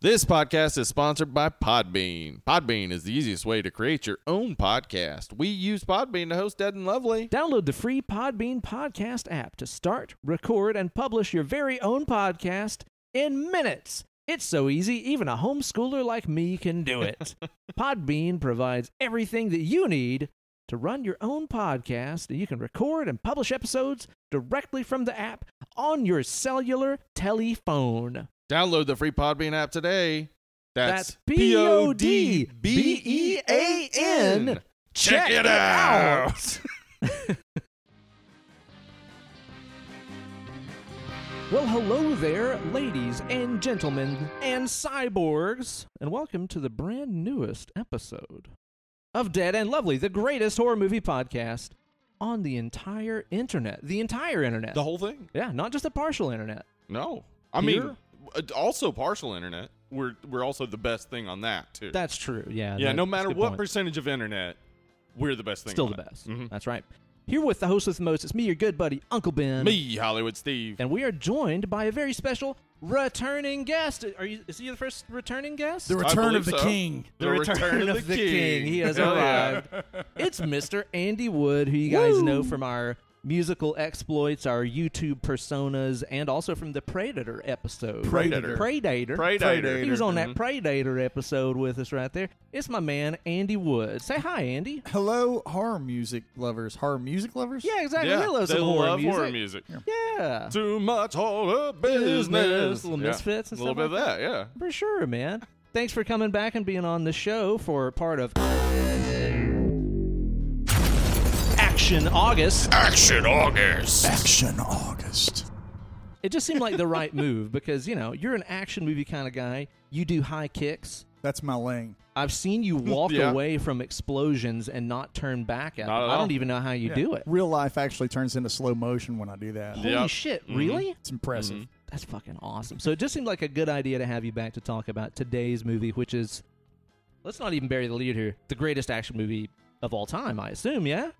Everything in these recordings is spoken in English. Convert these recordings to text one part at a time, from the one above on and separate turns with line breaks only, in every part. This podcast is sponsored by Podbean. Podbean is the easiest way to create your own podcast. We use Podbean to host Dead and Lovely.
Download the free Podbean podcast app to start, record, and publish your very own podcast in minutes. It's so easy, even a homeschooler like me can do it. Podbean provides everything that you need to run your own podcast, and you can record and publish episodes directly from the app on your cellular telephone.
Download the free Podbean app today.
That's P O D B E A N.
Check it out.
Well, hello there, ladies and gentlemen and cyborgs, and welcome to the brand newest episode of Dead and Lovely, the greatest horror movie podcast on the entire internet. The entire internet.
The whole thing?
yeah, not just the partial internet.
No. I mean,
Here?
uh, also partial internet. We're we're also the best thing on that too.
That's true. Yeah.
yeah,
that-
no
that's a
matter
good
what
point.
percentage of internet, we're the best thing.
still
on
the
it.
best.
Mhm.
That's right. Here with the host with the most, it's me, your good buddy, Uncle Ben.
Me, Hollywood Steve.
And we are joined by a very special returning guest. Are you? Is he the first returning guest?
The return
believe
of the
so.
king.
The return, of, the, king.
He has
Hell yeah.
arrived. It's Mr. Andy Wood, who you guys know from our musical exploits, our YouTube personas, and also from the Predator episode.
Predator.
Predator.
Predator.
He was on that
Mhm.
Predator episode with us right there. It's my man Andy Wood. Say hi, Andy.
Hello, horror music lovers. Horror music lovers?
Yeah, exactly.
Yeah,
they love
they
some horror
love
music.
horror music.
Yeah,
Too much horror business.
Business, little misfits and
a little
stuff
bit of that. Yeah.
for sure, man. Thanks for coming back and being on the show for part of Action August.
Action August.
Action August.
It just seemed like the right move because, you know, you're an action movie kind of guy. You do high kicks.
That's my lane.
I've seen you walk
Yeah.
away from explosions and not turn back at
Not
them.
at
I
all.
don't even know how you do it.
Real life actually turns into slow motion when I do that.
Holy
Yeah.
shit,
Mhm.
really?
It's impressive.
That's fucking awesome. So it just seemed like a good idea to have you back to talk about today's movie, which is, let's not even bury the lead here, the greatest action movie of all time, I assume, yeah?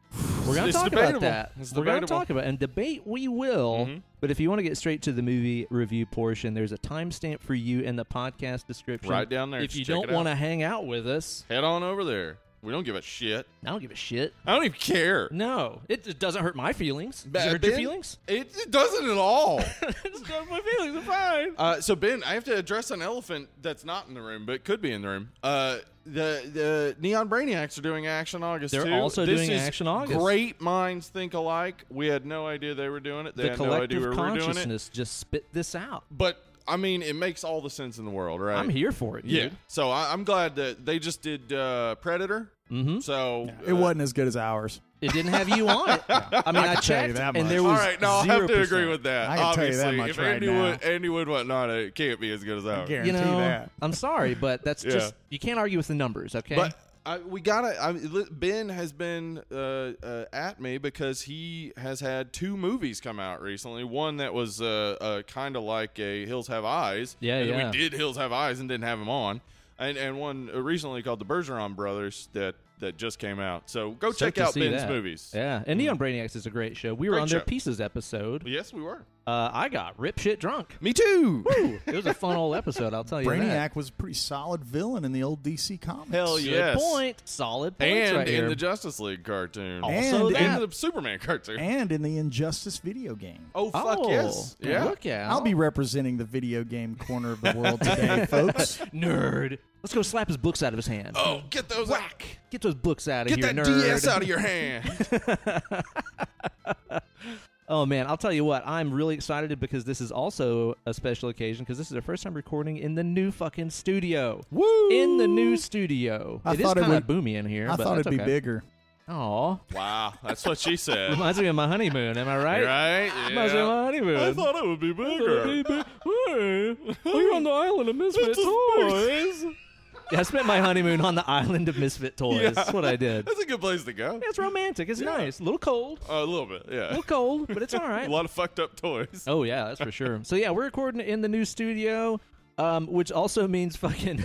We're going to
It's
talk
debatable.
about that.
It's
We're going to
debatable.
talk about it. And debate we will.
Mhm.
But if you want to get straight to the movie review portion, there's a timestamp for you in the podcast description.
Right down there.
If
Just
you
check
don't
it out.
want to hang out with us,
head on over there. We don't give a shit.
I don't give a shit.
I don't even care.
No, it, it doesn't hurt my feelings. Does
Uh,
it hurt your
Ben,
feelings?
It, it doesn't at all.
it's not my feelings. I'm fine.
uh, so Ben, I have to address an elephant that's not in the room, but could be in the room. Uh, the the Neon Brainiacs are doing Action August.
They're
too.
also
This
doing
is
Action August.
Great minds think alike. We had no idea they were doing it. They
the
had no idea
collective
we were doing it.
consciousness just spit this out.
But I mean, it makes all the sense in the world, right?
I'm here for it, dude.
Yeah. So I, I'm glad that they just did uh, Predator.
Mm-hmm.
So uh,
It wasn't as good as ours.
It didn't have you on it. I mean, I,
tell you
checked,
that
and
much.
there
All
was
right, no, I have to
0%.
agree with that.
I can tell you
Obviously,
that much
if
right
Andy
now.
Wood, Andy Wood wasn't on it, it can't be as good as ours.
Guarantee
You know,
that.
I'm sorry, but that's
Yeah.
just you can't argue with the numbers, okay?
But I, we gotta. I, li- ben has been uh, uh, at me because he has had two movies come out recently. One that was uh, uh, kind of like a Hills Have Eyes.
Yeah,
and
yeah.
We did Hills Have Eyes and didn't have him on, and and one uh, recently called The Bergeron Brothers that that just came out. So go
So
check
to
out
see
Ben's
that.
movies.
Yeah, and Neon Brainiacs is a great show. We were
Great
on their
show.
Pieces episode.
Yes, we were.
Uh, I got rip shit drunk.
Me too.
It was a fun old episode, I'll tell you that.
Brainiac was a pretty solid villain in the old DC comics.
Hell
Good
yeah. Yes.
point. Solid points
and
right
in
here.
the Justice League cartoon.
Also
And in
that.
and the Superman cartoon.
And in the Injustice video game.
oh fuck
oh,
yes. Yeah.
Look out.
I'll be representing the video game corner of the world today, folks.
nerd. Let's go slap his books out of his hand.
Oh, get those whack.
Get those books out of
Get
here,
that
nerd.
DS out of your hand.
Oh man, I'll tell you what, I'm really excited because this is also a special occasion because this is our first time recording in the new fucking studio.
Woo!
In the new studio.
I
it
thought it
kind of
would-
boomy in here.
I
but
thought
that's
it'd be
okay.
bigger.
Aw.
wow, that's what she said.
Reminds me of my honeymoon, am I right?
Right?
Reminds me of my honeymoon.
I thought it would be bigger.
Hey, we're on the island of misfit toys. yeah, I spent my honeymoon on the island of misfit toys.
Yeah.
That's what I did.
That's a good place to go. Oh,
It's romantic. It's nice. A little cold.
a little bit,
A
yeah.
little cold, but it's all right.
A lot of fucked up toys.
Oh yeah, that's for sure. So yeah, we're recording in the new studio, um, which also means fucking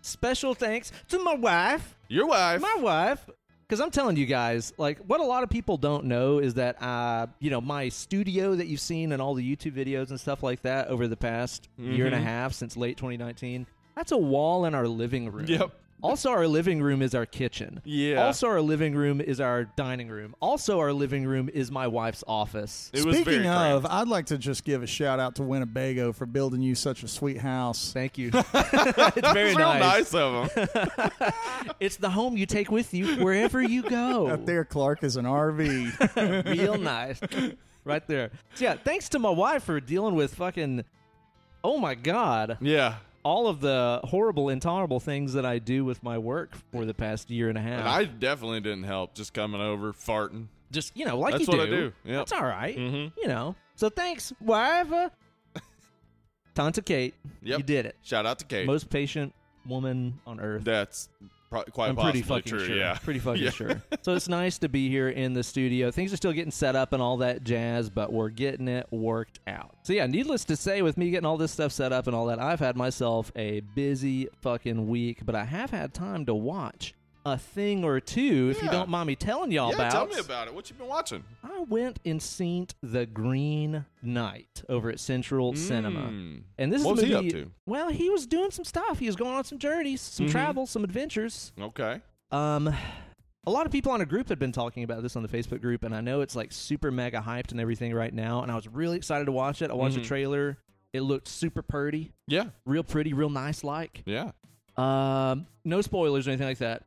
special thanks to my wife,
Your wife.
my wife, Because I'm telling you guys, like, what a lot of people don't know is that, uh, you know, my studio that you've seen in all the YouTube videos and stuff like that over the past year and a
Mhm.
half since late 2019, that's a wall in our living room.
Yep.
Also, our living room is our kitchen.
Yeah.
Also, our living room is our dining room. Also, our living room is my wife's office.
It was very
Speaking of,
cramped.
I'd like to just give a shout out to Winnebago for building you such a sweet house.
Thank you. it's very
It's real nice of them.
It's the home you take with you wherever you go.
Up there, Clark is an RV.
real nice. Right there. So yeah, thanks to my wife for dealing with fucking oh my god,
yeah.
all of the horrible intolerable things that I do with my work for the past year and a half.
And I definitely didn't help just coming over, farting.
just, you know, like
That's
you
what I
do.
do. Yep.
That's all right.
Mhm.
You know. So thanks, wife. Tanta Kate,
Yep.
you did it.
Shout out to Kate.
Most patient woman on earth.
That's pro- quite
I'm pretty
possibly
fucking
true.
sure.
Yeah.
Pretty fucking
Yeah.
sure. So it's nice to be here in the studio. Things are still getting set up and all that jazz, but we're getting it worked out. So yeah, needless to say, with me getting all this stuff set up and all that, I've had myself a busy fucking week, but I have had time to watch a thing or two, if you
Yeah.
don't mind me telling y'all
yeah.
about.
Tell me about it. What you been watching?
I went and seen The Green Knight over at Central Cinema.
Mm.
And this is
What
a
was he up
movie-
to?
Well, he was doing some stuff. He was going on some journeys, some
Mhm.
travel, some adventures.
Okay.
Um, a lot of people on a group had been talking about this on the Facebook group, and I know it's like super mega hyped and everything right now. And I was really excited to watch it. I watched
Mhm.
the trailer. It looked super purty,
Yeah.
real pretty, real nice like.
Yeah.
Um, no spoilers or anything like that.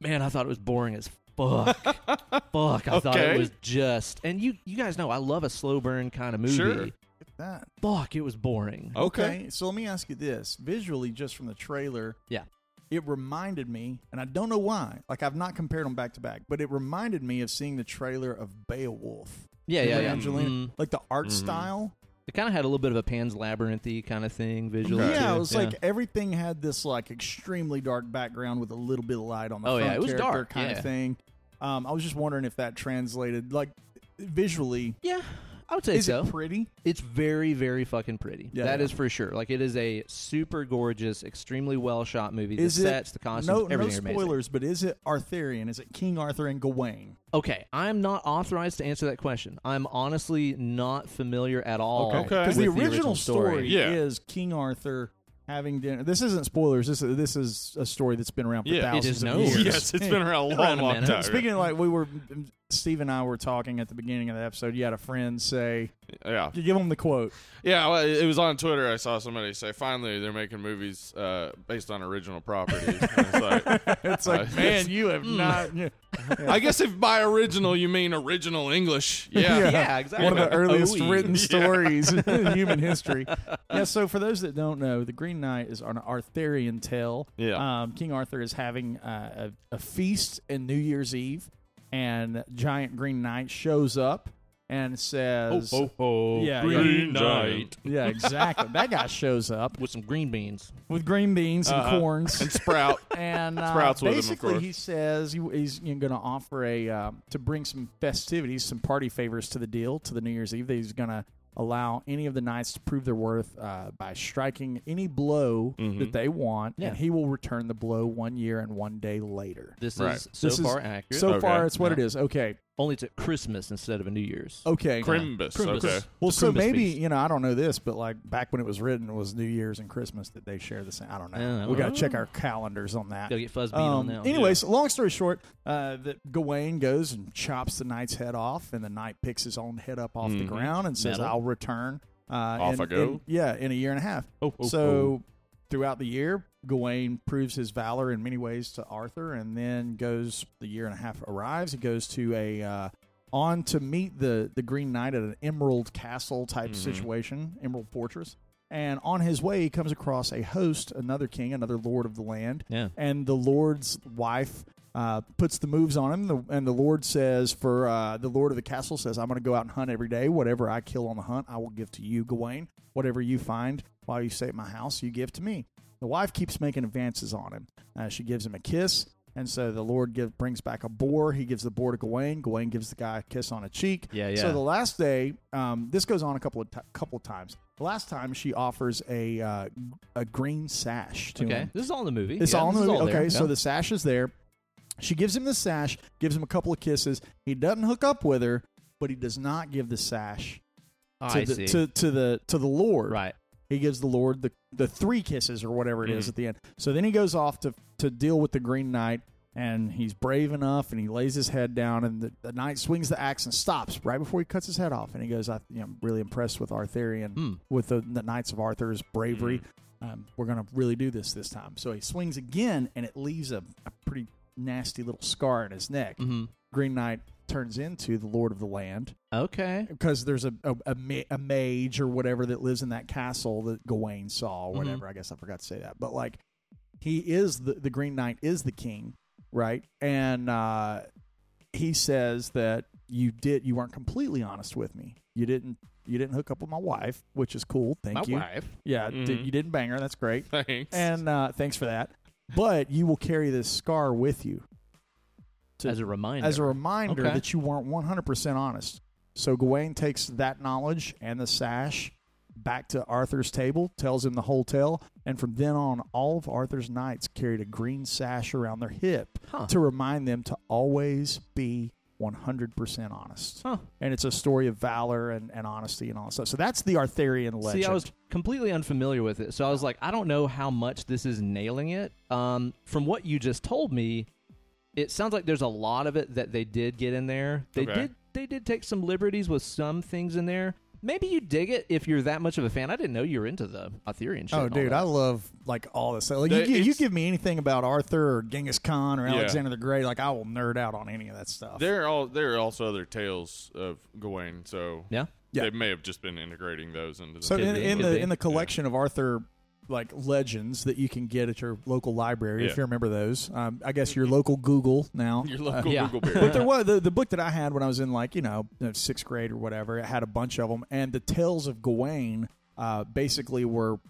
Man, I thought it was boring as fuck. fuck, I thought it
Okay.
was just. And you, you guys know I love a slow burn kind of movie.
Sure. Uh,
That.
Fuck, it was boring.
Okay.
So let me ask you this visually, just from the trailer.
Yeah.
It reminded me, and I don't know why. Like I've not compared them back to back, but it reminded me of seeing the trailer of Beowulf.
Yeah, yeah,
Remember
yeah.
Angelina,
Mm.
like the art
Mhm.
style.
It kind of had a little bit of a Pan's Labyrinthy kind of thing visually.
Okay.
Yeah,
too.
it was like everything had this like extremely dark background with a little bit of light on the
Oh, yeah,
front
it was
character
dark,
kind
yeah.
of thing. Um, I was just wondering if that translated like visually.
yeah, I would say
is
so.
it pretty?
It's very, very fucking pretty. That
Yeah,
is
yeah.
for sure. Like it is a super gorgeous, extremely well shot movie.
Is
the
it-
sets, the costumes,
no, no
everything are amazing.
spoilers, but is it Arthurian? Is it King Arthur and Gawain?
Okay, I'm not authorized to answer that question. I'm honestly not familiar at all.
Okay. Okay.
with
Because the, original
story.
story
Yeah.
is King Arthur having dinner. This isn't spoilers. This is, this is a story that's been around for
Yeah. It is
thousands of
known.
years.
Yes, it's been around a
Been around
long,
a
long
minute.
time.
Speaking of like, we were Steve and I were talking at the beginning of the episode. You had a friend say,
yeah.
"You give him the quote."
Yeah, well, it was on Twitter. I saw somebody say, "Finally, they're making movies uh, based on original properties." And it's like,
It's like,
Uh,
man, you have not. Yeah.
I guess if by original you mean original English, yeah, Oh,
Yeah, exactly.
One of the earliest
OE.
written stories in human history. Yeah, so for those that don't know, The Green Knight is an Arthurian tale.
Yeah.
Um, King Arthur is having uh, a, a feast in New Year's Eve, and Giant Green Knight shows up and says,
Oh,
ho!
Yeah,
Green Knight.
Yeah, exactly. that guy shows up
with some green beans.
with green beans and
Uh-huh.
corns.
and Sprout.
and uh,
Sprouts with him, of
basically
course.
he says he, he's you know, going to offer a uh, to bring some festivities, some party favors to the deal to the New Year's Eve. That he's going to allow any of the knights to prove their worth uh, by striking any blow
Mhm.
that they want,
Yeah.
and he will return the blow one year and one day later.
This
Right.
is so
This is-
far accurate.
So
Okay.
far, it's what
Yeah.
it is. Okay,
Only it's at Christmas instead of a New Year's.
okay.
Crimbus.
Crimbus.
Okay.
Oh, Well,
The
so
Christmas
maybe
feast.
you know I don't know this, but like back when it was written, it was New Year's and Christmas that they share the same. I don't know.
I don't know.
We got to check our calendars on that.
Go get fuzz bean on
Um,
that. one.
anyways, long story short, uh, that Gawain goes and chops the knight's head off, and the knight picks his own head up off the
Mhm.
ground and says,
Metal.
"I'll return." Uh,
Off
in-
I go.
in- yeah, in a year and a half.
Oh,
so throughout the year, Gawain proves his valor in many ways to Arthur, and then goes the year and a half arrives. He goes to a uh, on to meet the the Green Knight at an Emerald Castle type
Mhm.
situation, Emerald Fortress. And on his way, he comes across a host, another king, another lord of the land,
yeah.
and the Lord's wife uh, puts the moves on him. The, and the Lord says, "For uh, the Lord of the castle says, I'm going to go out and hunt every day. Whatever I kill on the hunt, I will give to you, Gawain. Whatever you find while you stay at my house, you give to me." The wife keeps making advances on him. Uh, she gives him a kiss, and so the Lord give, brings back a boar. He gives the boar to Gawain. Gawain gives the guy a kiss on a cheek.
Yeah, yeah.
So the last day, um, this goes on a couple of t- couple of times. The last time she offers a uh, a green sash to
Okay.
him.
This is all in the movie.
It's
Yeah,
all in
this
the
is
movie.
there.
okay, so
Yeah.
the sash is there. She gives him the sash, gives him a couple of kisses. He doesn't hook up with her, but he does not give the sash to
I
the
see.
to to the to the Lord.
right.
He gives the Lord the the three kisses or whatever it is
Mhm.
Mm-hmm.
at the end. So then he goes off to to deal with the Green Knight, and he's brave enough, and he lays his head down, and the, the knight swings the axe and stops right before he cuts his head off, and he goes, I, you know, "I'm really impressed with Arthurian,
Hmm.
with the, the Knights of Arthur's bravery. Um, we're gonna really do this this time." So he swings again, and it leaves a, a pretty nasty little scar in his neck.
Mm-hmm.
Green Knight turns into the Lord of the Land
Okay.
because there's a, a, a, ma- a mage or whatever that lives in that castle that Gawain saw or
Mhm.
whatever. I guess I forgot to say that. But like he is the, the Green Knight is the king, right? And uh, he says that you did you weren't completely honest with me. You didn't you didn't hook up with my wife, which is cool. Thank
My
you.
wife. Mm-hmm.
Yeah, d-
Mhm.
you didn't bang her. That's great.
Thanks.
And uh, thanks for that. But you will carry this scar with you To-
as a reminder.
as a reminder
Okay.
that you weren't 100% honest. So Gawain takes that knowledge and the sash back to Arthur's table, tells him the whole tale, and from then on, all of Arthur's knights carried a green sash around their hip
huh.
to remind them to always be 100% honest.
Huh.
And it's a story of valor and, and honesty and all that stuff. So that's the Arthurian legend.
See, I was completely unfamiliar with it, so I was like, I don't know how much this is nailing it. Um, from what you just told me, it sounds like there's a lot of it that they did get in there. They
Okay.
did. They did take some liberties with some things in there. Maybe you dig it if you're that much of a fan. I didn't know you were into the Arthurian shit.
Oh,
and all
dude,
that.
I love like all this. Like, you,
That-
gi- you
it's-
give me anything about Arthur or Genghis Khan or
Yeah.
Alexander the Great, like I will nerd out on any of that stuff.
There are all there are also other tales of Gawain, so
yeah.
Yeah.
they may have just been integrating those into the.
So
Could
in,
be,
in
could
the
be.
in the collection of Arthur like legends that you can get at your local library, if
Yeah.
you remember those, um, I guess your local Google now. Uh,
your local
yeah.
Google beer.
but there was the, the book that I had when I was in like you know sixth grade or whatever. It had a bunch of them, and the tales of Gawain uh, basically were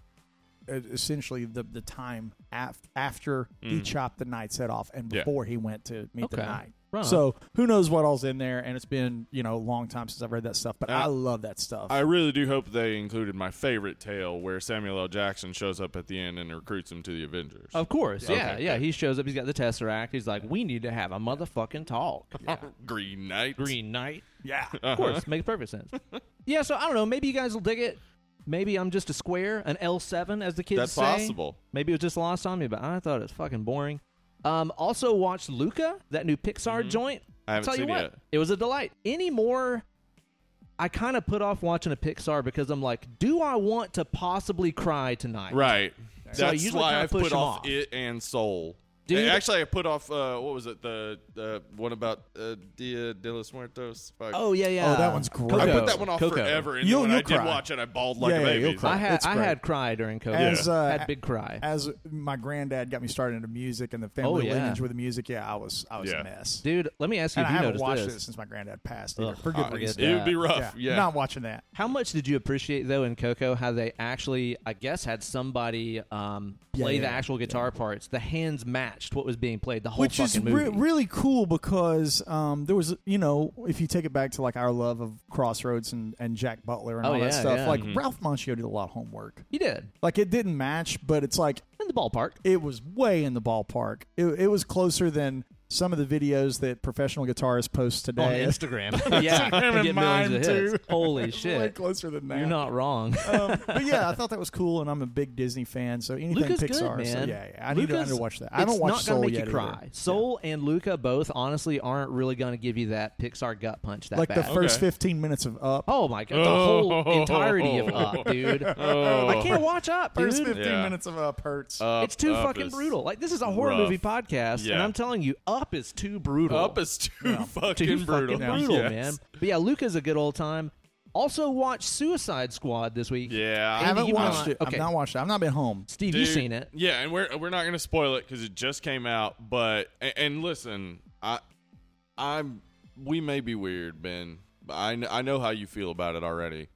uh, essentially the the time af- after he
Mm.
chopped the knight's head off and
Yeah.
before he went to meet the
Okay.
knight.
Right on.
So who knows what all's in there? And it's been you know a long time since I've read that stuff, but
Uh,
I love that stuff.
I really do hope they included my favorite tale where Samuel L. Jackson shows up at the end and recruits him to the Avengers.
Of course, yeah,
Okay,
yeah.
good.
He shows up. He's got the tesseract. He's like, "We need to have a motherfucking talk."
Uh, Green Knight.
Green Knight.
yeah.
Of course,
Uh-huh.
makes perfect sense. yeah, so I don't know. Maybe you guys will dig it. Maybe I'm just a square, an L7, as the kids
That's
say.
possible.
Maybe it was just lost on me, but I thought it was fucking boring. Um, also watched Luca, that new Pixar joint.
Mm-hmm. I haven't
Tell
seen
you
it
what,
yet.
it was a delight. Any more, I kind of put off watching a Pixar because I'm like, do I want to possibly cry tonight?
Right.
So I
That's
usually
why
kinda
I've
push
put
them
off,
off.
it and Soul.
Dude.
Hey, Actually, I put off uh, what was it? The uh, one about uh, Dia de los Muertos. Fuck.
Oh yeah, yeah.
Oh, that one's great.
I
Coco.
put that one off
Coco.
forever, and
You'll-
then when I
you'll
did
cry.
watch it, I bawled like
Yeah,
a
yeah,
baby.
you'll cry.
I had
It's
I
great.
had cry during COVID.
As, uh,
had big cry.
as my granddad got me started into music and the family
Oh, yeah.
lineage with the music, yeah, I was I was
Yeah.
a mess.
Dude, let me ask you
and I
if you
haven't
noticed
watched
this.
it since my granddad passed either,
Ugh,
for
Uh,
good
I
reason.
It would be
Yeah.
rough. Yeah.
not watching that.
How much did you appreciate though in Coco how they actually, I guess, had somebody um,
Yeah,
play the
yeah,
actual guitar parts? The hands matched what was being played. The whole
Which is
fucking
re-
movie.
really cool because um, there was, you know, if you take it back to like our love of Crossroads and, and Jack Butler and
Oh,
all
yeah,
that stuff,
yeah.
like Ralph Macchio did a lot of homework.
he did
Like it didn't match, but it's like
in the ballpark.
it was way in the ballpark. It, it was closer than some of the videos that professional guitarists post
On
today.
Instagram, yeah, to
and
get millions
mine,
of hits.
too.
Holy
way
shit,
closer than that.
you're not wrong.
um, but yeah, I thought that was cool, and I'm a big Disney fan, so anything
Luca's good,
Pixar.
man.
So yeah, yeah, I need, to, I need
Luca's-
to watch that. I don't
it's
watch
not
Soul
gonna make
yet
you cry.
either.
Soul and Luca both honestly aren't really gonna give you that Pixar gut punch that
like
bad.
the first
Okay.
15 minutes of Up.
oh my god, the whole
Oh.
entirety of Up, dude.
Oh.
I can't watch Up, dude.
first 15
Yeah.
minutes of Up hurts.
Up-
it's too
Up
fucking
is-
brutal. Like this is a horror
rough.
movie podcast, and
Yeah.
I'm telling you, Up is too brutal.
Up is too fucking
too
brutal.
fucking brutal,
Yes.
man. But yeah, Luca's a good old time. Also, watched Suicide Squad this week.
Yeah.
I
Andy,
haven't
you
watched
not-
it.
okay.
I've not watched it. I've not been home.
Steve,
Dude,
you've seen it.
Yeah, and we're we're not going to spoil it because it just came out. But and, and listen, I I'm we may be weird, Ben, but I kn- I know how you feel about it already.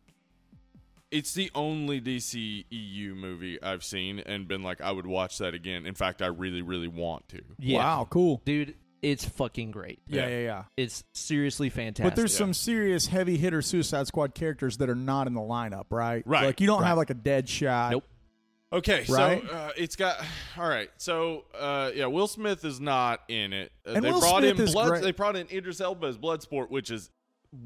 It's the only DC EU movie I've seen and been like I would watch that again. In fact, I really really want to.
Yeah.
Wow, cool.
Dude, it's fucking great.
Yeah,
Yeah.
yeah, yeah.
It's seriously fantastic.
But there's
Yeah.
some serious heavy hitter Suicide Squad characters that are not in the lineup, right?
Right,
Like you don't
right.
have like a dead shot.
Nope.
Okay,
Right?
so uh, it's got all right. So uh, yeah, Will Smith is not in it. Uh,
And
they
Will
brought
Smith
in
is
blood.
great.
They brought in Idris Elba as Bloodsport, which is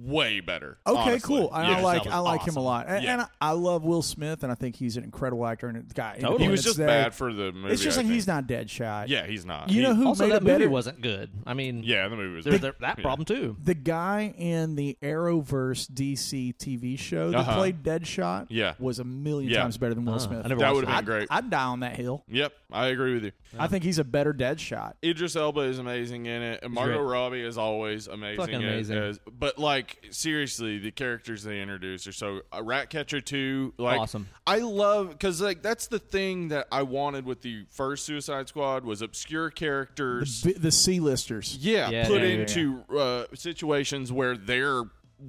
way better.
Okay,
honestly.
cool. And
Yeah.
I like
that
I
was
like him a
awesome.
lot, and,
Yeah.
and I, I love Will Smith, and I think he's an incredible actor and a guy.
He was
Independence
just
Day.
bad for the movie.
It's just
I
like he's
think.
not dead shot.
Yeah, he's not. He-
You know who
also,
made
that
it
movie
better?
wasn't good. I mean,
Yeah, the movie was.
there's
bad.
there- that
Yeah.
problem too.
the guy in the Arrowverse DC TV show that
Uh-huh.
played Deadshot
Yeah.
was a million
Yeah.
times better than Will
Uh,
Smith.
I never
That
watched
would've been
that.
great.
I'd die on that hill.
Yep, I agree with you.
I think he's a better Deadshot.
Idris Elba is amazing in it. And Margot
great.
Robbie is always amazing.
Fucking
as-
amazing.
as- but like seriously, the characters they introduce are so uh, Ratcatcher 2 like
Awesome.
I love cuz like that's the thing that I wanted with the first Suicide Squad was obscure characters.
The, the C-listers.
yeah,
Yeah,
put
yeah, yeah,
into Uh, situations where their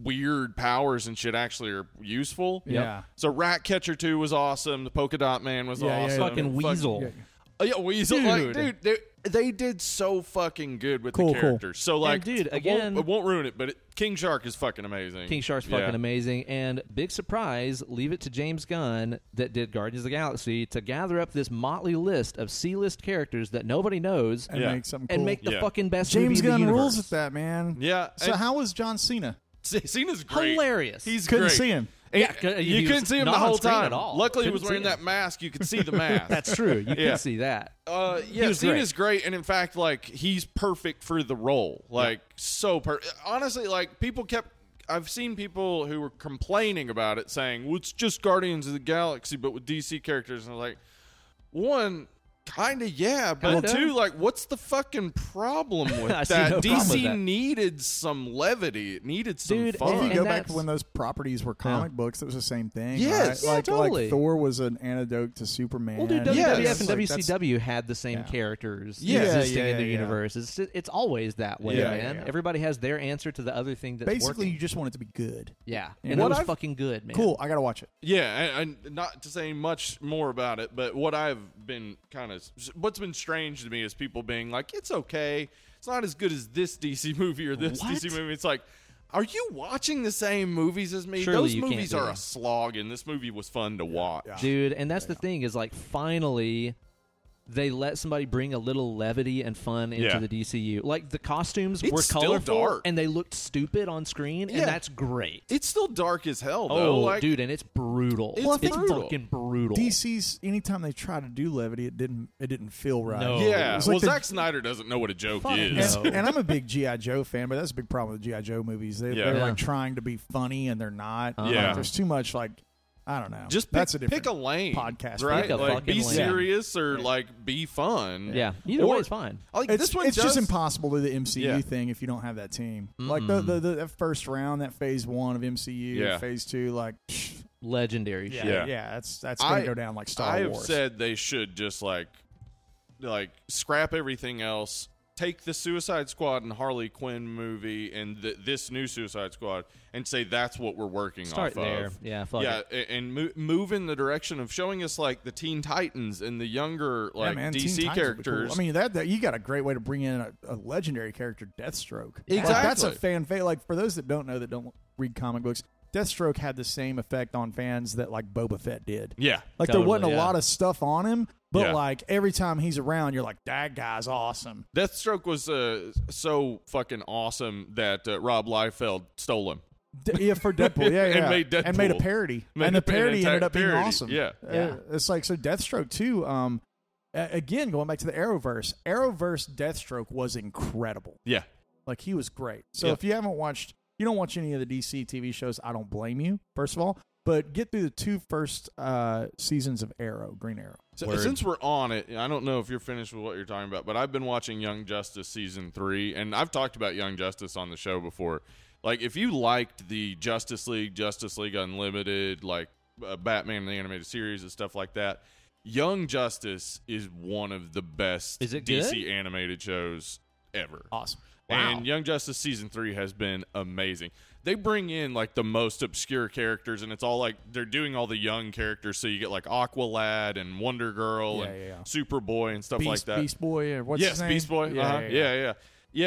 weird powers and shit actually are useful.
Yeah.
So Ratcatcher 2 was awesome. The Polka Dot Man was
Yeah, yeah,
awesome.
yeah.
Fucking
Fuck-
Weasel.
Yeah.
Oh, yeah, Weasel. Like, dude,
Dude.
they, they did so fucking good with
Cool,
the
cool.
characters. So, like,
dude,
it won't-
again-
it won't, ruin it, but it, King Shark is fucking amazing.
King Shark's
Yeah.
fucking amazing. And big surprise, leave it to James Gunn that did Guardians of the Galaxy to gather up this motley list of C-list characters that nobody knows
And
Yeah.
make something cool.
and make the
Yeah.
fucking best
James
movie in
Gunn
the
rules
universe.
at that, man.
Yeah.
So
and
how was John Cena?
C- Cena's great.
Hilarious.
He's
Couldn't
great.
see him.
You,
Yeah, 'cause he was
couldn't see him the
not on
whole
screen
time.
at all.
Luckily, he
Couldn't
was wearing
see
that
him.
mask. You could see the mask.
That's true. You
Yeah.
can see that.
Uh, yeah,
was
Cena's
great.
great, and in fact, like he's perfect for the role. Like so per. Honestly, like people kept. I've seen people who were complaining about it, saying, "Well, it's just Guardians of the Galaxy, but with DC characters." And I was like, one, kind of, yeah, but
Kinda.
two, like, what's the fucking problem with
I
that?
see no problem
DC
with that.
needed some levity. It needed some
Dude,
fun.
if
If
And
you go back to
that's-
when those properties were comic books, it was the same thing.
Yes.
right?
Yeah,
like,
totally.
like Thor was an antidote to Superman.
Well, dude, WWF
Yeah,
and
it's
Like, that's-
WCW had the same
yeah.
characters
Yeah,
existing
yeah,
in the
yeah, yeah.
universe. It's it's always that way,
Yeah,
man.
yeah, yeah.
Everybody has their answer to the other thing that's
Basically,
working.
you just want it to be good.
yeah,
Yeah.
and that
What
was
I've-
fucking good, man.
Cool. I gotta watch it.
Yeah, and, and not to say much more about it, but what I've been kind of what's been strange to me is people being like, "It's okay, it's not as good as this DC movie or this
What?
DC movie." It's like, are you watching the same movies as me?
Surely
Those
you can't
movies
do
are a
that.
slog, and this movie was fun to watch.
dude. And that's the thing is like finally they let somebody bring a little levity and fun into
Yeah.
the DCU. Like the costumes
It's
were
still
colorful
dark.
and they looked stupid on screen,
Yeah.
and that's great.
It's still dark as hell, though.
Oh,
like,
dude, and it's brutal.
Well, I
It's,
think- brutal.
fucking brutal.
DC's anytime they try to do levity, it didn't it didn't feel right.
No.
yeah.
It was
Well,
like the-
Zack Snyder doesn't know what a joke
Fuck
is.
no.
And, and I'm a big GI Joe fan, but that's a big problem with GI Joe movies. They,
Yeah.
They're
Yeah. Uh-huh.
like trying to be funny, and they're not. Like,
Yeah.
there's too much like I don't know.
Just pick,
that's a different
pick a lane,
podcast,
right?
Pick a
like,
fucking
be
lane.
serious or like be fun.
Yeah, either
Or-
way, it's fine.
I Like,
It's,
this one
it's
does,
just impossible to do the MCU
Yeah. Mm.
thing if you don't have that team. Like the, the, the that first round, that phase one of MCU,
Yeah.
phase two, like psh,
Legendary shit.
Yeah.
yeah, that's that's gonna
I-
go down like Star
I have
Wars.
said they should just like like scrap everything else, take the Suicide Squad and Harley Quinn movie and th- this new Suicide Squad and say that's what we're working
Start
off
there.
of.
Yeah, fuck
yeah,
it.
a- and mo- move in the direction of showing us like the Teen Titans and the younger
Yeah,
like
man, Teen
DC
Titans would be cool.
characters.
I mean, that, that you got a great way to bring in a, a legendary character, Deathstroke. Like, that's a
Exactly.
fan favorite. Like for those that don't know that don't read comic books, Deathstroke had the same effect on fans that like Boba Fett did.
yeah,
Like there wasn't
Totally,
a
yeah.
lot of stuff on him, but
Yeah.
like every time he's around, you're like, that guy's awesome.
Deathstroke was uh, so fucking awesome that uh, Rob Liefeld stole him.
D- yeah, for Deadpool. Yeah,
And
yeah.
made
And made a
Deadpool.
parody.
Made
and
a-
the
an
parody
entire
ended up being
parody.
awesome.
Yeah.
Uh,
Yeah.
it's like, so Deathstroke, too, um, a- again, going back to the Arrowverse, Arrowverse Deathstroke was incredible.
Yeah,
Like, he was great. So
Yeah.
if you haven't watched, you don't watch any of the DC TV shows, I don't blame you, first of all. But get through the two first uh, seasons of Arrow, Green Arrow.
So, since we're on it, I don't know if you're finished with what you're talking about, but I've been watching Young Justice season three, and I've talked about Young Justice on the show before. Like, if you liked the Justice League, Justice League Unlimited, like uh, Batman the animated series and stuff like that, Young Justice is one of the best
Is it
DC
good?
animated shows ever.
Awesome.
And Young Justice season three has been amazing. They bring in like the most obscure characters, and it's all like they're doing all the young characters. So you get like Aqualad and Wonder Girl
Yeah,
and
yeah, yeah.
Superboy and stuff
Beast,
like that.
Beast Boy, or what's
yes,
his name?
Beast Boy.
Yeah,
uh-huh.
yeah,
yeah,
yeah.
yeah,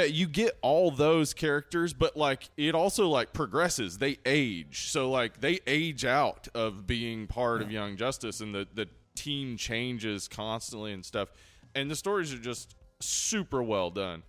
yeah, You get all those characters, but like it also like progresses. They age, so like they age out of being part of Young Justice, and the the team changes constantly and stuff. And the stories are just super well done.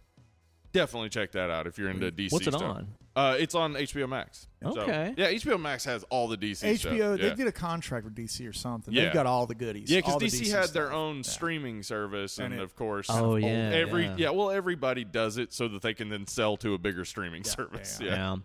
Definitely check that out if you're into DC.
What's it
stuff.
on?
Uh, it's on HBO Max. So,
Okay.
yeah, HBO Max has all the DC stuff.
HBO,
yeah.
they did a contract with DC or something.
Yeah.
They've got all the goodies.
Yeah, because
all the
DC, had their
stuff.
own streaming service, and,
And it-
of course,
Oh, yeah,
every
yeah.
yeah. well, everybody does it so that they can then sell to a bigger streaming service. Yeah,
Yeah.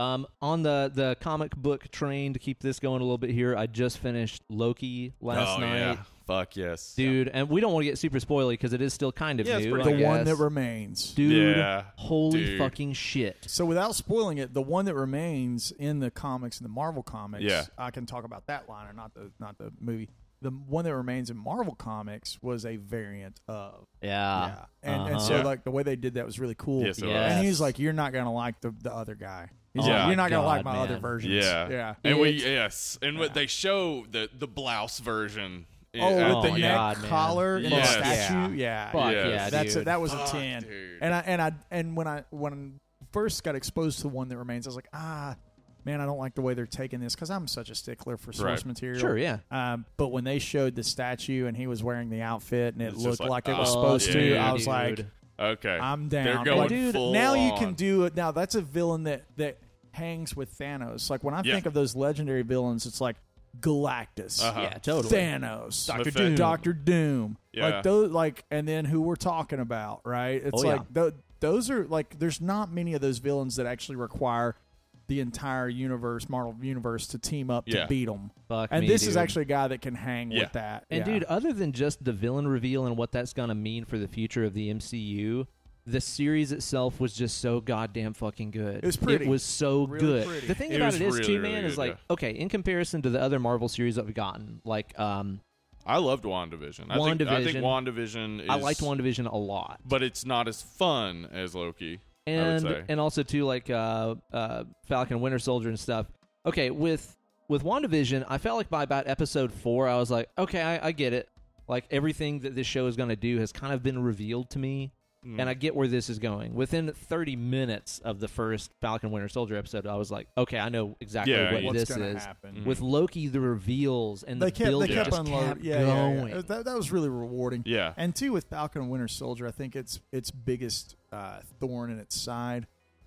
Um, on the the comic book train to keep this going a little bit here, I just finished Loki last
oh,
night,
yeah, fuck yes,
dude. And we don't want to get super spoily because it is still kind of
Yeah, it's
new.
pretty
I
The one that
guess.
remains.
dude.
Yeah,
holy
dude.
fucking shit.
So without spoiling it, the one that remains in the comics and the Marvel comics,
Yeah.
I can talk about that line or not the not the movie. The one that remains in Marvel comics was a variant of
Yeah.
yeah, and, and
Uh-huh.
so
Yeah.
like the way they did that was really cool.
Yes, it was.
And he's like, "You're not gonna like the, the other guy. He's
Yeah.
like, You're not gonna
God,
like my other
man.
versions.
yeah,
yeah.
and we
It's-
yes, and what they show the the blouse version. i-
Oh,
at
oh
the
with
my
the
end.
neck
God, man.
collar and
Yes.
the statue. Yeah,
Fuck
Yes.
yeah,
that's
dude.
a, that was a
Fuck,
ten.
dude.
And I and I and when I when I first got exposed to the one that remains, I was like, ah, man, I don't like the way they're taking this because I'm such a stickler for source
Right.
material.
Sure, yeah.
Um, but when they showed the statue and he was wearing the outfit and it
It's just
looked
like,
like, it was
oh,
supposed to,
dude,
I was like,
dude.
okay,
I'm down.
They're going
Like, dude,
full
now you
on.
can do it. Now that's a villain that that hangs with Thanos. Like when I
Yeah.
think of those legendary villains, it's like Galactus.
Uh-huh.
yeah, totally.
Thanos,
Doctor Doom.
Doctor Doom,
Yeah.
like those, like, and then who we're talking about, right? It's
Oh,
like tho- those are like, there's not many of those villains that actually require the entire universe, Marvel universe, to team up
Yeah.
to beat them.
Fuck
and
me,
this is
dude.
actually a guy that can hang
Yeah.
with that.
And
Yeah.
dude, other than just the villain reveal and what that's gonna mean for the future of the MCU, the series itself was just so goddamn fucking good. It
was pretty.
It was so
Really
good.
pretty.
The thing
It
about
was
it is,
really,
too,
really
man,
good,
is like
yeah.
okay, in comparison to the other Marvel series that we've gotten, like um,
I loved Wandavision. I think, I think Wandavision. Is,
I liked WandaVision a lot,
but it's not as fun as Loki.
and
I would say.
and also too like uh, uh, Falcon Winter Soldier and stuff. Okay, with with WandaVision, I felt like by about episode four, I was like, okay, I, I get it. Like everything that this show is gonna do has kind of been revealed to me.
Mm.
and I get where this is going. Within 30 minutes of the first Falcon Winter Soldier episode, I was like, okay, I know exactly
Yeah,
what
yeah.
what's
this
gonna
is.
happen?
Mm-hmm.
With Loki, the reveals and
They
the
kept,
build
they kept
just
unloading.
kept
yeah, yeah, yeah.
going.
That, that was really rewarding.
yeah,
And two, with Falcon and Winter Soldier, I think its its biggest uh, thorn in its side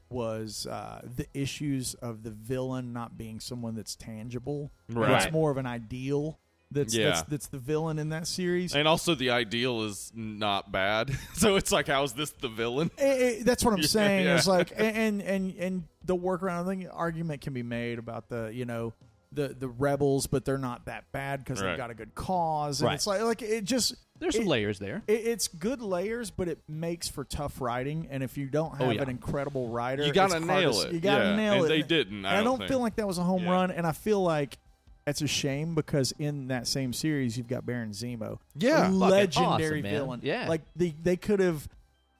was uh, the issues of the villain not being someone that's tangible.
Right.
It's more of an ideal that's,
Yeah.
that's that's the villain in that series.
And also, the ideal is not bad. So it's like, how is this the villain?
Eh, eh, that's what I'm
Yeah,
saying.
yeah.
Is like and and and, and the workaround thing argument can be made about the you know the the rebels, but they're not that bad because
Right.
they've got a good cause. And
Right.
it's like like it just
There's some
it-
layers there.
It, it's good layers, but it makes for tough writing. And if you don't have
yeah.
an incredible writer,
Oh, You gotta
it's hard to
nail
s-
it.
You gotta
Yeah,
nail
and
it.
they didn't, I
and I
don't
don't
think.
feel like that was a home
Yeah.
run. And I feel like that's a shame because in that same series, you've got Baron Zemo,
Yeah.
a
Fucking
legendary
awesome, man.
villain.
Yeah.
like they they could have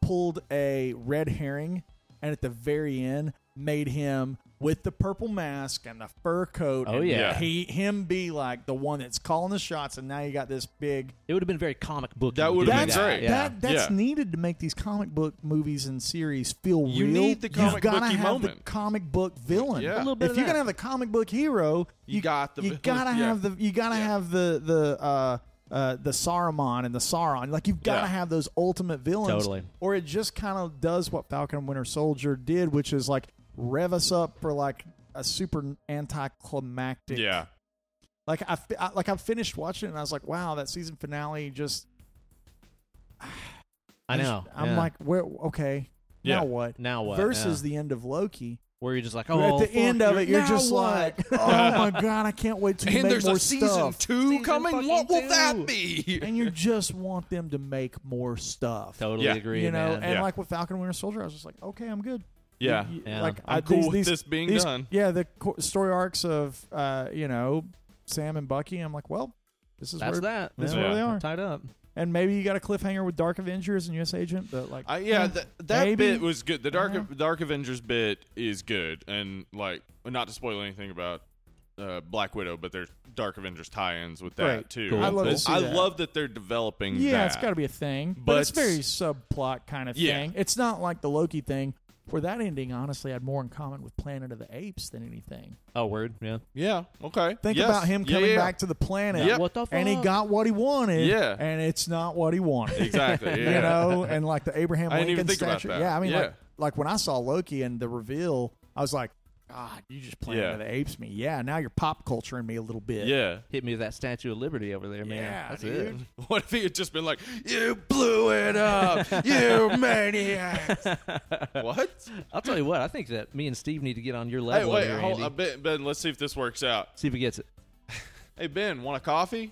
pulled a red herring, and at the very end, made him. With the purple mask and the fur coat,
Oh,
and
yeah.
he him be like the one that's calling the shots, and now you got this big
It would have been very comic book.
That would have been
that's
great.
Yeah.
that that's
Yeah.
needed to make these comic book movies and series feel
You
real.
need the comic
You've gotta
booky
have
moment.
the comic book villain.
Yeah. A
little bit
if
of
you're
that.
gonna have the comic book hero,
You got the
you
villain.
gotta
Yeah.
have the you gotta
Yeah.
have the the uh, uh, the Saruman and the Sauron. Like you've gotta
Yeah.
have those ultimate villains,
Totally.
or it just kind of does what Falcon and Winter Soldier did, which is like rev us up for like a super anticlimactic
Yeah.
like I, fi- I like I finished watching it and I was like, wow, that season finale just.
I know.
I'm
yeah.
like, where? Okay,
Yeah.
now what?
now what?
Versus
Yeah.
the end of Loki.
where you're just like,
where
oh,
at the
fuck,
end of it, you're
now
just
what?
like, oh my god, I can't wait to make
And there's
more
a season
stuff.
two
Season
coming.
fucking
What will
two.
that be?
and you just want them to make more stuff.
totally
Yeah.
agree,
you know,
man.
and
Yeah.
like with Falcon and Winter Soldier, I was just like, okay, I'm good.
Yeah.
You- you-
Yeah.
like
I'm
I,
cool
these,
with
these-
this being
these-
done.
Yeah, the co- story arcs of uh, you know Sam and Bucky. I'm like, well, this is
that's
where
that.
this is
yeah.
Yeah.
where they are.
Tied up.
And maybe you got a cliffhanger with Dark Avengers and U.S. Agent, but like,
I, yeah,
eh,
that, that
maybe.
bit was good. The Dark
Uh-huh.
Dark Avengers bit is good, and like not to spoil anything about uh, Black Widow, but there's Dark Avengers tie-ins with that
Right.
too.
Cool. I'd love to
But
see
I
that.
love that they're developing.
yeah,
that.
it's got to be a thing, but,
But-
it's very subplot kind of
Yeah.
thing. It's not like the Loki thing For that ending, honestly, I had more in common with Planet of the Apes than anything.
Oh, word. Yeah.
Yeah. Okay.
Think
Yes.
about him
Yeah,
coming
yeah.
back to the planet,
Yep.
What the fuck?
and he got what he wanted,
Yeah.
and it's not what he wanted.
Exactly. Yeah.
you know, and like the Abraham
I
Lincoln
didn't even think about
statue.
that.
Yeah, I mean,
Yeah.
Like, like when I saw Loki and the reveal, I was like, God, you just playing
Yeah.
with the apes me. Yeah, now you're pop culturing me a little bit.
Yeah.
Hit me with that Statue of Liberty over there, man.
Yeah,
That's it.
dude.
What if he had just been like, "You blew it up, you maniacs"? what?
I'll tell you what. I think that me and Steve need to get on your
Hey,
level.
wait,
here,
hold,
Andy.
uh, ben, ben. Let's see if this works out.
See if he gets it.
Hey, Ben, want a coffee?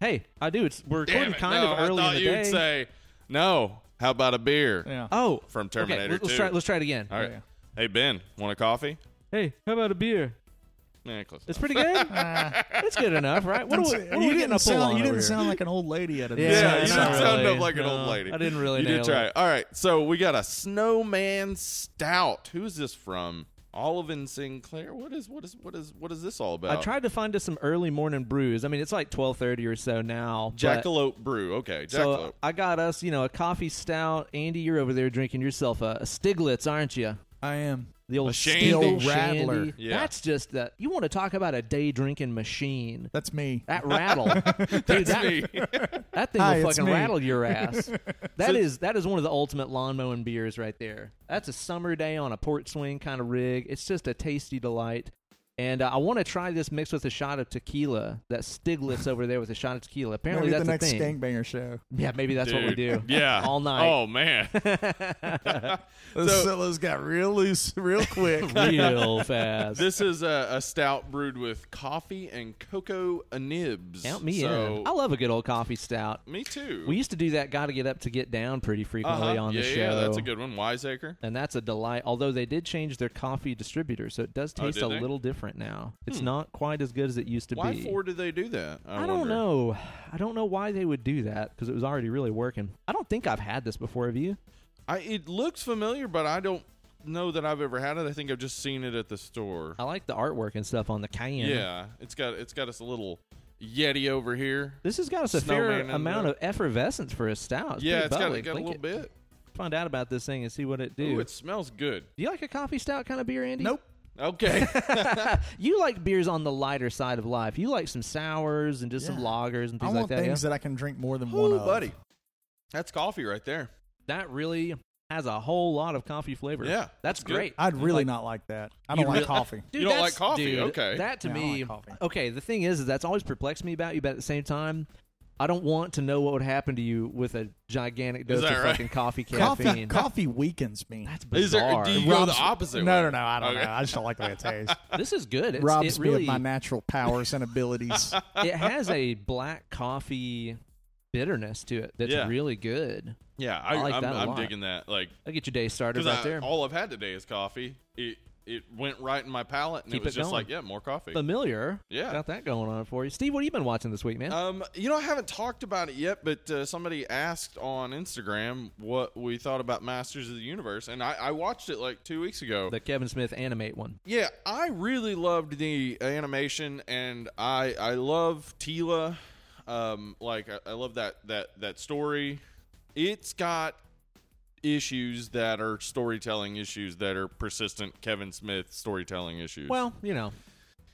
Hey, I do. It's we're
Damn
recording
it,
kind
no,
of early
I thought
in the
you'd
day.
say no. How about a beer?
Yeah.
oh,
From
okay,
Terminator Uh.
let's
2.
try. Let's try it again.
All right.
Yeah.
Hey, Ben, want a coffee?
Hey, how about a beer?
Yeah, close.
It's pretty good. it's good enough, right? What, do we, what are we
you
getting
didn't
a pull on
sound,
over
you didn't
here?
sound like an old lady at a
Yeah,
yeah,
I
you
not
didn't sound
really.
up like an
No,
old lady.
I didn't really
You
nail
did try.
it.
All right, so we got a snowman stout. Who is this from? Olive and Sinclair. What is what is what is what is this all
I
about?
tried to find us some early morning brews. I mean, it's like twelve thirty or so now. but-
Jackalope Brew. Okay, Jackalope.
So I got us, you know, a coffee stout. Andy, you're over there drinking yourself a, a Stiglitz, aren't you?
I am.
The old
A shandy.
Stiglitz
Shandy.
shandy.
Yeah.
That's just that. You want to talk about a day drinking machine?
That's me.
That rattle, dude. that, that thing
Hi,
will
it's
fucking
me.
rattle your ass. That is that is one of the ultimate lawn mowing beers right there. That's a summer day on a port swing kind of rig. It's just a tasty delight. And uh, I want to try this mixed with a shot of tequila. That Stiglitz over there with a shot of tequila. Apparently
Maybe at
that's
the next
a thing.
Gangbanger show.
Yeah, maybe that's what we do.
Dude, Yeah.
all night.
Oh man.
Those cellos got real loose real quick.
real fast.
this is a, a stout brewed with coffee and cocoa nibs.
Count me
so,
in. I love a good old coffee stout.
me too.
We used to do that. Got to get up to get down pretty frequently
Uh-huh.
on
yeah,
the show.
Yeah, that's a good one. Wiseacre.
and that's a delight. Although they did change their coffee distributor, so it does
Oh,
taste
did
a
they? Hmm.
little different now. It's not quite as good as it used to
Why
be.
for did they do that? I,
I don't
wonder.
know. I don't know why they would do that because it was already really working. I don't think I've had this before. Have you?
I it looks familiar, but I don't know that I've ever had it. I think I've just seen it at the store.
I like the artwork and stuff on the can.
yeah. it's got it's got us a little yeti over here.
This has got us a
Snowman
fair
in
amount
there.
of effervescence for a stout. It's
yeah,
pretty
it's got,
bubbly.
it got a
Like
little
it-
bit.
Find out about this thing and see what it do.
Ooh, it smells good.
Do you like a coffee stout kind of beer, Andy?
nope.
Okay,
You like beers on the lighter side of life. You like some sours and just some
Yeah.
lagers and
I
things
want
like that. yeah?
things that I can drink more than one
Ooh,
of.
buddy, that's coffee right there.
That really has a whole lot of coffee flavor.
Yeah,
that's
it's good.
great.
I'd really
Like-
not like that. I don't like
really-
coffee.
Dude,
You don't
that's-
like coffee,
dude,
okay.
That to
Yeah, I don't
me,
like coffee.
okay. The thing is, is that's always perplexed me about you. But at the same time, I don't want to know what would happen to you with a gigantic dose of
that right?
fucking coffee
Coffee,
caffeine.
coffee weakens me.
that's
Is there?
bizarre.
Do you go the
Rob's-
opposite?
no,
way?
no, no. I don't
Okay.
know. I just don't like the way it tastes.
this is good. It's,
Robs
it really
me of my natural powers and abilities.
it has a black coffee bitterness to it that's
Yeah.
really good.
Yeah, I,
I like
am
that a
I'm
lot.
digging that. Like,
I get your day started
because
right there.
all I've had today is coffee. It it went right in my palate, and
Keep
it was
it
just
going.
like, yeah, more coffee.
Familiar.
Yeah.
Got that going on for you. Steve, what have you been watching this week, man?
Um, you know, I haven't talked about it yet, but uh, somebody asked on Instagram what we thought about Masters of the Universe, and I, I watched it like two weeks ago.
the Kevin Smith animate one.
yeah, I really loved the animation, and I I love Tila. Um, like I, I love that that that story. It's got issues that are storytelling issues that are persistent Kevin Smith storytelling issues.
Well, you know.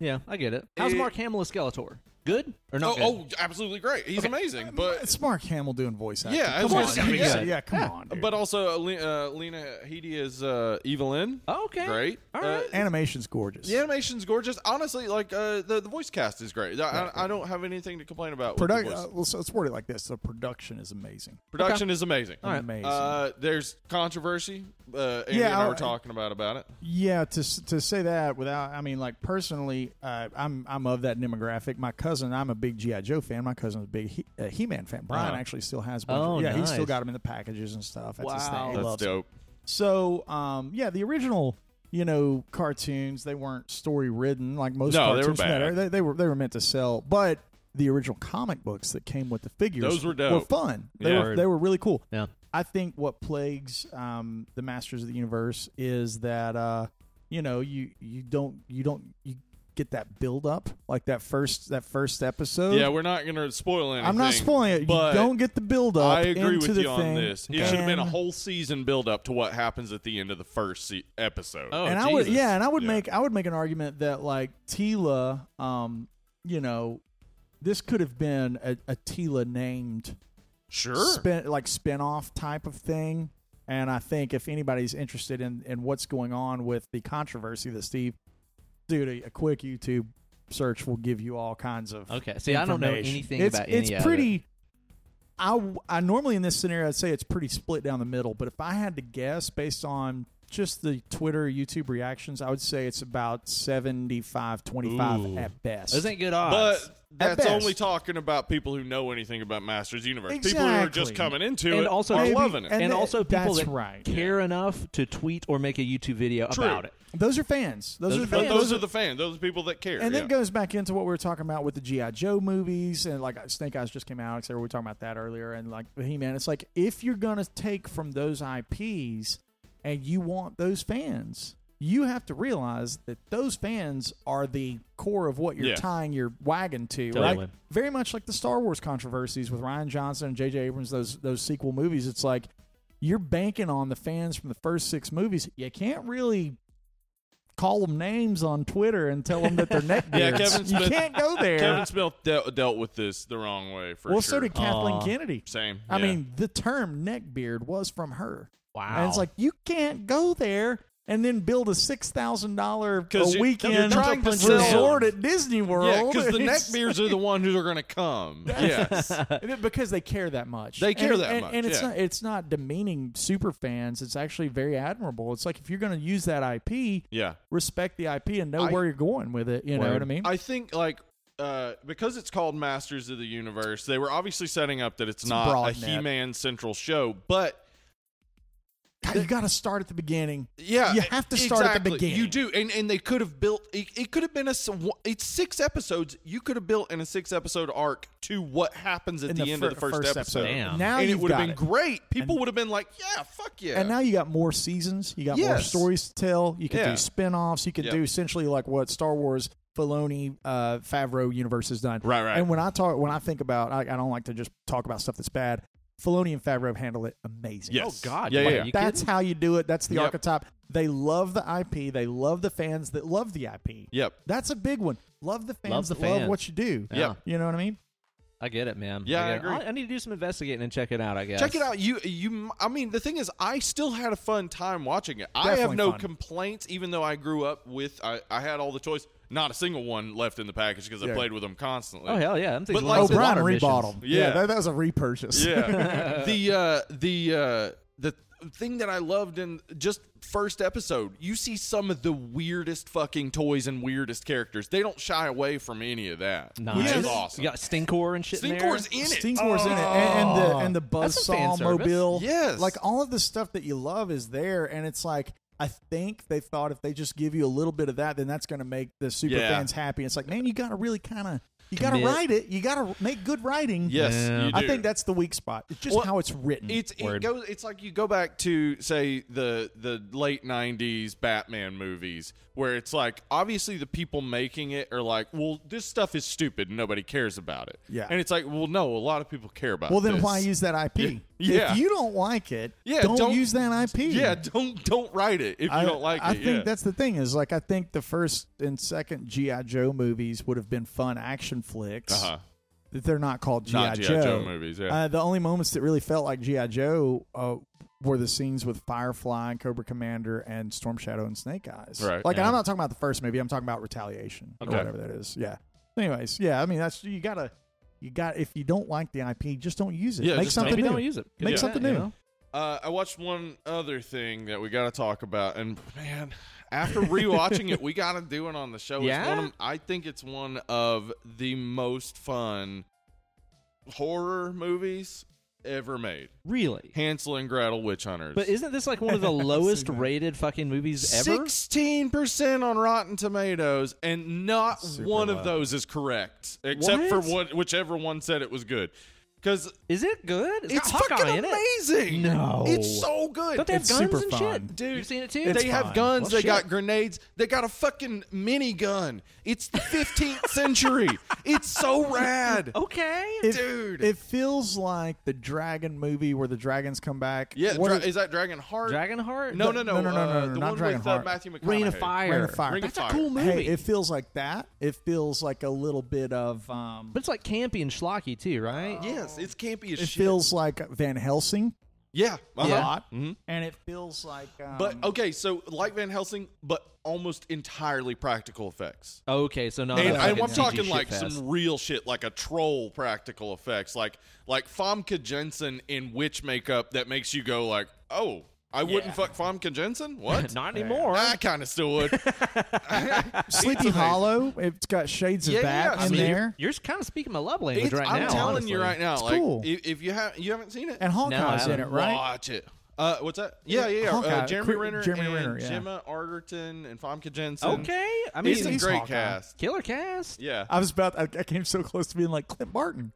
Yeah, I get it. How's
It-
Mark Hamill as Skeletor? Good or
oh,
not? good?
oh, absolutely great. He's amazing, but
it's Mark Hamill doing voice acting.
Yeah,
come
it's
on,
just gotta be
dude.
good.
yeah, come on. Dude.
But also, uh, Le- uh, Lena Headey is uh, Evelyn.
Oh, Okay.
Great.
All
Uh,
right.
animation's gorgeous.
the animation's gorgeous. Honestly, like uh, the the voice cast is great. I, I, I don't have anything to complain about. with the
Production.
voice.
Uh, let's, let's word it like this: the production is amazing.
production is amazing.
All right.
Amazing.
Uh, there's controversy. Uh, Andy
Yeah,
and I
I-
were talking about about it.
Yeah, to s- to say that without, I mean, like personally, uh, I'm I'm of that demographic. My cousin, I'm a big GI Joe fan. My cousin's a big he- uh, He-Man fan. Brian
Uh-huh.
actually still has. a bunch
Oh,
of, yeah, he's still
nice.
got them in the packages and stuff. That's his
Wow.
thing. He
That's
loves it.
dope.
So, um, yeah, the original, you know, cartoons they weren't story ridden like most
No, they were
cartoons.
bad.
matter. They, they were they were meant to sell, but the original comic books that came with the figures
Those were dope.
fun. They
Yeah.
were they were really cool.
Yeah.
I think what plagues um, the Masters of the Universe is that uh, you know you you don't you don't you get that build up, like that first that first episode.
Yeah, we're not going to spoil anything.
I'm not spoiling it. You
but
don't get the build up.
I agree
into
with
the
you on
thing,
this. It should have been a
and-
whole season build up to what happens at the end of the first se- episode.
Oh,
and I would,
Jesus.
yeah, and I would
Yeah.
make, I would make an argument that like Tila, um, you know, this could have been a, a Tila named
sure.
spin, like spin-off type of thing. And I think if anybody's interested in in what's going on with the controversy that Steve, dude, a, a quick YouTube search will give you all kinds of
Okay. See, I don't know
information.
anything
it's,
about
it's
any of it.
pretty. I w- I normally in this scenario I'd say it's pretty split down the middle, but if I had to guess based on just the Twitter YouTube reactions, I would say it's about 75 25
Ooh.
at best.
Those ain't good odds.
But that's
best.
only talking about people who know anything about Masters Universe. People who are just
Exactly.
coming into
And
it
also
are
maybe-
loving it.
and
and,
that-
also people
that's
that
right.
care enough to tweet or make a YouTube video
True.
about it.
those are fans. Those, are
but
fans.
those are the fans. Those are the people that care.
and
yeah.
then goes back into what we were talking about with the GI Joe movies and like Snake Eyes just came out. Etc. We were talking about that earlier and like He Man. It's like if you're gonna take from those IPs and you want those fans, you have to realize that those fans are the core of what you're
Yeah.
tying your wagon to,
Totally.
right? Very much like the Star Wars controversies with Ryan Johnson and J.J. Abrams. Those those sequel movies. It's like you're banking on the fans from the first six movies. You can't really call them names on Twitter and tell them that they're neck
Yeah,
beards.
Kevin
You
Smith-
can't go there.
Kevin Smith de- dealt with this the wrong way for
well,
sure.
so did Kathleen
Aw.
Kennedy.
Same.
I
yeah.
mean, the term neck beard was from her.
Wow.
And it's like you can't go there and then build a six thousand dollar
Because
a
you-
weekend
you're trying to sell-
resort at Disney World.
yeah, because the neck
It's-
beards are the ones who are going to come. Yes.
because they care that much.
They care
And-
that
and-
much,
and it's
yeah.
not it's not demeaning super fans. It's actually very admirable. It's like if you're going to use that IP,
yeah.
respect the IP and know
I-
where you're going with it. You know
Word.
what I mean?
I think like uh, because it's called Masters of the Universe, they were obviously setting up that it's,
It's a
not a
broad net.
He-Man central show, but
God, you got to start at the beginning.
yeah,
You have to start at the
exactly.
beginning.
You do, and and they could have built. It, it could have been a. s- one- It's six episodes. You could have built in a six-episode arc to what happens at
In
the,
the
end
fir-
of the first,
first
episode.
episode.
Damn.
Now
and it
you've
would have
got
been
it.
great. People would have been like, "Yeah, fuck yeah!"
And now you got more seasons. You got more
Yes.
stories to tell. You can
Yeah.
do spin-offs. You can
Yep.
do essentially like what Star Wars Filoni uh, Favreau universe has done.
Right, right.
And when I talk, when I think about, I, I don't like to just talk about stuff that's bad. Filoni and Favreau handle it amazing.
yes.
Oh, God,
yeah,
wow,
yeah.
you-
That's
kidding?
how you do it. That's the
Yep.
archetype. They love the IP. They love the fans that love the IP.
yep,
That's a big one. Love the fans
Love the
that
fans.
love what you do.
yep.
You know what I mean?
I get it, man.
Yeah, I
get it.
agree.
I need to do some investigating and check it out. I guess.
Check it out. You you. I mean, the thing is, I still had a fun time watching it. I have
Definitely
no
fun.
complaints, even though I grew up with. I, I had all the choice. Not a single one left in the package because I
Yeah.
played with them constantly.
Oh hell yeah! I'm thinking
But,
like
like,
the
O'Brien
water
rebought
missions.
them.
Yeah.
that, that was a repurchase.
Yeah. the uh, the uh, the thing that I loved in just first episode, you see some of the weirdest fucking toys and weirdest characters. They don't shy away from any of that,
Nice.
which is
Yeah.
awesome.
You got Stinkor and shit. in there.
Stinkor's in it. Oh.
Stingor's in it, and, and the and the
That's some fan
buzzsaw
service.
mobile.
Yes.
like all of the stuff that you love is there, and it's like I think they thought if they just give you a little bit of that, then that's going to make the super
Yeah.
fans happy. It's like, man, you got to really kind of you got to
Commit.
write it. You got to make good writing.
Yes,
Yeah.
you
I
do.
think that's the weak spot. It's just
Well,
how it's written.
It's it
Word.
goes. It's like you go back to say the the late '90s Batman movies, where it's like obviously the people making it are like, well, this stuff is stupid and nobody cares about it.
Yeah.
and it's like, well, no, a lot of people care about.
well, then
this.
why use that IP?
Yeah. Yeah.
If you don't like it,
Yeah,
don't,
don't-
use that IP.
Yeah, don't don't write it if you don't like
I
it.
think
yeah.
that's the thing is like I think the first and second GI Joe movies would have been fun action flicks.
uh-huh.
that they're not called GI
Not
Joe.
G.I. Joe movies, yeah.
Uh, the only moments that really felt like GI Joe uh, were the scenes with Firefly and Cobra Commander and Storm Shadow and Snake Eyes.
Right.
Like, and
Yeah.
I'm not talking about the first movie. I'm talking about Retaliation
Okay.
or whatever that is. Yeah. Anyways, yeah. I mean, that's you gotta, you got if you don't like the IP, just don't use it.
Yeah,
Make
just
something
Maybe
new.
don't use it. Could
Make
do
something
that, you
new.
know?
Uh, I watched one other thing that we got to talk about, and man, after rewatching it, we got to do it on the show. It's one
Yeah?
of, I think it's one of the most fun horror movies ever made.
Really.
Hansel and Gretel Witch Hunters.
But isn't this like one of the lowest rated fucking movies ever?
Sixteen percent on Rotten Tomatoes, and not
Super
one of
low.
those is correct, except for
What?
what whichever one said it was good. because
Is it good? It's,
it's
got Hawkeye
fucking
in it.
amazing.
No.
it's so good.
Don't they have
It's
guns
super
and
fun.
shit?
Dude,
you seen it too?
They
It's
have
fine.
guns.
Well,
they
shit.
got grenades. They got a fucking minigun. It's the 15th century. It's so rad.
Oh.
okay.
It-
Dude.
It feels like the dragon movie where the dragons come back.
yeah,
What
dra-
are-
is that Dragon Heart?
Dragonheart.
No,
The
no, no,
No, no, no,
uh,
no, no,
the
not
one with uh,
Dragonheart.
Matthew McConaughey.
Ring of Fire.
Ring of Fire.
Ring of
That's a
Fire.
cool movie.
hey, it feels like that. It feels like a little bit of. Um,
but it's like campy and schlocky too, right?
Yes, it's campy as
it
shit.
feels like Van Helsing
yeah,
a
uh-huh.
lot,
Mhm.
and it feels like. Um,
But oh, okay, so like Van Helsing, but almost entirely practical effects.
Okay, so not.
And
a
I-
fucking
I'm
CG
talking
shit
like
fest.
some real shit, like a troll practical effects, like like Famke Jensen in witch makeup that makes you go like, oh, I wouldn't fuck Famke Jensen. What?
Not anymore.
I kind of still would.
Sleepy
amazing.
Hollow. It's got shades
Yeah,
of that
yeah, I
in
mean,
there,
You're kind of speaking my love language
It's-
right
I'm
now.
telling you
honestly.
right now,
It's
like
cool.
if, if you have you haven't seen it,
and Hawkeye's
No, I
in it, right?
watch it. Uh, what's that? Yeah, yeah, yeah.
Hawkeye,
Uh, Jeremy
Cr-
Renner,
Jeremy
and
Renner, yeah.
Gemma Arterton, and Famke Jensen.
Okay, I mean,
it's
He's-
a
he's
great
Hawkeye.
cast.
killer cast.
Yeah,
I was about. I, I came so close to being like Clint Martin.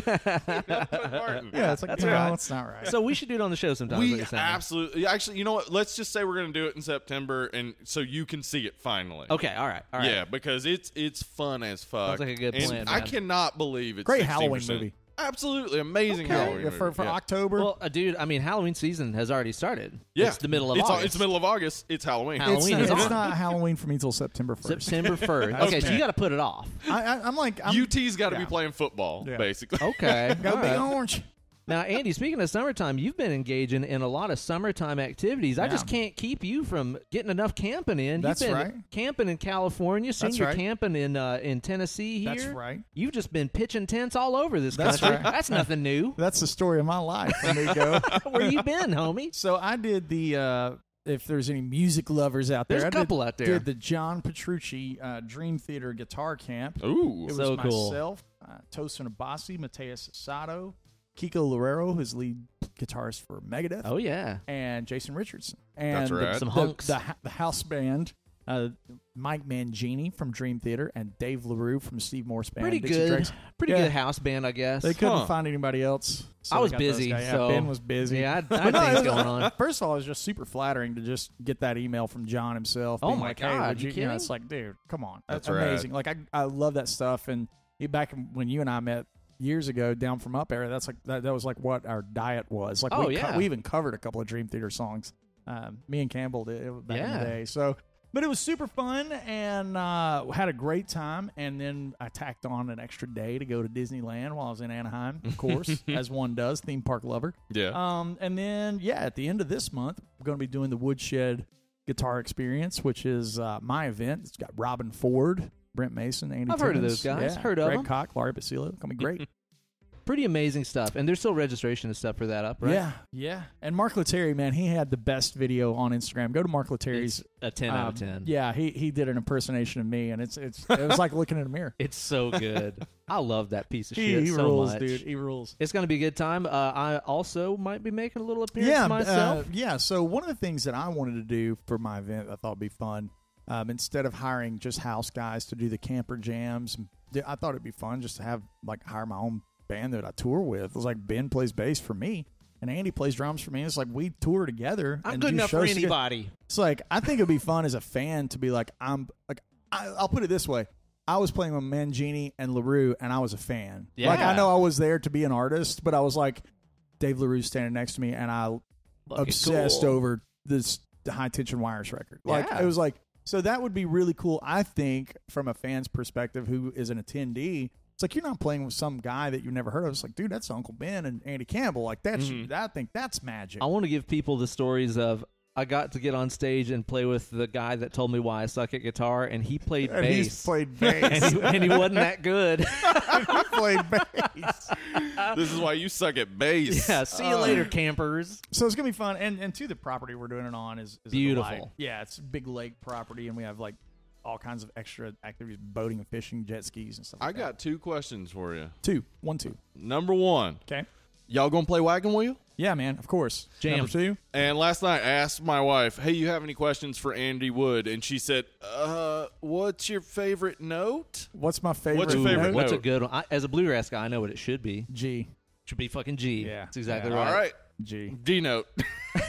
Clint Barton.
Yeah, it's like
That's
no,
right.
it's not right.
So we should do it on the show sometime. is what
We
you're saying.
absolutely actually, you know what? Let's just say we're going to do it in September, and so you can see it finally.
Okay, all right, all right.
Yeah, because it's it's fun as fuck.
Sounds like a good
And
plan,
I
man.
cannot believe it's
Great
16%.
Halloween movie.
Absolutely amazing Halloween
Yeah, for
movie.
for
yeah.
October.
Well, uh, dude, I mean, Halloween season has already started.
Yeah.
It's the middle of
it's,
August.
It's the middle of August. It's Halloween.
Halloween.
it's not,
is
it's
on.
not Halloween for me till September first.
September 1st. okay, so you got to put it off.
I, I, I'm like, I'm,
UT's got to be
Yeah.
playing football,
Yeah.
basically.
Okay.
go
all
big
right.
orange.
Now, Andy, speaking of summertime, you've been engaging in a lot of summertime activities. I
Yeah.
just can't keep you from getting enough camping in.
That's
you've been
right.
Camping in California, soon
That's
you're
right.
camping in uh, in Tennessee here.
That's right.
You've just been pitching tents all over this
That's
country.
right.
That's nothing new.
That's the story of my life. Amigo.
Where you been, homie?
so I did the. Uh, if there's any music lovers out there,
There's a
I did-
couple out there.
Did the John Petrucci uh, Dream Theater Guitar Camp?
Oh.
Ooh.
It was
So cool.
myself, uh, Tosin Abasi, Mateus Sato, Kiko Lorero, his lead guitarist for Megadeth,
Oh yeah.
and Jason Richardson, and
That's right.
the,
Some
the-
hunks.
the, the house band, uh, Mike Mangini from Dream Theater, and Dave Larue from Steve Morse Band.
Pretty
Dixie
good.
Drakes.
Pretty
Yeah.
good house band, I guess.
They couldn't
Huh.
find anybody else. so
I
they
was
got those
busy,
guys. Yeah,
so-
Ben was busy.
Yeah, I, I had
But no, it
things
was-
going on.
First of all, it was just super flattering to just get that email from John himself.
Oh
being
my
like,
God,
Hey, would
you
you, know,
kidding?
it's like, dude, come on,
That's right.
amazing. Like I, I love that stuff. And he- back when you and I met years ago, down from up era, that's like that, that was like what our diet was. Like
Oh,
we,
yeah.
we even covered a couple of Dream Theater songs. Um, me and Campbell did it back in
Yeah.
the day. So. But it was super fun and uh, had a great time. And then I tacked on an extra day to go to Disneyland while I was in Anaheim, of course, as one does, theme park lover.
Yeah.
Um, and then yeah, at the end of this month, we're going to be doing the Woodshed Guitar Experience, which is uh, my event. It's got Robin Ford, Brent Mason, Andy.
I've heard of
Timmons.
those guys.
Yeah.
Heard of
Greg
them.
Koch, Larry Basile. It's gonna be great.
Pretty amazing stuff. And there's still registration and stuff for that up, right?
Yeah, yeah. And Mark Letary, man, he had the best video on Instagram. Go to Mark Leterry's.
It's a 10 out of 10.
um, Yeah, he he did an impersonation of me, and it's it's it was like looking in a mirror.
It's so good. I love that piece of
He,
shit
he
so
rules,
much.
dude. He rules.
It's going to be a good time. Uh, I also might be making a little appearance
yeah,
myself.
Uh, yeah. So one of the things that I wanted to do for my event, I thought would be fun. Um, instead of hiring just house guys to do the camper jams, th- I thought it'd be fun just to have like hire my own band that I tour with. It was like Ben plays bass for me, and Andy plays drums for me. It's like we tour together.
I'm
and
good
do
enough for
shows together.
anybody.
It's like I think it'd be fun as a fan to be like I'm like I, I'll put it this way. I was playing with Mangini and Larue, and I was a fan.
Yeah.
Like I know I was there to be an artist, but I was like Dave Larue's standing next to me, and I obsessed
cool.
over this high tension wires record. Like
Yeah.
it was like so that would be really cool. I think from a fan's perspective, who is an attendee, it's like you're not playing with some guy that you've never heard of. It's like, dude, that's Uncle Ben and Andy Campbell. Like that's I think that's magic.
Mm-hmm. I want to give people the stories of I got to get on stage and play with the guy that told me why I suck at guitar, and he played
and
bass.
he's played
and,
bass.
he, and he wasn't that good.
he played bass.
Uh,
this is why you suck at bass.
yeah, see you later, campers.
So it's gonna be fun. And and to the property we're doing it on is, is a
Beautiful.
delight. Yeah, it's a big lake property, and we have like all kinds of extra activities: boating, and fishing, jet skis, and stuff.
I
like
got two questions for you.
that. two, one, two.
Number one,
Okay.
y'all gonna play wagon wheel?
Yeah, man, of course.
Jam.
Number two.
And last night I asked my wife, "Hey, you have any questions for Andy Wood?" And she said, "Uh, what's your favorite note?"
What's my favorite?
What's your favorite
note?
note?
What's a good one? I, as a bluegrass guy, I know what it should be.
G.
Should be fucking G.
Yeah.
That's exactly
All
right.
right.
G.
D note.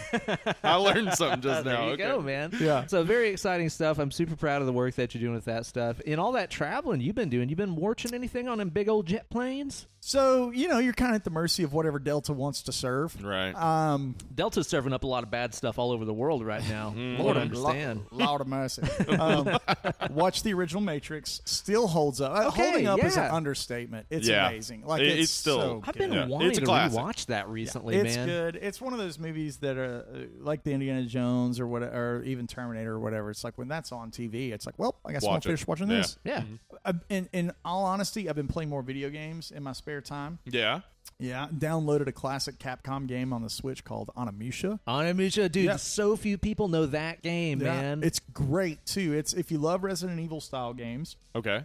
I learned something just
There
now.
you
okay.
go, man.
Yeah.
So very exciting stuff. I'm super proud of the work that you're doing with that stuff. And all that traveling you've been doing, you've been watching anything on them big old jet planes?
So you know you're kind of at the mercy of whatever Delta wants to serve.
Right.
Um,
Delta's serving up a lot of bad stuff all over the world right now.
Mm-hmm.
Lord, I understand.
Lo- Lord of mercy. Um, watch the original Matrix. Still holds up. Uh,
Okay,
Holding up is an
yeah.
understatement. It's
Yeah.
amazing. Like
It-
it's,
it's still-
so
I've been
good.
Yeah.
wanting
It's a
to
classic.
rewatch that recently,
It's
man.
good. It's one of those movies that are uh, like the Indiana Jones or what, or even Terminator or whatever. It's like when that's on TV, it's like, well, I guess I'm
Watch it.
finished watching
Yeah.
this.
Yeah.
I- in, in all honesty, I've been playing more video games in my spare time.
yeah.
Yeah, downloaded a classic Capcom game on the Switch called Onimusha.
Onimusha, dude,
Yeah.
so few people know that game,
Yeah,
man.
it's great too. It's if you love Resident Evil style games.
Okay.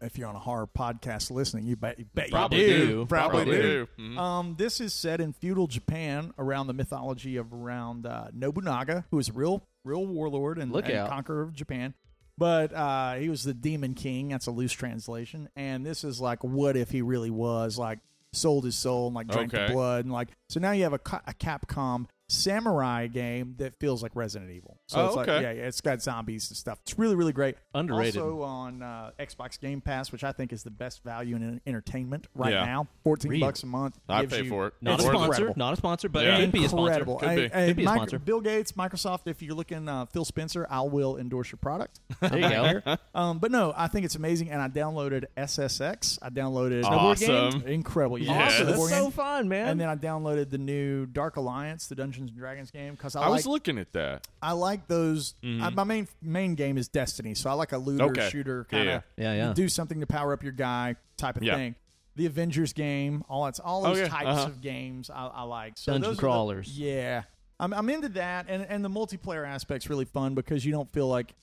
If you're on a horror podcast listening, you bet, you bet
Probably
you do.
do.
Probably,
Probably
do.
do. Mhm.
Um, this is set in feudal Japan around the mythology of around uh, Nobunaga, who is a real, real warlord and,
Look
and
out.
conqueror of Japan. But uh, he was the demon king. That's a loose translation. And this is like, what if he really was like sold his soul and like drank
Okay.
the blood and like. So now you have a, ca- a Capcom samurai game that feels like Resident Evil. So
Oh,
it's like,
okay.
yeah, yeah, it's got zombies and stuff. It's really, really great.
Underrated.
Also on uh, Xbox Game Pass, which I think is the best value in en- entertainment right
Yeah.
now. Fourteen
Really?
bucks a month.
I'd
gives
pay
you-
for it.
not a
It's
sponsor,
incredible.
not a sponsor, but
Yeah.
it could be a sponsor.
Incredible.
Could be.
Hey, hey,
Could be a
Micro-
sponsor.
Bill Gates, Microsoft. If you're looking uh, Phil Spencer, I will endorse your product.
There you go.
um, but no, I think it's amazing, and I downloaded SSX. I downloaded
Awesome.
incredible. Yeah,
Yes.
Awesome.
Snowboard
That's so
game.
fun, man.
And then I downloaded the new Dark Alliance, the Dungeons and Dragons game, because I,
I
like
was looking at that.
I like those. I, my main main game is Destiny, so I like a looter
Mm-hmm. Okay.
shooter
Yeah,
kind of
yeah. Yeah, yeah.
do something to power up your guy type of
Yeah.
thing. The Avengers game, all that's all those
Oh, yeah.
types
Uh-huh.
of games I, I like. So
Dungeon
those are the-
crawlers.
yeah, I'm, I'm into that, and and the multiplayer aspect's really fun because you don't feel like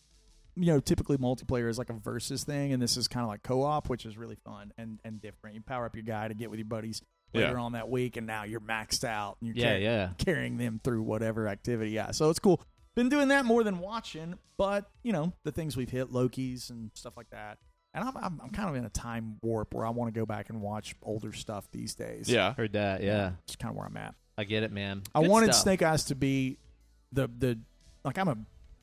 you know typically multiplayer is like a versus thing, and this is kind of like co-op, which is really fun and and different. You power up your guy to get with your buddies later
Yeah.
on that week, and now you're maxed out. And you're
Yeah,
carry-
yeah.
carrying them through whatever activity. Yeah, so it's cool. Been doing that more than watching, but you know the things we've hit, Loki's and stuff like that. And I'm, I'm, I'm kind of in a time warp where I want to go back and watch older stuff these days.
Yeah.
Heard that. Yeah.
it's kind of where I'm at.
I get it, man.
I
Good
wanted
stuff.
Snake Eyes to be the the like I'm a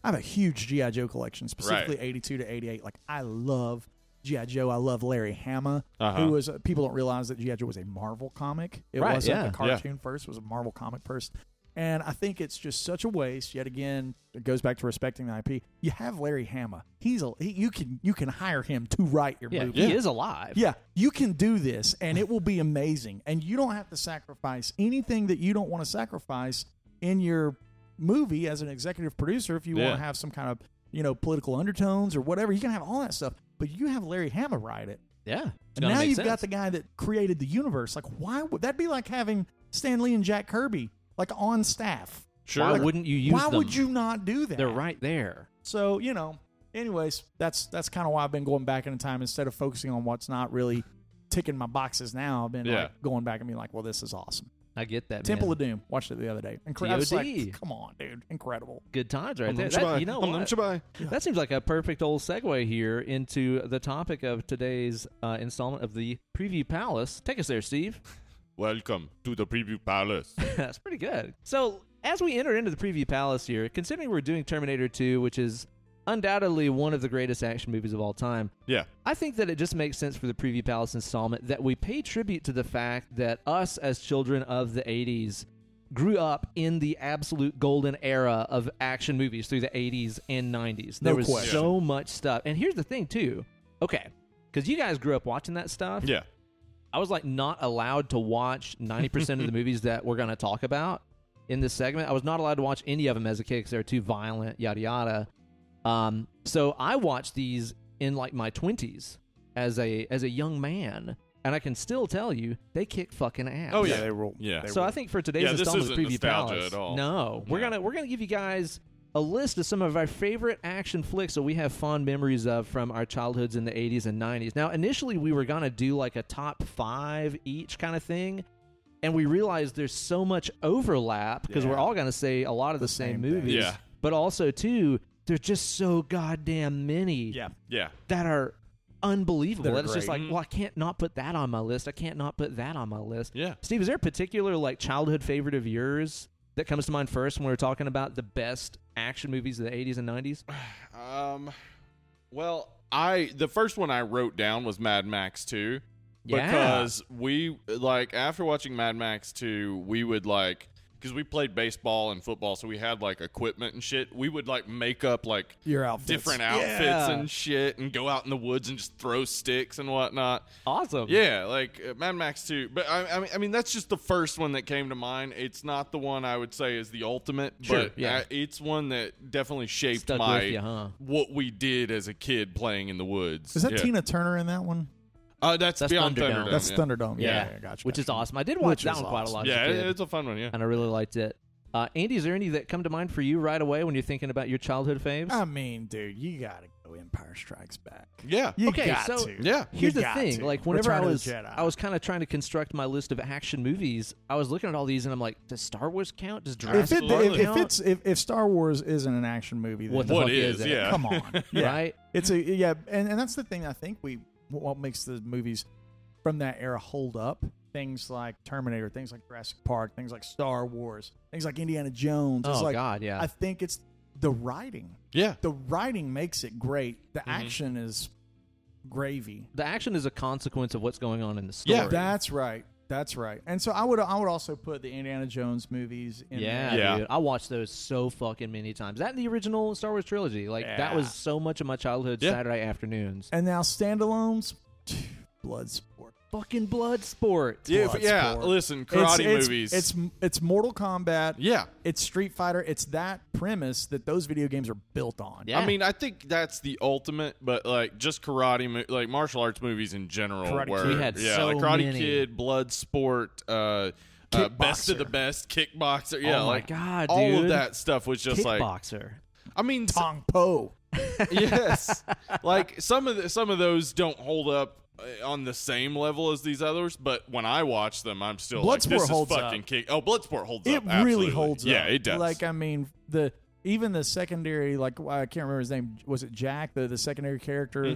I have a huge GI Joe collection, specifically 82 to 88. Like I love GI Joe. I love Larry Hama,
Uh-huh.
who was people don't realize that GI Joe was a Marvel comic. It
Right,
wasn't
yeah,
a
yeah.
cartoon first; it was a Marvel comic first. And I think it's just such a waste. Yet again, it goes back to respecting the IP. You have Larry Hama. He's a he, you can you can hire him to write your
Yeah,
movie.
he is alive.
Yeah, you can do this and it will be amazing. And you don't have to sacrifice anything that you don't want to sacrifice in your movie as an executive producer if you
Yeah.
want to have some kind of, you know, political undertones or whatever. You can have all that stuff, but you have Larry Hama write it.
Yeah. It's
And
gotta
now
make
you've
sense.
got the guy that created the universe. Like why would that be like having Stan Lee and Jack Kirby like on staff?
Sure.
Why
Like,
wouldn't you use
Why
them?
would you not do that?
They're right there.
So you know, anyways, that's that's kind of why I've been going back in time instead of focusing on what's not really ticking my boxes. Now I've been
Yeah.
like going back and being like, well, this is awesome.
I get that.
Temple
man.
of Doom, watched it the other day. Incredible. I was
TOD.
like, Come on, dude, incredible.
good times right
Um,
there.
Shabai.
That, you know
Um,
what?
Shabai.
That seems like a perfect old segue here into the topic of today's uh, installment of the Preview Palace. Take us there, Steve.
Welcome to the preview palace.
That's pretty good. So, as we enter into the preview palace here, considering we're doing Terminator 2, which is undoubtedly one of the greatest action movies of all time,
Yeah.
I think that it just makes sense for the preview palace installment that we pay tribute to the fact that us as children of the 80s grew up in the absolute golden era of action movies through the 80s and 90s. There
No
was
question.
so much stuff. And here's the thing, too. Okay. Because you guys grew up watching that stuff.
Yeah.
I was like not allowed to watch 90% of the movies that we're going to talk about in this segment. I was not allowed to watch any of them as a kid because they were too violent, yada, yada. Um, so I watched these in like my 20s as a as a young man. And I can still tell you, they kick fucking ass.
Oh, yeah.
they rule.
Yeah.
They
So
rule.
I think for today's
Yeah, this
installment of
isn't
Preview
nostalgia
Palace,
at all.
no, we're
Yeah.
gonna we're gonna give you guys a list of some of our favorite action flicks that we have fond memories of from our childhoods in the 80s and 90s. Now, initially we were gonna do like a top five each kind of thing, and we realized there's so much overlap because we're
Yeah.
all gonna say a lot of the,
The
same,
same thing.
movies,
Yeah.
but also too. There's just so goddamn many
yeah.
Yeah.
that are unbelievable.
They're
That it's just
great.
Mm-hmm.
like, well, I can't not put that on my list. I can't not put that on my list.
Yeah.
Steve, is there a particular like childhood favorite of yours that comes to mind first when we were talking about the best action movies of the 80s and 90s?
Um, well, I the first one I wrote down was Mad Max Two
Yeah.
because we like after watching Mad Max Two, we would like because we played baseball and football, so we had like equipment and shit. We would like make up like
Your outfits.
different outfits
Yeah.
and shit, and go out in the woods and just throw sticks and whatnot.
Awesome.
Yeah, like uh, Mad Max 2. But I, I mean, I mean, that's just the first one that came to mind. It's not the one I would say is the ultimate,
Sure,
but
yeah.
uh, it's one that definitely shaped
Stuck
my
with you, huh?
what we did as a kid playing in the woods.
Is that
yeah.
Tina Turner in that one?
Uh, that's,
That's
Beyond
Thunderdome.
Thunderdome.
That's
yeah.
Thunderdome.
Yeah.
yeah, yeah gotcha.
Which is
gotcha.
awesome. I did watch
Which
that
is
one quite a lot. as a
Yeah,
kid.
it- it's a fun one. Yeah.
and I really liked it. Uh, Andy, is there any that come to mind for you right away when you're thinking about your childhood faves?
I mean, dude, you gotta go Empire Strikes Back.
Yeah.
You
Okay,
got
so-
to.
Yeah.
You
Here's the
got
thing:
to.
like whenever
Return
I
of the
was,
Jedi.
I was kind of trying to construct my list of action movies. I was looking at all these, and I'm like, does Star Wars count? Does
If,
Jurassic
it,
Park
if,
Absolutely.
if
count?
it's if, if Star Wars isn't an action movie, then
What the
What
fuck
is,
is it?
yeah.
come on, yeah.
right?
It's a yeah, and, and that's the thing I think we what makes the movies from that era hold up. Things like Terminator, things like Jurassic Park, things like Star Wars, things like Indiana Jones. It's
Oh
like
God, yeah.
I think it's the writing.
Yeah.
The writing makes it great. The
Mm-hmm.
action is gravy.
the action is a consequence of what's going on in the story.
Yeah,
That's right. That's right. And so I would I would also put the Indiana Jones movies in
yeah,
there.
Yeah.
dude. I watched those so fucking many times. That and the original Star Wars trilogy, like that
Yeah.
was so much of my childhood
Yeah.
Saturday afternoons.
And now standalones, Bloodsport.
Fucking blood sport.
Yeah, if- yeah,
Bloodsport.
listen,
It's-
karate
it's-
movies.
It's it's Mortal Kombat.
yeah.
It's Street Fighter. It's that premise that those video games are built on.
Yeah.
I mean, I think that's the ultimate, but like just karate, mo- like martial arts movies in general.
Karate
were,
Kid.
We had
yeah,
so
like Karate
many.
Kid, Blood Sport, uh, uh, Best of the
Kickboxer.
Best, Kickboxer. Yeah,
Oh
Oh
my
like
God,
all of
dude.
that stuff was just like,
Kickboxer.
I mean, s-
Tong Po.
yes, like some of the, some of those don't hold up uh, on the same level as these others, but when I watch them, I'm still like,
Bloodsport
this is
holds up.
fucking kick. Oh, Bloodsport holds
It
up.
really
absolutely.
holds
yeah,
up.
it does.
Like uh, I mean, the even the secondary, like I can't remember his name. Was it Jack? The the secondary character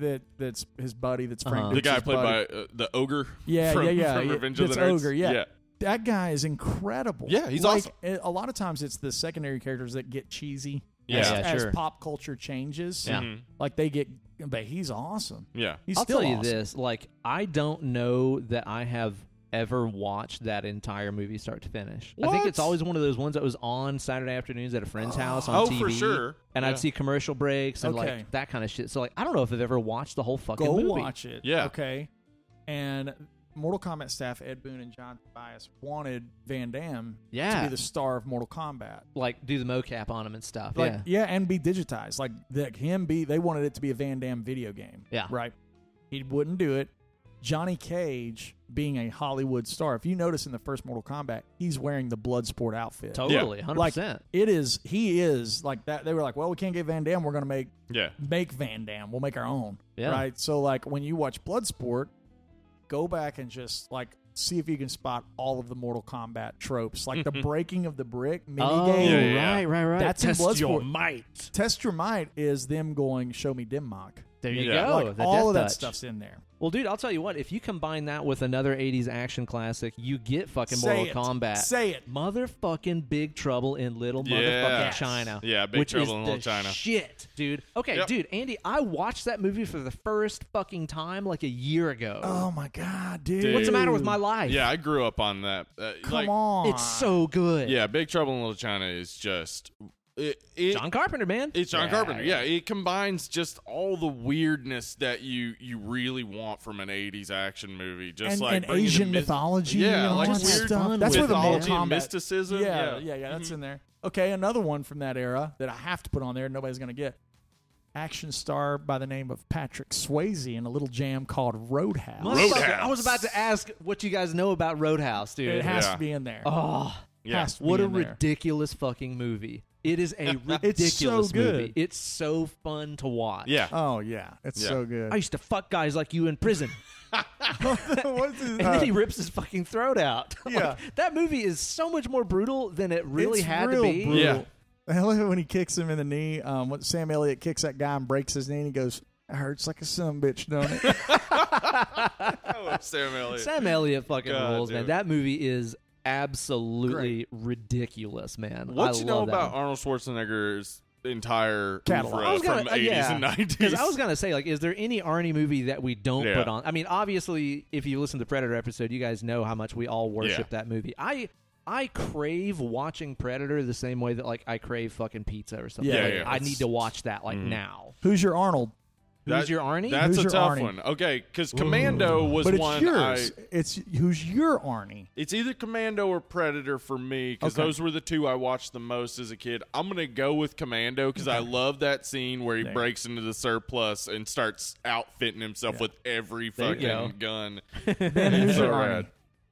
that that's his buddy. That's Frank.
Uh-huh.
Mm-hmm. the
Duke's
guy
his
played
buddy.
by uh, the ogre.
Yeah,
from,
yeah, yeah.
From
yeah.
Revenge of
That's
the Nerds.
Ogre, yeah.
yeah.
That guy is incredible.
Yeah, he's
like,
awesome.
a- A lot of times it's the secondary characters that get cheesy
Yeah.
as,
Yeah,
as
sure.
pop culture changes.
Yeah.
Mhm.
Like they get, but he's awesome.
Yeah.
He's
I'll
still
tell you
awesome.
this: like, I don't know that I have ever watched that entire movie start to finish. I think
What?
it's always one of those ones that was on Saturday afternoons at a friend's house on
Oh,
TV.
for sure.
And
Yeah.
I'd see commercial breaks and
Okay.
like that kind of shit. So like, I don't know if I've ever watched the whole fucking
Go
movie.
watch it.
Yeah.
Okay. And Mortal Kombat staff Ed Boon and John Tobias wanted Van Damme to
Yeah.
be the star of Mortal Kombat.
Like, do the mocap on him and stuff.
Like,
yeah.
yeah, and be digitized. Like the, him be they wanted it to be a Van Damme video game.
Yeah.
Right. He wouldn't do it. Johnny Cage being a Hollywood star. If you notice in the first Mortal Kombat, he's wearing the Bloodsport outfit.
Totally, hundred
Like
percent.
it is he is like that they were like, Well, we can't get Van Damme, we're gonna make
Yeah.
make Van Damme. We'll make our own.
Yeah.
Right. So like when you watch Bloodsport, go back and just like see if you can spot all of the Mortal Kombat tropes. Like the breaking of the brick
Oh,
minigame.
Yeah, yeah.
right, right, right.
That's in
Test
Bloodsport.
your might.
Test Your Might is them going, Show me Dimmock.
There you
Yeah.
go.
like
Oh, the
all
Death
of that
Touch.
stuff's in there.
Well, dude, I'll tell you what. If you combine that with another '80s action classic, you get fucking Mortal
Say it.
Kombat.
Say it.
motherfucking Big Trouble in Little
Yeah.
motherfucking China.
Yeah, Big
which
Trouble
is
in Little
the
China.
Shit, dude. Okay,
Yep.
dude, Andy, I watched that movie for the first fucking time like a year ago.
Oh my god, dude.
Dude.
What's the matter with my life?
Yeah, I grew up on that. Uh,
Come
like,
on.
it's so good.
Yeah, Big Trouble in Little China is just it. it
John Carpenter, man.
it's John
Yeah,
Carpenter. Yeah, it combines just all the weirdness that you you really want from an '80s action movie, just
and,
like
and
bringing the
Asian
myth-
mythology.
Yeah,
and all
like
that
weird
stuff. That's where the Mortal
mythology and
Kombat.
mysticism.
yeah,
Yeah, Mm-hmm.
yeah, yeah, that's in there. Okay, another one from that era that I have to put on there. Nobody's gonna get. Action star by the name of Patrick Swayze in a little jam called Roadhouse.
Motherfucker,
Roadhouse.
I was about to ask what you guys know about Roadhouse, dude.
It has
Yeah.
to be in there.
oh,
yeah.
Has to
what
be
a
in there.
ridiculous fucking movie. It is a ridiculous
so good.
movie. It's so fun to watch.
yeah.
Oh yeah, it's
Yeah.
so good.
I used to fuck guys like you in prison.
What's his-
and then he rips his fucking throat out. Like,
Yeah.
that movie is so much more brutal than it really
it's
had
real
to be.
Brutal.
Yeah.
I love it when he kicks him in the knee. Um, when Sam Elliott kicks that guy and breaks his knee, and he goes, It hurts like a son bitch, don't it?
I love Oh, Sam Elliott.
Sam Elliott fucking
God
rules,
damn
man.
it.
That movie is absolutely ridiculous, man.
what
I
you know
love that
about
one.
Arnold Schwarzenegger's entire
Catalog.
oeuvre
I
was gonna-
from
uh,
80s
yeah.
and 90s?
Because I was gonna say, like, is there any Arnie movie that we don't
Yeah.
put on? I mean, obviously, if you listen to the Predator episode, you guys know how much we all worship
Yeah.
that movie. I I crave watching Predator the same way that like I crave fucking pizza or something.
Yeah,
Like,
yeah. Mm-hmm.
I need to watch that like now.
Who's your Arnold?
Who's
That-
your Arnie?
That's
Who's
a
your
tough
Arnie?
one. Okay, because Commando was
But it's
one.
yours.
I,
It's who's your Arnie?
it's either Commando or Predator for me because
Okay.
those were the two I watched the most as a kid. I'm gonna go with Commando because I love that scene where he breaks into the surplus and starts outfitting himself with every
There
fucking
you
gun.
Ben, who's
So
your
rad.
Arnie?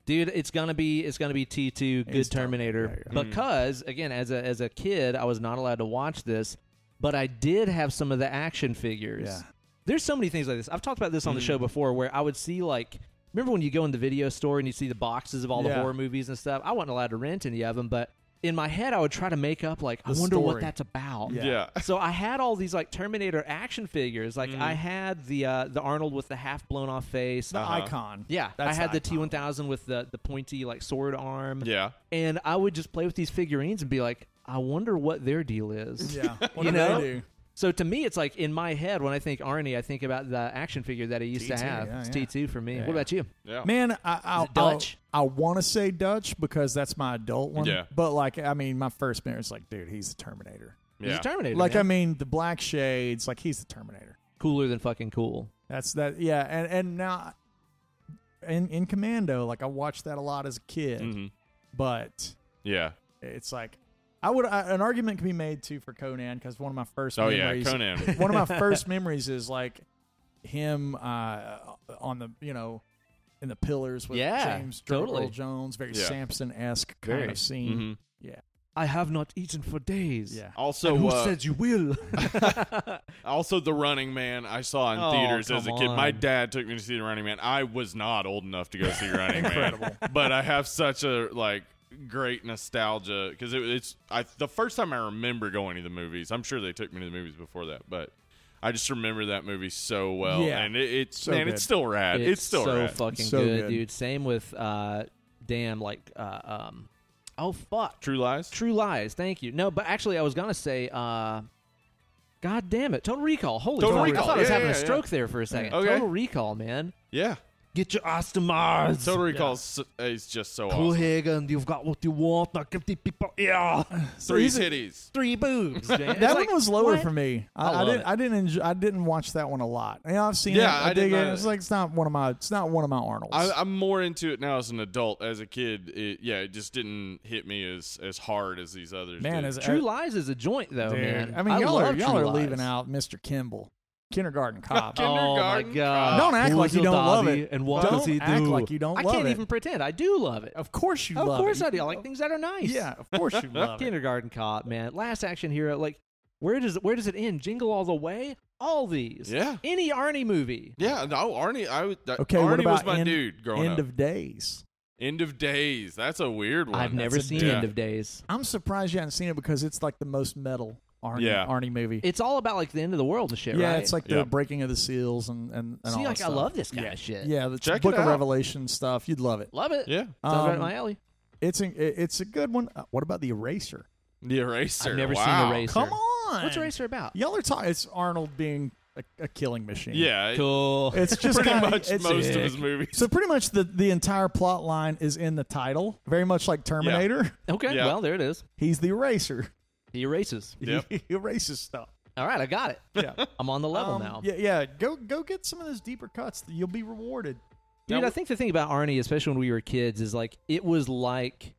Dude, it's gonna be it's gonna be T two Good
It's
Terminator
Terminator.
because again, as a as a kid, I was not allowed to watch this, but I did have some of the action figures.
Yeah.
There's so many things like this. I've talked about this on the
Mm-hmm.
show before, where I would see like, remember when you go in the video store and you see the boxes of all the
Yeah.
horror movies and stuff? I wasn't allowed to rent any of them, but in my head, I would try to make up like, I
The
wonder what
story.
that's about.
Yeah.
Yeah.
So I had all these like Terminator action figures. Like
Mm-hmm.
I had the uh, the Arnold with the half blown off face.
The icon.
Uh-huh. Yeah, I
That's
had the
icon.
T1000 with the the pointy like sword arm.
Yeah.
and I would just play with these figurines and be like, I wonder what their deal is.
Yeah. What
You
do
know?
they do?
So to me, it's like in my head when I think Arnie, I think about the action figure that he used to
T2,
have.
yeah,
it's
yeah.
T2 for me. what about you?
Yeah.
Man, I, I,
Oh. it Dutch?
I, want to say Dutch because that's my adult one.
Yeah.
But like, I mean, my first parents like, dude, he's the Terminator.
yeah.
He's a Terminator.
Like,
man.
I mean, the black shades, like he's the Terminator.
cooler than fucking cool.
That's that. Yeah. And and now, in in Commando, like I watched that a lot as a kid,
Mhm.
but
Yeah.
it's like. I would I, an argument can be made too for Conan because one of my first
Oh yeah,
memories
Conan.
one of my first memories is like him uh, on the you know in the pillars with
Yeah,
James
totally.
Earl Jones, very
Yeah.
Samson esque kind
Very. Mm-hmm.
of scene.
hmm
I have not eaten for days.
Yeah,
Also,
Who
uh,
says you will?
Also, The Running Man I saw in
Oh,
theaters as a
come
kid. My
on.
dad took me to see The Running Man. I was not old enough to go see Running Man, but I have such a like great nostalgia because it, it's I, the first time I remember going to the movies. I'm sure they took me to the movies before that, but I just remember that movie so well.
Yeah.
and it, it's
So
man,
good.
it's still rad. It's, still
so
rad.
fucking
So
good,
good.
dude. Same with uh, damn, like uh, um, oh fuck,
True Lies.
True Lies. Thank you. No, but actually, I was gonna say, uh, God damn it, Total Recall. Holy
Total
fuck.
Recall.
I thought I was
Yeah,
having
yeah,
a
yeah.
stroke there for a second.
Okay.
Total Recall, man.
Yeah,
Get your ass to Mars.
Total Recall is is just so
Cool
awesome.
Hagen, you've got what you want. Now give the people yeah,
Three
So he's-
titties.
three boobs. man. It's
that
like,
one was lower
what?
for me. I,
I
I,
love
didn't.
it.
I didn't. Enjoy, I didn't watch that one a lot. You know, I've seen
Yeah,
it.
I
I, dig
didn't
it.
either.
It's like it's not one of my. It's not one of my Arnold's.
I, I'm more into it now as an adult. As a kid, it, yeah, it just didn't hit me as as hard as these others.
man,
did.
as
True Lies is a joint though,
dude,
man.
I mean, y'all
love
are y'all
True
are
Lies.
leaving out Mr. Kimball, kindergarten cop.
Kin-
Oh my
Kindergarten
god!
Cop.
Don't act
Who's
like you
your
don't love
daddy
it.
And what
Don't
does he do?
act like you don't
I
love
can't
it.
even pretend. I do love it.
of course you
Of
love
course
it.
I do. I like things that are nice.
Yeah, of course you love it.
Kindergarten Cop, man. Last Action Hero. Like, where does where does it end? Jingle All the Way. All these.
Yeah.
Any Arnie movie.
Yeah, no, Arnie. I would. that-
Okay,
Arnie
what
was
about
my
end,
dude growing
end
up.
of days?
end of days. That's a weird one.
I've never
That's a
seen
dude.
End of Days.
I'm surprised you haven't seen it because it's like the most metal Arnie,
Yeah.
Arnie movie.
It's all about like the end of the world and shit.
yeah,
right?
it's like the
Yeah.
breaking of the seals and and, and
see,
all
like
that
I
stuff.
love this kind of shit.
Yeah, the
Check
Book
it
of
out.
Revelation stuff. You'd love it.
Love it.
Yeah,
Sounds right
Um,
up my alley.
It's a, it's a good one. Uh, what about the Eraser?
the Eraser.
I've never seen
wow.
Eraser.
Come on,
What's Eraser about?
Y'all are talking. It's Arnold being a, a killing machine.
Yeah, it-
Cool.
it's just
pretty
kinda-
much
it's-
most of his movies.
So pretty much the the entire plot line is in the title, very much like Terminator.
Okay.
Yeah.
Well, there it is.
He's the eraser.
He erases.
Yep.
he erases stuff.
All right, I got it.
Yeah.
I'm on the level
Um,
now.
Yeah, yeah. Go go get some of those deeper cuts. You'll be rewarded.
Dude, I think the thing about Arnie, especially when we were kids, is like it was like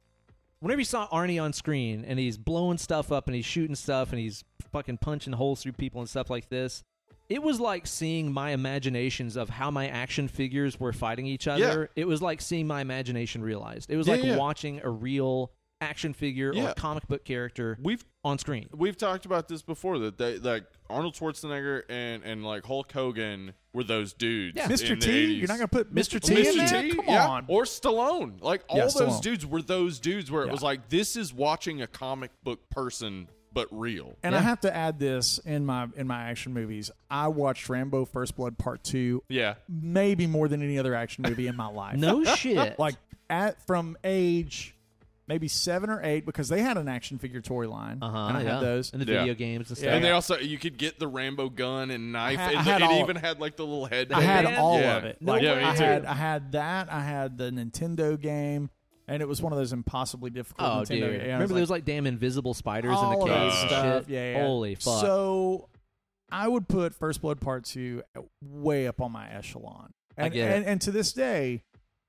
whenever you saw Arnie on screen and he's blowing stuff up and he's shooting stuff and he's fucking punching holes through people and stuff like this. It was like seeing my imaginations of how my action figures were fighting each other. It was like seeing my imagination realized. It was
Yeah,
like
yeah.
watching a real action figure
Yeah.
or comic book character
We've
on screen.
we've talked about this before that they like Arnold Schwarzenegger and and like Hulk Hogan were those dudes.
Yeah.
in
Mr.
the
T,
80s.
you're not gonna put Mr. T in
Mr.
there?
T,
Come
yeah.
on.
or Stallone. Like all
Yeah,
those
Stallone.
dudes were those dudes where it
Yeah.
was like this is watching a comic book person but real.
And I
Yeah.
have to add this in my in my action movies. I watched Rambo: First Blood Part Two,
Yeah.
maybe more than any other action movie in my life.
No shit.
like at from age maybe seven or eight because they had an action figure toy line,
uh-huh,
and I
yeah.
had those.
and the
Yeah.
video games and stuff.
And they also you could get the Rambo gun and knife,
I had-
and
I
the-
had
it
all-
even had like the little head.
I had
thing.
all
Yeah.
of it.
No
Like,
way.
I
me too.
had I had that. I had the Nintendo game, and it was one of those impossibly difficult.
Oh,
Nintendo
dude!
games. And I
Remember, there was like damn invisible spiders in the
all
cage
of
that
and
stuff.
shit.
Yeah, yeah.
Holy fuck!
So I would put First Blood Part Two way up on my echelon.
I
And,
get it.
and, and to this day,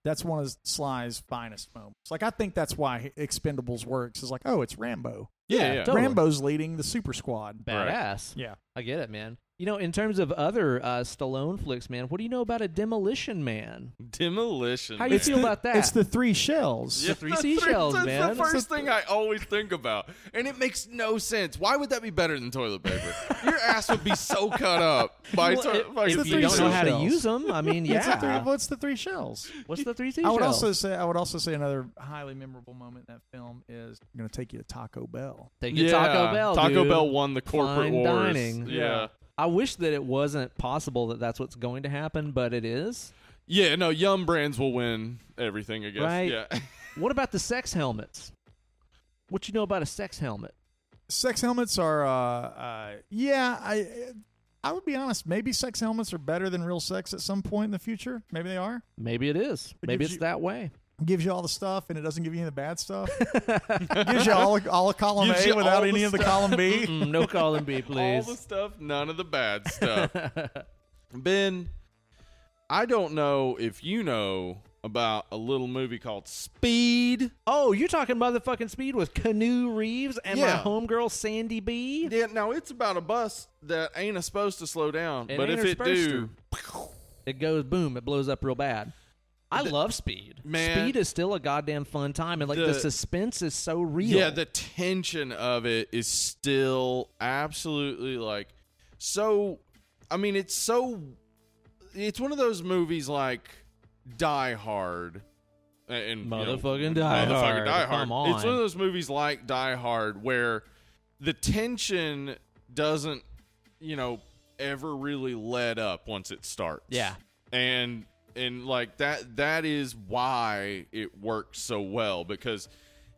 that's one of Sly's finest moments. Like I think that's why Expendables works. Is like, oh, it's Rambo.
Yeah, yeah.
totally.
Rambo's leading the Super Squad.
badass.
Yeah.
I get it, man. You know, in terms of other uh, Stallone flicks, man, what do you know about a Demolition Man?
Demolition.
How you
Man.
feel about that?
It's the three shells.
the three seashells,
that's
man.
the first thing I always think about, and it makes no sense. Why would that be better than toilet paper? Your ass would be so cut up by,
Well,
to-
if-
by
if
the
it's
you
three
don't know how to
seashells.
use them, I mean,
It's the three,
yeah.
well, it's the three shells.
What's the three
I
seashells?
would also say I would also say another highly memorable moment in that film is I'm going to take you to Taco Bell.
Take your Taco Bell.
Taco
dude.
Bell won the corporate
Fine
wars.
dining.
Yeah.
I wish that it wasn't possible that that's what's going to happen, but it is.
Yeah, no, Yum Brands will win everything, I guess.
Right.
Yeah.
What about the sex helmets? What you know about a sex helmet?
sex helmets are uh, uh yeah i i would be honest maybe sex helmets are better than real sex at some point in the future maybe they are
Maybe it is. Maybe
gives
it's
you-
that way.
gives you all the stuff and it doesn't give you any of the bad stuff gives you all, all of column
Gives
a
you all
without
the
any of the
stuff.
column b
Mm, no calling B, please.
All the stuff, none of the bad stuff. ben, I don't know if you know about a little movie called Speed.
Oh, you're talking motherfucking speed with Canoe Reeves and
Yeah.
my homegirl Sandy B.
Yeah, now it's about a bus that ain't a supposed to slow down,
It
but
ain't
if
a
it
supposed
do,
It goes boom, it blows up real bad. I love speed.
Man.
speed is still a goddamn fun time, and like the,
The-
suspense is so real.
yeah, the tension of it is still absolutely like so. I mean, it's so. It's one of those movies like Die Hard, a- and you know,
Motherfucking Die
motherfucking
Hard.
Die Hard.
Come on.
It's one of those movies like Die Hard where the tension doesn't, you know, ever really let up once it starts.
Yeah.
And and like that that is why it works so well because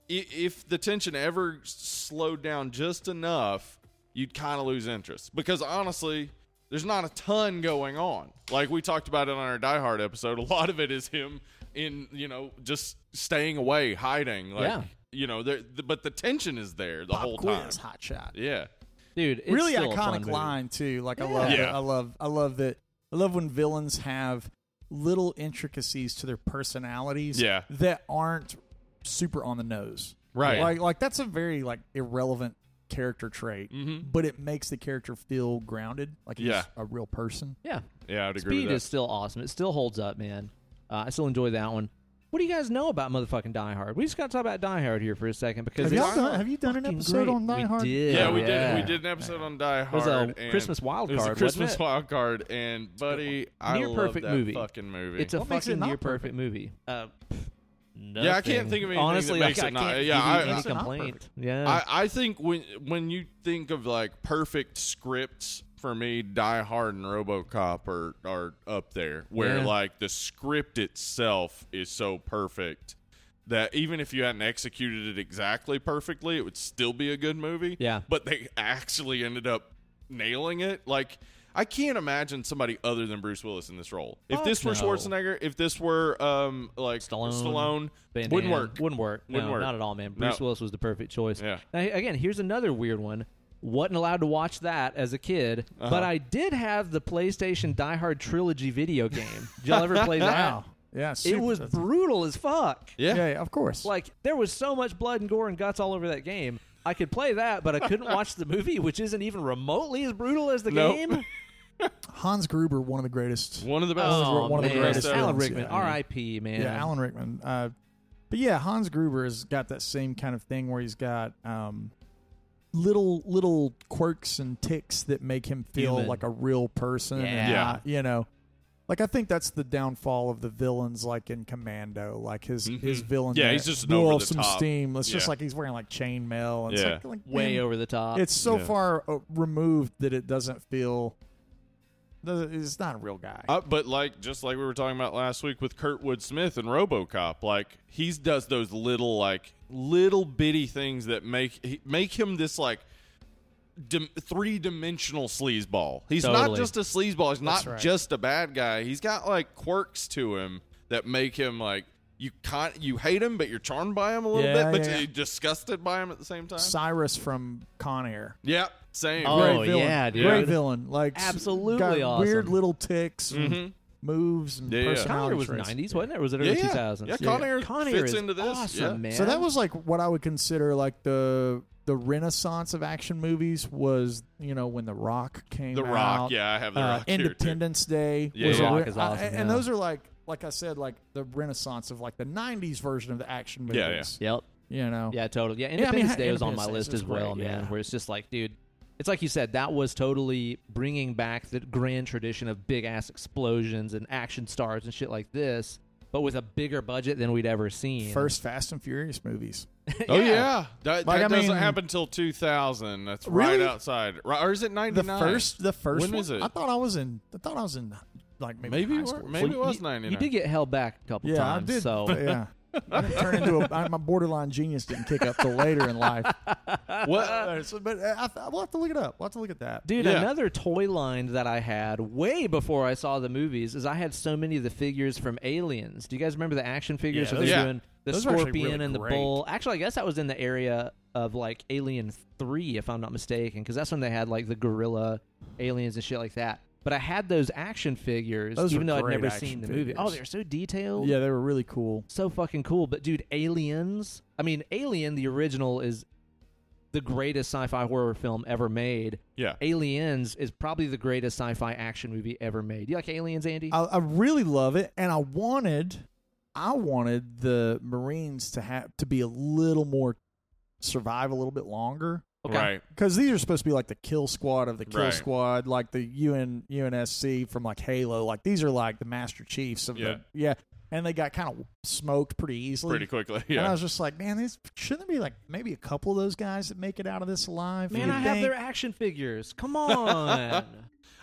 i- if the tension ever s- slowed down just enough, you'd kind of lose interest because honestly, there's not a ton going on. Like we talked about it on our Die Hard episode, a lot of it is him in you know just staying away, hiding. Like,
Yeah.
You know, there, th- but the tension is there the
Pop
whole
quiz,
time.
hot shot
Yeah.
dude, it's
really
still a fun
iconic
movie.
line too like i love
Yeah.
i love i love that i love when villains have little intricacies to their personalities
Yeah.
that aren't super on the nose
Right.
Like like that's a very like irrelevant character trait, but it makes the character feel grounded, like he's
Mm-hmm. Yeah.
a real person.
Yeah,
Yeah, I'd agree
speed
with that.
is still awesome. It still holds up, man. Uh, I still enjoy that one. What do you guys know about motherfucking Die Hard? We just got to talk about Die Hard here for a second because
Have,
it's
y'all done, have you done an
fucking
episode
great.
on Die
We
Hard?
did.
yeah, we
Yeah.
did. We did an episode on Die Hard.
was a
and
Christmas wild
It was a
card, wasn't
Christmas
it?
wild card, and buddy, I
Near
love
perfect
that
movie.
Fucking movie.
It's a
What makes it
fucking
not
near perfect movie. Uh, pff,
Yeah, I can't
nothing.
think of anything
Honestly,
that
like,
makes it
I
not-
can't
yeah,
give you
I-
any
Makes
it not
complaint.
perfect.
Yeah,
I, I think when when you think of like perfect scripts for me, Die Hard and RoboCop are are up there. Where
Yeah.
like the script itself is so perfect that even if you hadn't executed it exactly perfectly, it would still be a good movie.
Yeah.
but they actually ended up nailing it. Like. I can't imagine somebody other than Bruce Willis in this role. If
Fuck
this were
no.
Schwarzenegger, if this were um like
Stallone,
Stallone
Van
wouldn't
Damme.
work.
Wouldn't work.
Wouldn't
no,
work.
Not at all, man. Bruce
No.
Willis was the perfect choice.
Yeah.
Now, again, here's another weird one. Wasn't allowed to watch that as a kid,
Uh-huh.
but I did have the PlayStation Die Hard trilogy video game. Did y'all ever play that?
Wow. Yeah,
It
super-
was
that's-
brutal as fuck.
Yeah.
yeah, yeah, of course.
Like there was so much blood and gore and guts all over that game. I could play that, but I couldn't watch the movie, which isn't even remotely as brutal as the
Nope.
game.
Hans Gruber, one of the greatest.
One of the best.
Oh,
one of the
man.
greatest
Alan
films,
Rickman,
yeah.
R.I.P. Man.
yeah, Alan Rickman. Uh, but yeah, Hans Gruber has got that same kind of thing where he's got um, little little quirks and ticks that make him feel
Human.
like a real person. and
Yeah.
not, you know, Like I think that's the downfall of the villains, like in Commando, like his his
Mhm.
villain.
Yeah,
that
he's just an
blew
over
off
the
some
top.
steam. It's just
Yeah.
like he's wearing like chainmail. and It's
Yeah.
like, like,
way
man,
over the top.
It's so
Yeah.
far uh, removed that it doesn't feel. doesn't- It's not a real guy.
Uh, but like just like we were talking about last week with Kurtwood Smith and RoboCop, like he's does those little like little bitty things that make he- make him this like dim, three dimensional sleazeball. He's not
Totally.
just a sleazeball. He's not
That's right.
just a bad guy. He's got like quirks to him that make him like you con- you hate him, but you're charmed by him a little
Yeah,
bit, but
yeah,
you're
yeah.
disgusted by him at the same time.
Cyrus from Con Air.
yeah, same.
Oh,
Great villain.
yeah, dude.
Great villain. Like
Absolutely
got
awesome.
Weird little ticks, and
Mhm.
moves, and
Yeah, yeah.
Connor
personality
was
traits.
nineties, wasn't it? Or was it
Yeah,
early two
yeah,
thousands?
yeah. Con Air
Con Air
fits
is
into this.
awesome,
yeah.
man.
So that was like what I would consider like the the renaissance of action movies was you know when The Rock came.
The Rock,
out.
yeah, I have the
Uh,
Rock here, too.
Independence Day.
Yeah,
was
The
a
Rock
re-
is
I-
awesome,
and
yeah.
those are like like I said like the renaissance of like the '90s version of the action movies.
Yeah,
Yep.
You know.
Yeah, totally. Yeah,
mean,
Independence
ha-
Day was on my
Independence
list
Day is
as well,
great,
man.
yeah.
Where it's just like, dude, it's like you said, that was totally bringing back the grand tradition of big ass explosions and action stars and shit like this, but with a bigger budget than we'd ever seen.
First Fast and Furious movies.
Oh yeah, that,
Like,
that
I
doesn't
mean-
happen till 2000. That's right
Really?
outside, right, or is it 99?
The first, the first
When
one.
was it?
I thought I was in. I thought I was in like maybe
Maybe
high
you
school.
were-
or
maybe
something.
it was
you,
99.
You did get held back a couple
yeah,
times,
I did.
so
yeah, I didn't turn into a, I, my borderline genius didn't kick up till later in life.
What?
Uh, so- but uh, I, th- we'll have to look it up. We'll have to look at that.
Dude,
Yeah.
another toy line that I had way before I saw the movies is I had so many of the figures from Aliens. Do you guys remember the action figures
Yeah,
where they're
those-
doing the
those are actually
scorpion
really
and the
great.
bull? Actually, I guess that was in the area of like Alien 3, if I'm not mistaken, because that's when they had like the gorilla aliens and shit like that. But I had those action figures,
Those
even
were
though I'd
great
never
action
seen the movie.
figures.
Oh, they're so detailed.
Yeah, they were really cool.
So fucking cool. But dude, Aliens. I mean, Alien, the original, is the greatest sci fi horror film ever made.
Yeah,
Aliens is probably the greatest sci-fi action movie ever made. You like Aliens, Andy?
I, I really love it, and I wanted, I wanted the Marines to have to be a little more survive a little bit longer
right.
because these are supposed to be like the kill squad of the kill
Right.
squad, like the UN UNSC from like Halo. Like these are like the Master Chiefs of
Yeah.
the yeah, and they got kind of smoked pretty easily.
Pretty quickly.
And I
Yeah.
was just like, man, this shouldn't there be like maybe a couple of those guys that make it out of this alive.
Man,
You'd
I have
think?
their action figures. Come on.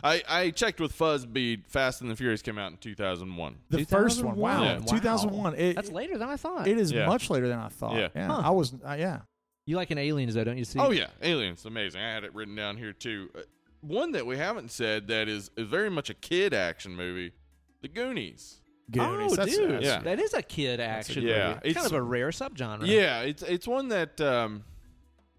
I, I checked with Fuzzbead. Fast and the Furious came out in 2001.
the first one. Wow,
2001.
Yeah.
2001. It,
That's later than I thought.
It is
Yeah.
much later than I thought.
Yeah.
Yeah,
Huh.
I was. Uh, yeah,
you like an Aliens though, don't you see?
Oh yeah, Aliens, amazing. I had it written down here too. Uh, one that we haven't said that is, is very much a kid action movie, The Goonies.
Oh,
Goonies. That's-
dude,
that's-
Yeah.
that is a kid action
yeah,
movie. It's
it's-
kind of a rare subgenre.
Yeah, it's it's one that um,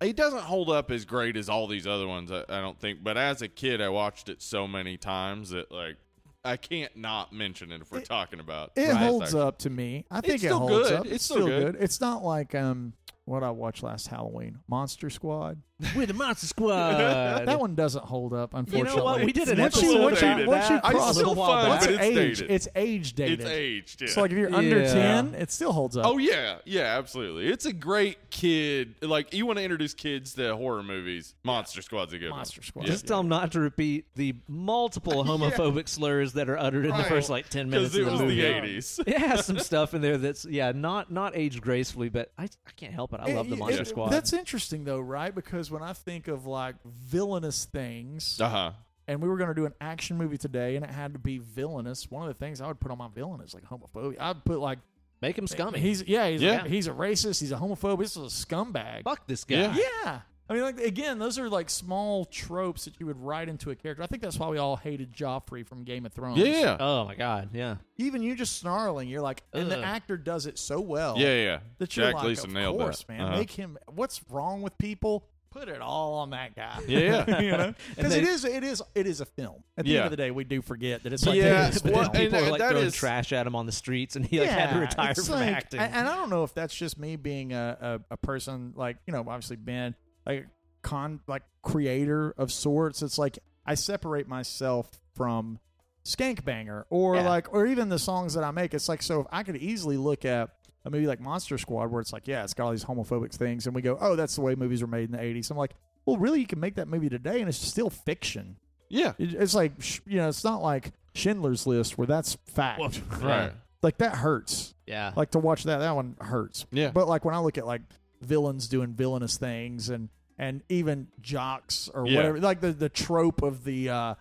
it doesn't hold up as great as all these other ones. I, I don't think. But as a kid, I watched it so many times that like I can't not mention it if we're
It-
talking about.
It
Right.
holds up to me. I think it
still
holds
good.
up.
It's still good.
It's not like um what I watched last Halloween, Monster Squad.
We're the Monster Squad.
that one doesn't hold up,
you
unfortunately.
know what? We did an
Once
episode
you, once you,
about
once you
that.
I
cross
still
a little
find
what's
it, but it's
age?
dated.
It's age dated.
It's aged. Yeah.
So like if you're under
Yeah.
ten, it still holds up.
Oh yeah, yeah, absolutely. It's a great kid. Like you want to introduce kids to horror movies. Monster Squad's a good
Monster Squad.
One.
Just tell them not to repeat the multiple homophobic slurs that are uttered in the
Right.
first like ten minutes
it
of the
was
movie.
the '80s.
it has some stuff in there that's yeah, not not aged gracefully, but I, I can't help it. I love the
It-
Monster
it-
Squad.
That's interesting though, right? Because when I think of like villainous things,
Uh huh.
and we were going to do an action movie today, and it had to be villainous. One of the things I would put on my villain is like homophobia. I'd put like
Make him scummy.
he's yeah, he's
Yeah.
A, he's a racist, he's a homophobe, this is a scumbag.
fuck this guy.
Yeah.
Yeah, I mean, like again, those are like small tropes that you would write into a character. I think that's why we all hated Joffrey from Game of Thrones.
Yeah.
Oh my god. Yeah.
even you just snarling, you're like, and the
Ugh.
actor does it so well.
yeah, yeah.
That you're
Jack
like,
Leeson
of
nailed
course,
that.
man.
Uh-huh.
Make him. What's wrong with people? Put it all on that guy.
Yeah, yeah.
you know, because
they-
it is, it is, it is a film. At the
Yeah.
end of the day, we do forget that it's like
Yeah,
it is a
well,
film.
and
People
that-
are like
that
throwing
is-
trash at him on the streets, and he like had to
Yeah,
retire
it's
from
like-
acting.
And, and I don't know if that's just me being a, a, a person like you know, obviously been like con like creator of sorts. It's like I separate myself from Skank Banger or
Yeah.
like or even the songs that I make. It's like so if I could easily look at a movie like Monster Squad where it's like, yeah, it's got all these homophobic things, and we go, oh, that's the way movies were made in the '80s. I'm like, well, really, you can make that movie today, and it's still fiction.
Yeah.
It- It's like sh- you know, it's not like Schindler's List where that's fact.
Right.
Like that hurts.
Yeah.
Like to watch that, that one hurts.
Yeah.
But like when I look at like villains doing villainous things and and even jocks or
Yeah.
whatever, like the the trope of the uh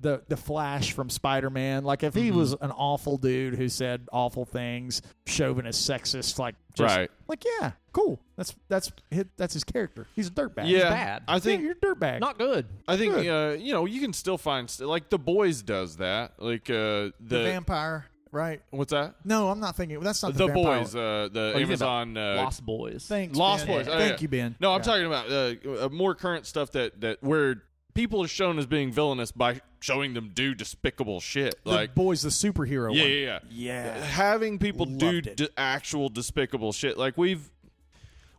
the the Flash from Spider Man. Like if
Mm-hmm.
he was an awful dude who said awful things, chauvinist, sexist, like just,
Right.
Like yeah, cool. That's that's hit. That's his character. He's a dirtbag.
yeah.
bad.
I
I think
think
you're a dirtbag.
Not good.
I think
Good.
uh, you know you can still find st- like the boys does that like uh, the,
the, vampire, right?
what's that
No, I'm not thinking. That's not
the,
the, vampire.
boys uh, the
Oh, you think about
Amazon uh,
Lost Boys.
Thanks,
Lost
Ben.
Boys. Oh,
Thank
yeah.
you, Ben.
No, I'm
Yeah.
talking about uh, uh, more current stuff that that where people are shown as being villainous by showing them do despicable shit
The
like
boys, the superhero.
yeah,
one.
yeah, yeah,
Yeah.
Having people do
Loved it.
d- actual despicable shit like we've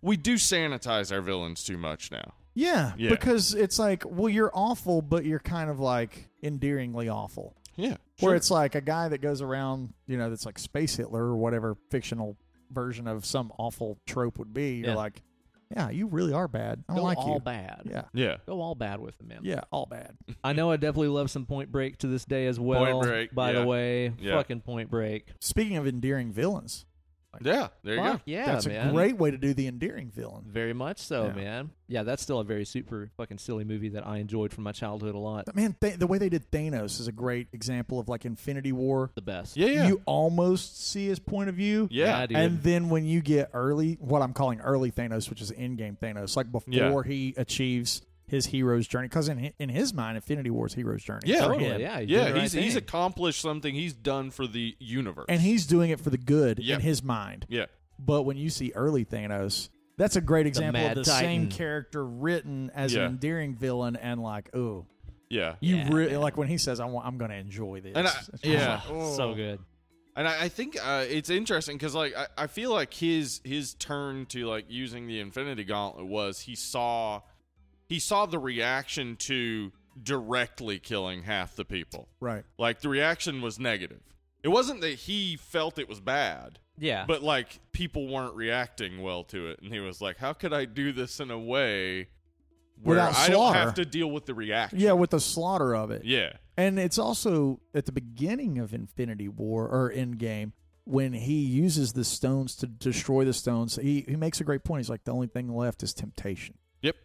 we do sanitize our villains too much now.
Yeah,
Yeah.
because it's like, well, you're awful, but you're kind of like endearingly awful.
Yeah,
Where it's like a guy that goes around, you know, that's like Space Hitler or whatever fictional version of some awful trope would be. You're
Yeah.
like, yeah, you really are bad. I don't
Go
like
all
you.
bad.
Yeah,
yeah,
Go all bad with them, man.
yeah, all bad.
I know I definitely love some Point Break to this day as well.
Break,
by
yeah.
the way,
Yeah.
fucking Point Break.
Speaking of endearing villains,
yeah. There you
Fuck
go.
yeah,
that's
man.
a great way to do the endearing villain.
Very much so,
Yeah.
man. Yeah, that's still a very super fucking silly movie that I enjoyed from my childhood a lot.
But Man, th- the way they did Thanos is a great example of like Infinity War.
The best.
Yeah, yeah,
You almost see his point of view.
yeah.
dude.
And then when you get early, what I'm calling early Thanos, which is in-game Thanos, like before
Yeah.
he achieves his hero's journey, because in hi- in his mind, Infinity War is hero's journey.
Yeah.
for
Totally,
him.
yeah. you did
yeah,
the right
he's he's
thing.
accomplished something. He's done for the universe.
And he's doing it for the good
Yeah.
in his mind.
yeah,
But when you see early Thanos, that's a great example of
Mad
the same
Titan.
character written as
Yeah.
an endearing villain, and like, ooh,
yeah.
you
Yeah,
really like when he says, "I want, I'm going to enjoy this."
And I,
It's
yeah, Oh.
so good.
And I, I think uh, it's interesting because, like, I, I feel like his his turn to like using the Infinity Gauntlet was he saw he saw the reaction to directly killing half the people.
right.
Like the reaction was negative. It wasn't that he felt it was bad,
Yeah.
but like people weren't reacting well to it, and he was like, "How could I do this in a way where
Without
I don't
slaughter."
have to deal with the reaction?"
Yeah, with the slaughter of it.
yeah,
And it's also at the beginning of Infinity War or Endgame when he uses the stones to destroy the stones. He he makes a great point. He's like, the only thing left is temptation.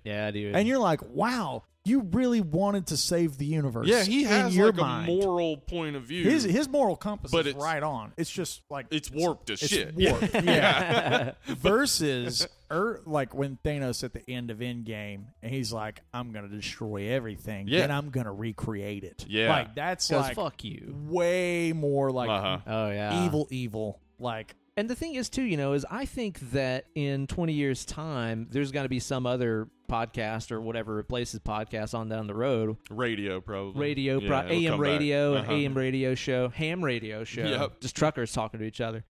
yeah, dude.
And you're like, wow, you really wanted to save the universe.
yeah. He has
in your
like
mind.
a moral point of view.
his his moral compass
But
is
it's-
right on. It's just like
it's warped as
it's
shit.
warped. Yeah. Versus, er, like when Thanos at the end of Endgame, and he's like, "I'm gonna destroy everything,
Yeah.
then I'm gonna recreate it."
Yeah.
like that's
Because
like
fuck you.
way more like
Uh-huh.
Oh yeah.
evil, evil. Like
And the thing is, too, you know, is I think that in 20 years' time, there's got to be some other podcast or whatever replaces podcasts on down the road.
Radio, probably.
Radio,
Yeah,
pro-
it'll
AM
come back.
radio,
Uh-huh.
an AM radio show, ham radio show.
Yep.
Just truckers talking to each other.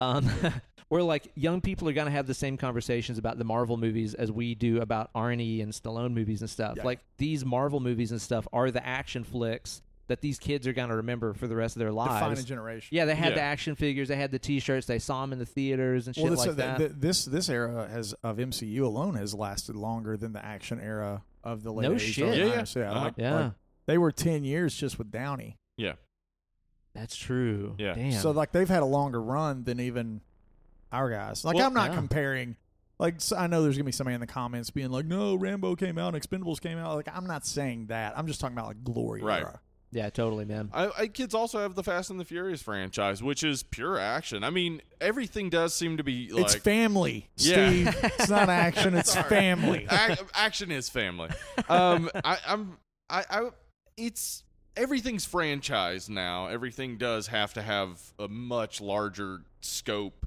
Um, where like young people are going to have the same conversations about the Marvel movies as we do about Arnie and Stallone movies and stuff.
Yeah.
Like these Marvel movies and stuff are the action flicks that these kids are going to remember for the rest of their
define a
lives.
generation.
Yeah, they had
Yeah.
the action figures, they had the T-shirts, they saw them in the theaters and shit
well, this, uh,
like
th-
that.
th- this this era has of MCU alone has lasted longer than the action era of the late
No
80s,
shit.
early
Yeah, yeah.
90s.
Uh-huh.
like-
yeah,
like, they were ten years just with Downey.
Yeah.
that's true.
Yeah.
Damn.
So like they've had a longer run than even our guys. Like
Well,
I'm not
yeah.
comparing. Like so I know there's gonna be somebody in the comments being like, "No, Rambo came out, and Expendables came out." Like I'm not saying that. I'm just talking about like glory
Right.
era.
yeah, totally, man.
I, I kids also have the Fast and the Furious franchise, which is pure action. I mean, everything does seem to be like
it's family,
Yeah.
Steve. it's not action. It's
Sorry.
family.
ac- action is family. Um, I, I'm I, I it's everything's franchise now. Everything does have to have a much larger scope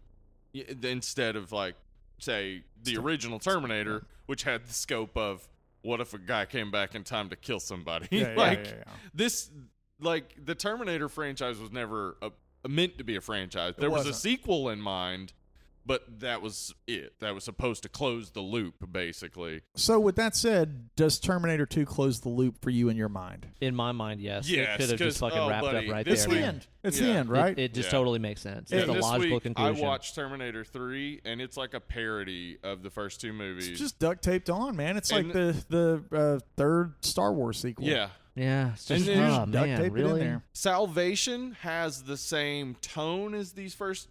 y- instead of like say the original Terminator, which had the scope of what if a guy came back in time to kill somebody?
Yeah, yeah,
like
yeah, yeah.
this like the Terminator franchise was never a, meant to be a franchise. There was a
wasn't.
sequel in mind, but that was it. That was supposed to close the loop basically.
So with that said, does Terminator 2 close the loop for you in your mind?
In my mind, yes.
Yes,
it could have
'cause-
just fucking
oh,
wrapped
buddy,
up right
this
there.
week-
man.
end.
It's the
Yeah.
end, right?
It, it just
Yeah.
totally makes sense.
And
it's a
this
logical
week,
conclusion.
I watched Terminator 3 and it's like a parody of the first two movies.
it's just duct taped on, man. It's like
And-
the the uh, third Star Wars sequel.
yeah.
Yeah, it's
And
just,
then
oh,
Just duct
man,
tape it in
really?
there.
Salvation has the same tone as these first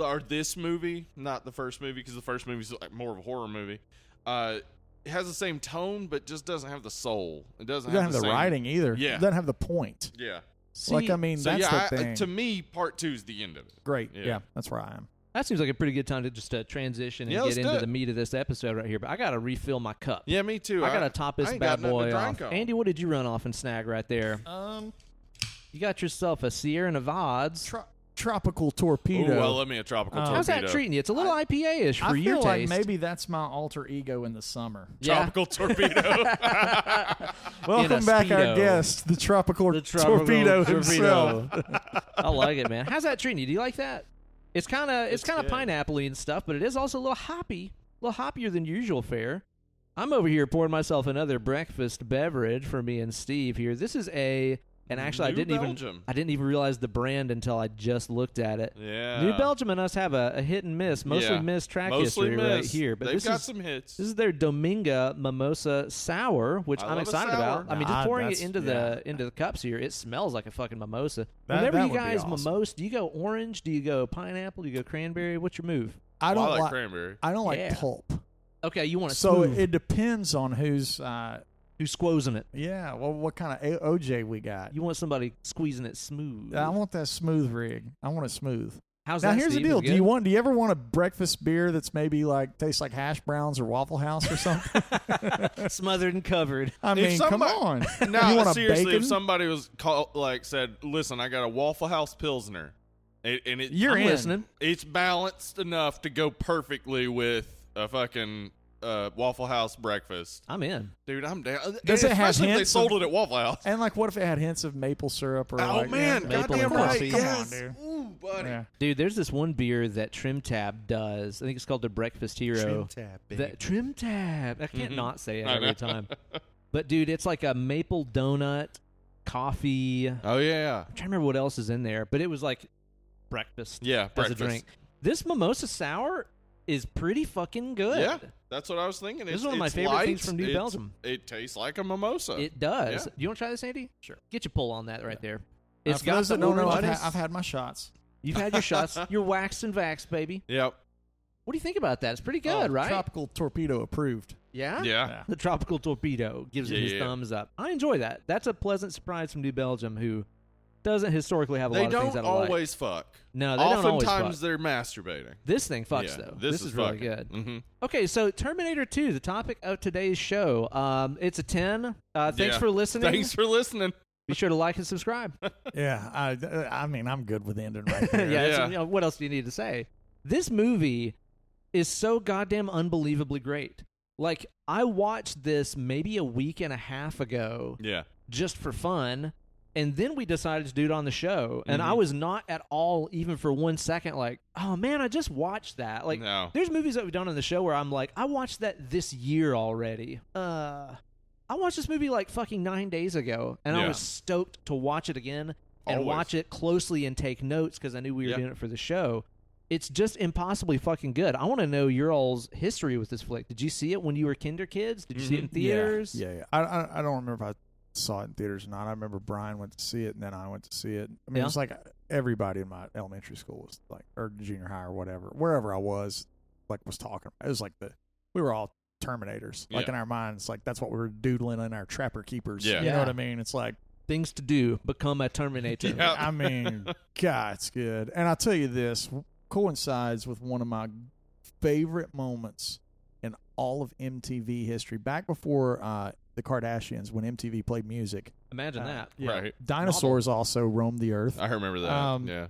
or this movie, not the first movie because the first movie is like more of a horror movie. Uh, it has the same tone, but just doesn't have the soul. It doesn't,
It doesn't have the
same-
writing either.
Yeah.
It doesn't have the point.
Yeah.
See,
like I mean,
So
that's
yeah,
the
I,
thing.
to me, part two is the end of it.
Great.
Yeah.
Yeah. that's where I am.
that seems like a pretty good time to just uh, transition and
Yeah, let's
get
do
into
it.
the meat of this episode right here. But I gotta refill my cup.
Yeah, me too.
I gotta top this
I ain't got
bad
nothing to
boy
drink
off.
on.
Andy, what did you run off and snag right there?
Um,
You got yourself a Sierra Nevads.
tropical
Ooh,
torpedo.
well, let me a tropical
Um,
torpedo.
Uh, How's that treating you? It's a little IPA-ish for
I
your
feel like
taste.
maybe that's my alter ego in the summer.
Yeah.
Tropical torpedo.
Welcome back, our
Speedo.
guest, the tropical, torpedo himself.
I like it, man. How's that treating you? Do you like that? It's kind of it's,
It's
kind of
good.
pineappley and stuff, but it is also a little hoppy, a little hoppier than usual fare. I'm over here pouring myself another breakfast beverage for me and Steve here. This is a and actually I
New
didn't even
Belgium.
I didn't even realize the brand until I just looked at it.
yeah.
New Belgium and us have a, a hit and miss, mostly
Yeah.
miss track
Mostly
history
missed.
right here. But
They've
this
got
is
some hits.
this is their Dominga Mimosa Sour, which
I
I'm
love a
excited
sour.
about. I mean,
Nah,
just pouring it
that's-
into
yeah.
the into the cups here, it smells like a fucking mimosa.
That-
Whenever
that
you
would be
guys
awesome.
mimose, do you go orange? Do you go pineapple? Do you go cranberry? What's your move?
I
Well,
don't
I like
like.
cranberry.
I don't like
Yeah.
pulp.
Okay, you want to
So it depends on who's. Uh,
who's squozing it?
yeah. Well, what kind of o- OJ we got?
You want somebody squeezing it smooth?
I want that smooth rig. I want it smooth.
How's
now
that?
here's
Steve?
the
Is
deal.
it
Do you
good?
want? Do you ever want a breakfast beer that's maybe like tastes like hash browns or Waffle House or something?
smothered and covered?
I mean,
somebody-
come on.
No,
you want a
seriously,
bacon?
if somebody was call, like said, "Listen, I got a Waffle House Pilsner," and, and it
You're
I'm
in.
listening.
it's balanced enough to go perfectly with a fucking uh, Waffle House breakfast,
I'm in.
dude. I'm down.
Does
And
it
especially
have
if they
hints
sold
of-
it at Waffle House?
And like, what if it had hints of maple syrup or?
oh
like,
man,
yeah,
maple
goddamn
and
right,
coffee.
Come
yes.
on, dude.
Ooh, buddy.
Yeah.
Dude, there's this one beer that Trim Tab does. I think it's called the Breakfast Hero. That trim tab. I can't
Mhm.
not say it
I know.
every time. But dude, it's like a maple donut, coffee. I'm
Oh yeah,
trying to remember what else is in there, but it was like breakfast
yeah.
as a
breakfast.
drink. This mimosa sour is pretty fucking good.
Yeah, that's what I was thinking.
This
It's-
is one of my
it's
favorite
light,
things from New
it's-
Belgium.
It tastes like a
Uh,
mimosa.
It does.
Yeah.
You want to try this, Andy? Sure. Get your pull on that right there.
Now,
It's
for
got
those
the
that don't know, I've
orange-
had, I've had my shots.
You've had your shots. You're waxed and vaxxed, baby.
yep.
What do you think about that? It's pretty good,
Oh,
right?
Tropical torpedo approved.
yeah.
Yeah.
the tropical torpedo gives it
Yeah,
his
yeah.
thumbs up. I enjoy that. That's a pleasant surprise from New Belgium, who doesn't historically have a
They
lot of things
don't
that I like.
always fuck.
No, they don't always
Oftentimes
fuck.
they're masturbating.
This thing fucks
Yeah,
though.
This,
is, really
fucking-
good.
mhm.
Okay, so Terminator 2, the topic of today's show. Um, it's a 10. Uh, thanks
Yeah.
for listening.
Thanks for listening.
Be sure to like and subscribe.
Yeah, I, I mean, I'm good with ending right
yeah.
there.
it's-
Yeah.
you know, what else do you need to say? This movie is so goddamn unbelievably great. Like I watched this maybe a week and a half ago.
Yeah.
just for fun. And then we decided to do it on the show. And I
Mhm.
was not at all, even for one second, like, oh man, I just watched that. Like,
no.
there's movies that we've done on the show where I'm like, I watched that this year already. Uh, I watched this movie like fucking nine days ago. And I
Yeah.
was stoked to watch it again and
Always.
watch it closely and take notes because I knew we were
Yeah.
doing it for the show. It's just impossibly fucking good. I want to know your all's history with this flick. Did you see it when you were kinder kids? Did you see it in
Mhm.
theaters?
Yeah, yeah. I, I I don't remember if I saw it in theaters or not. I remember Brian went to see it, and then I went to see it. I mean,
Yeah.
it was like uh, everybody in my elementary school was like, or junior high or whatever, wherever I was, like was talking. It was like the we were all Terminators, like
Yeah.
in our minds, like that's what we were doodling in our Trapper Keepers.
Yeah.
you know what
Yeah.
I mean. It's like
Things to do, become a Terminator.
Yeah.
I mean, God, it's good. And I'll tell you this coincides with one of my favorite moments in all of MTV history. Back before uh, the Kardashians, when MTV played music,
Imagine
Uh,
that.
yeah,
Right.
dinosaurs also roamed the
Uh,
earth.
I remember that.
Um,
yeah.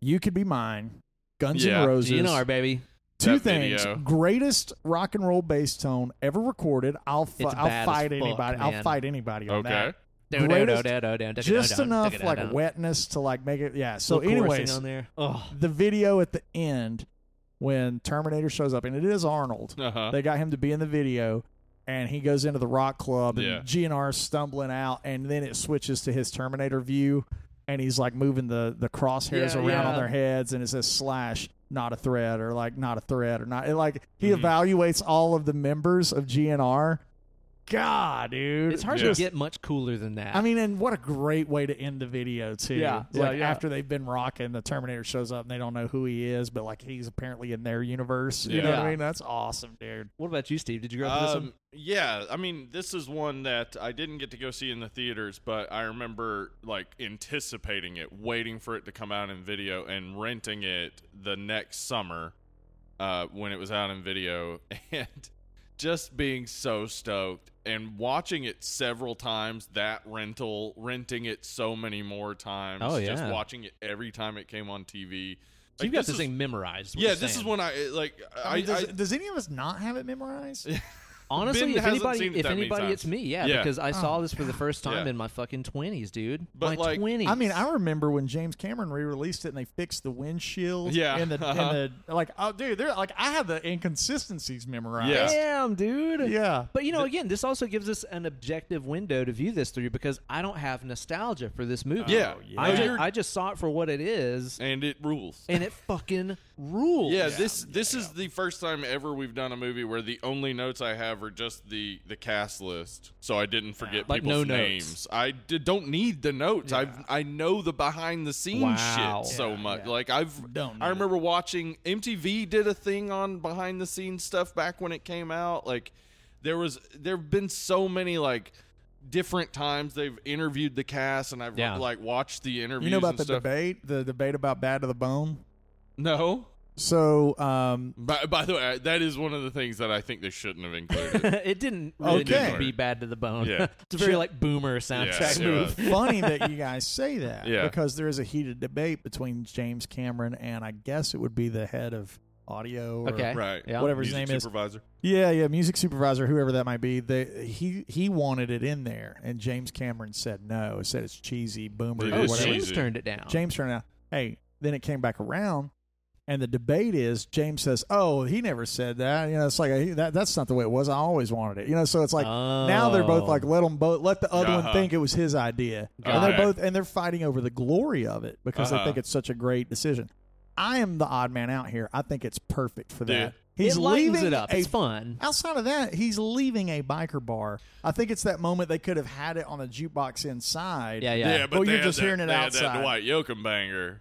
You Could Be Mine, Guns N'
Yeah.
Roses.
You know our baby.
two
that
things.
video.
Greatest rock and roll bass tone ever recorded. I'll, fi-
It's bad
I'll
as
fight
fuck,
anybody. I'll
man.
fight anybody on that.
Okay.
Greatest- Just enough like
wet.
wetness to like make it. Yeah. So, anyways,
on there. Oh,
the video at the end when Terminator shows up, and it is Arnold.
Uh
Uh-huh.
huh.
They got him to be in the video, and he goes into the rock club, and
Yeah.
GNR's stumbling out, and then it switches to his Terminator view, and he's like moving the the crosshairs
Yeah,
around on
yeah.
their heads, and it says slash not a threat
Mm-hmm.
or like not a threat or not. It, like he
Mhm.
evaluates all of the members of GNR. god, dude.
It's hard
Just-
to get much cooler than that.
I mean, and what a great way to end the video too.
Yeah, yeah,
like
yeah.
after they've been rocking, the Terminator shows up and they don't know who he is, but like he's apparently in their universe. You know what I
Yeah.
mean? That's awesome, dude.
what about you, Steve? Did you grow up with this one?
Um, yeah, I mean, this is one that I didn't get to go see in the theaters, but I remember like anticipating it, waiting for it to come out in video, and renting it the next summer uh, when it was out in video, and just being so stoked and watching it several times. That rental, renting it so many more times.
Oh,
just
yeah.
watching it every time it came on TV.
So
Like,
you've got
this
this
is-
thing memorized. what
Yeah,
you're
this is
saying.
when I like.
I mean,
I,
does, does any of us not have it memorized?
Ben
Honestly, if
hasn't
anybody,
seen it
if
that many
anybody,
times.
it's me. Yeah,
Yeah.
because I saw this for the first time
Yeah.
in my fucking twenties, dude.
But,
my
like, I
twenties.
Oh. I mean, I remember when James Cameron re-released it and they fixed the windshield.
Yeah.
and the,
Uh-huh.
and the like. Oh, dude, they're like I have the inconsistencies memorized.
Yeah.
damn, dude.
Yeah.
But you know, again, this also gives us an objective window to view this through because I don't have nostalgia for this movie.
Yeah.
Oh, yeah.
I,
No,
just,
you're-
I just saw it for what it is,
and it rules.
and it fucking rules.
Yeah, this this is the first time ever we've done a movie where the only notes I have are just the the cast list, so I didn't forget
Like, no
people's
notes.
names. I d- don't need the notes. I I know the behind the scenes
Wow.
shit so
Yeah,
much.
yeah.
Like I've
Don't
I
need
remember watching MTV did a thing on behind the scenes stuff back when it came out. Like there was there've been so many like different times they've interviewed the cast and I've
Yeah.
like watched the interviews
You know about
and
the
stuff.
debate, the debate about Bad to the Bone.
No.
So, um,
By, by the way, that is one of the things that I think they shouldn't have included.
it didn't really need
Okay.
to be bad to the bone.
Yeah.
it's a very like boomer soundtrack
Yeah, it
move.
was.
funny that you guys say that
Yeah.
because there is a heated debate between James Cameron and I guess it would be the head of audio. Or
Okay,
Right.
Yeah.
Whatever his
Music
name is.
supervisor.
Yeah, yeah, music supervisor, whoever that might be. They, he he wanted it in there, and James Cameron said no. Said it's cheesy, boomer,
It
or
is
whatever.
cheesy.
Oh, James turned it down.
James turned out, hey, then it came back around. And the debate is James says, "Oh, he never said that." You know, it's like he- that, that's not the way it was. I always wanted it. You know, so it's like now they're both
Oh.
like, "Let them both let the other
Uh-huh.
one think it was his idea,"
Um, Got
and they're
it.
both and they're fighting over the glory of it because
Uh-huh.
they think it's such a great decision. I am the odd man out here. I think it's perfect for
Dude.
that. He's
it lightens
leaving
it up.
a
it's fun.
Outside of that, he's leaving a biker bar. I think it's that moment they could have had it on a jukebox inside.
Yeah,
Yeah,
yeah.
but
Well,
they
you're
had
just
that,
hearing it
they had that
outside.
Dwight Yoakam banger.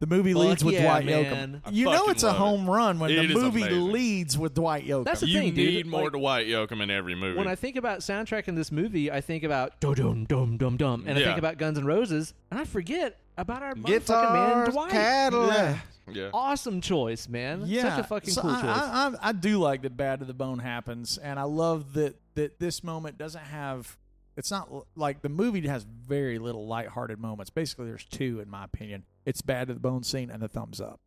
The movie
Fuck
leads with
yeah,
Dwight
man.
I
Yoakam. You know
fucking
it's a
love it.
home run when
It
the
is
movie
amazing.
leads with Dwight Yoakam.
That's the
you
thing, dude.
need more
Like,
Dwight Yoakam in every movie.
when I think about soundtrack in this movie, I think about dum dum dum dum dum, and I
Yeah.
think about Guns N' Roses, and I forget about our motherfucking
Guitars,
man Dwight.
Cadillac.
yeah.
Awesome choice, man.
Yeah,
Such a fucking
So
cool
I,
choice.
I, I, I do like that "Bad to the Bone" happens, and I love that that this moment doesn't have. It's not l- like the movie has very little lighthearted moments. Basically, there's two, in my opinion. It's "Bad to the Bone" scene and the thumbs up,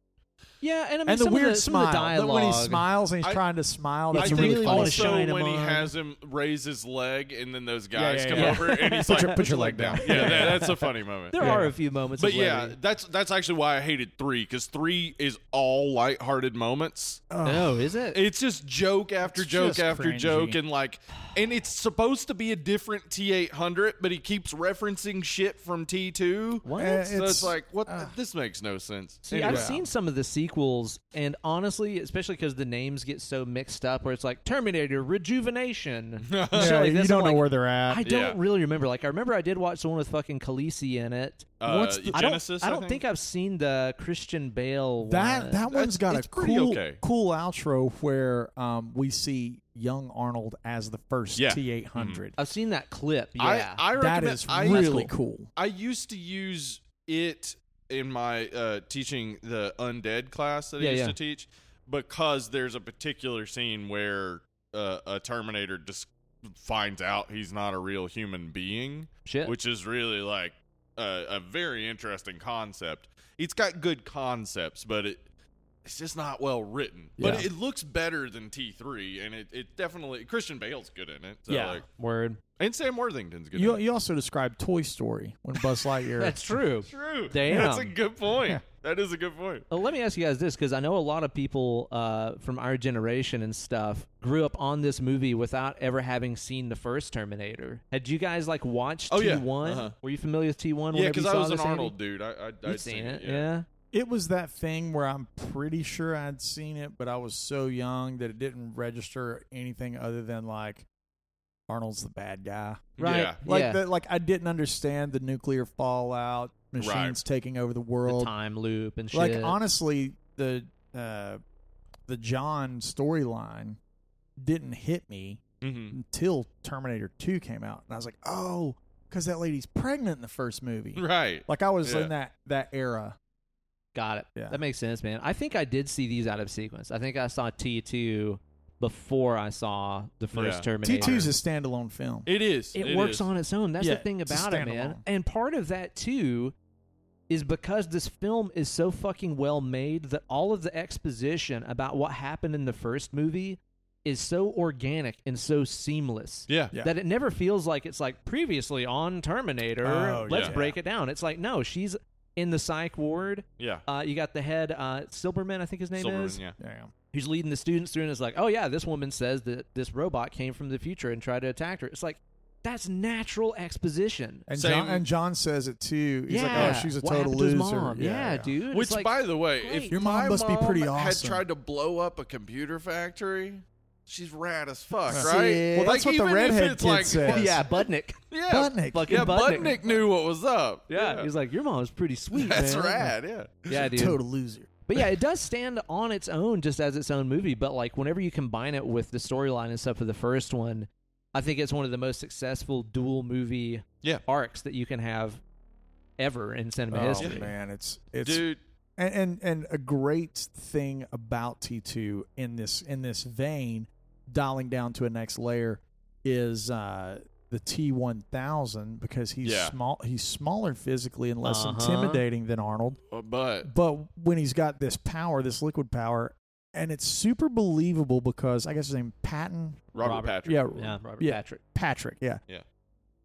yeah, and I mean
and the
some
weird
of the, some of the
smile that when he
dialogue.
smiles and he's
I-
trying to smile.
I
That's
think
really funny.
wanna
also
shine him
when he
on.
has him raise his leg and then those
yeah,
guys
yeah,
come
yeah.
over and he's
Put
like,
your- put your leg down.
Yeah, that, that's a funny moment.
there are a few moments,
But
of
yeah,
levity.
that's that's actually why I hated three because three is all lighthearted moments.
no, is it?
It's just joke after
It's
joke
just
after
cringy.
joke, and like, and it's supposed to be a different T eight hundred, but he keeps referencing shit from T two.
What?
Uh,
So it's
It's-
like, what? this makes no sense.
See, I've seen some of the sequels, and honestly, especially because the names get so mixed up, where it's like Terminator Rejuvenation. yeah,
Yeah, you don't know where they're at.
I don't
Yeah.
really remember. Like, I remember I did watch the one with fucking Khaleesi in it.
Uh,
What's the- I don't-
Genesis,
I
I
don't,
think?
think. I've seen the Christian Bale
That
one.
that one's got
it's
a
pretty
cool
okay.
cool outro where um, we see young Arnold as the first
Yeah.
T eight hundred.
I've seen that clip. Yeah,
I, I
That
recommend-
is
I,
really cool.
I used to use it in my uh, teaching the undead class that I
Yeah,
used
yeah.
to teach because there's a particular scene where uh, a Terminator just finds out he's not a real human being.
shit.
which is really like a, a very interesting concept. It's got good concepts, but it it's just not well written. But
Yeah.
it looks better than T three, and it, it definitely Christian Bale's good in it. So
Yeah.
like,
Word.
and Sam Worthington's good.
You
in it.
you also described Toy Story when Buzz Lightyear.
That's true.
True.
Damn.
That's a good point. That is a good point.
Uh, let me ask you guys this because I know a lot of people uh, from our generation and stuff grew up on this movie without ever having seen the first Terminator. Had you guys like watched
Oh, yeah.
T1?
Uh-huh.
Were you familiar with T1?
Yeah,
because
because I was an Arnold dude. I, I I'd
You've seen it, yeah.
it was that thing where I'm pretty sure I'd seen it, but I was so young that it didn't register anything other than like Arnold's the bad guy.
Right.
Yeah.
Like
yeah.
the, like I didn't understand the nuclear fallout, machines
Right.
taking over the
the
world.
time loop and shit.
like honestly, the uh, the John storyline didn't hit me
Mm-hmm.
until Terminator 2 came out. And I was like, oh, because that lady's pregnant in the first movie.
Right.
Like I was
Yeah.
in that, that era.
Got it.
Yeah.
That makes sense, man. I think I did see these out of sequence. I think I saw T2 before I saw the first
Yeah.
Terminator.
T2 is a standalone film.
It is.
it, works
is.
on its own. That's
Yeah,
the thing
it's a
about it, man.
standalone.
And part of that too is because this film is so fucking well made that all of the exposition about what happened in the first movie is so organic and so seamless
Yeah.
Yeah.
that it never feels like it's like previously on Terminator.
Oh,
let's
yeah.
break it down. It's like no, she's in the psych ward.
Yeah.
Uh, you got the head uh, Silberman, I think his name
Silverman,
is
yeah.
Damn.
who's leading the students through and is like, oh yeah, this woman says that this robot came from the future and tried to attack her. It's like, that's natural exposition.
And
Same-
John, and John says it too. He's
yeah.
like, oh, she's a
What
total
happened to his
loser.
mom? Yeah, dude. It's
Which,
like,
by the way,
great.
if
Your mom
my
must be pretty
mom
awesome.
Had tried to blow up a computer factory. She's rad as fuck,
Yeah.
right?
See, Well,
Like,
that's what the
even if
redhead
it's
kid
like,
says.
yeah, Budnick.
Yeah,
Butnick.
Fucking
yeah,
Budnick.
Budnick. knew what was up.
Yeah, he's like, your mom's pretty sweet,
that's
man.
rad. Yeah,
Yeah, dude.
Total loser.
But yeah, it does stand on its own just as its own movie. But like, whenever you combine it with the storyline and stuff of the first one, I think it's one of the most successful dual movie
Yeah.
arcs that you can have ever in cinema
Oh,
history.
man. It's, it's,
dude.
and, and and a great thing about T2 in this in this vein, dialing down to a next layer, is uh, the T1000 because he's
Yeah.
small. He's smaller physically and less
Uh-huh.
intimidating than Arnold.
uh, But
But when he's got this power, this liquid power, and it's super believable because I guess his name Patton.
Robert,
Robert.
Patrick.
Yeah,
Yeah, Robert
Yeah.
Patrick.
Patrick. Yeah.
Yeah.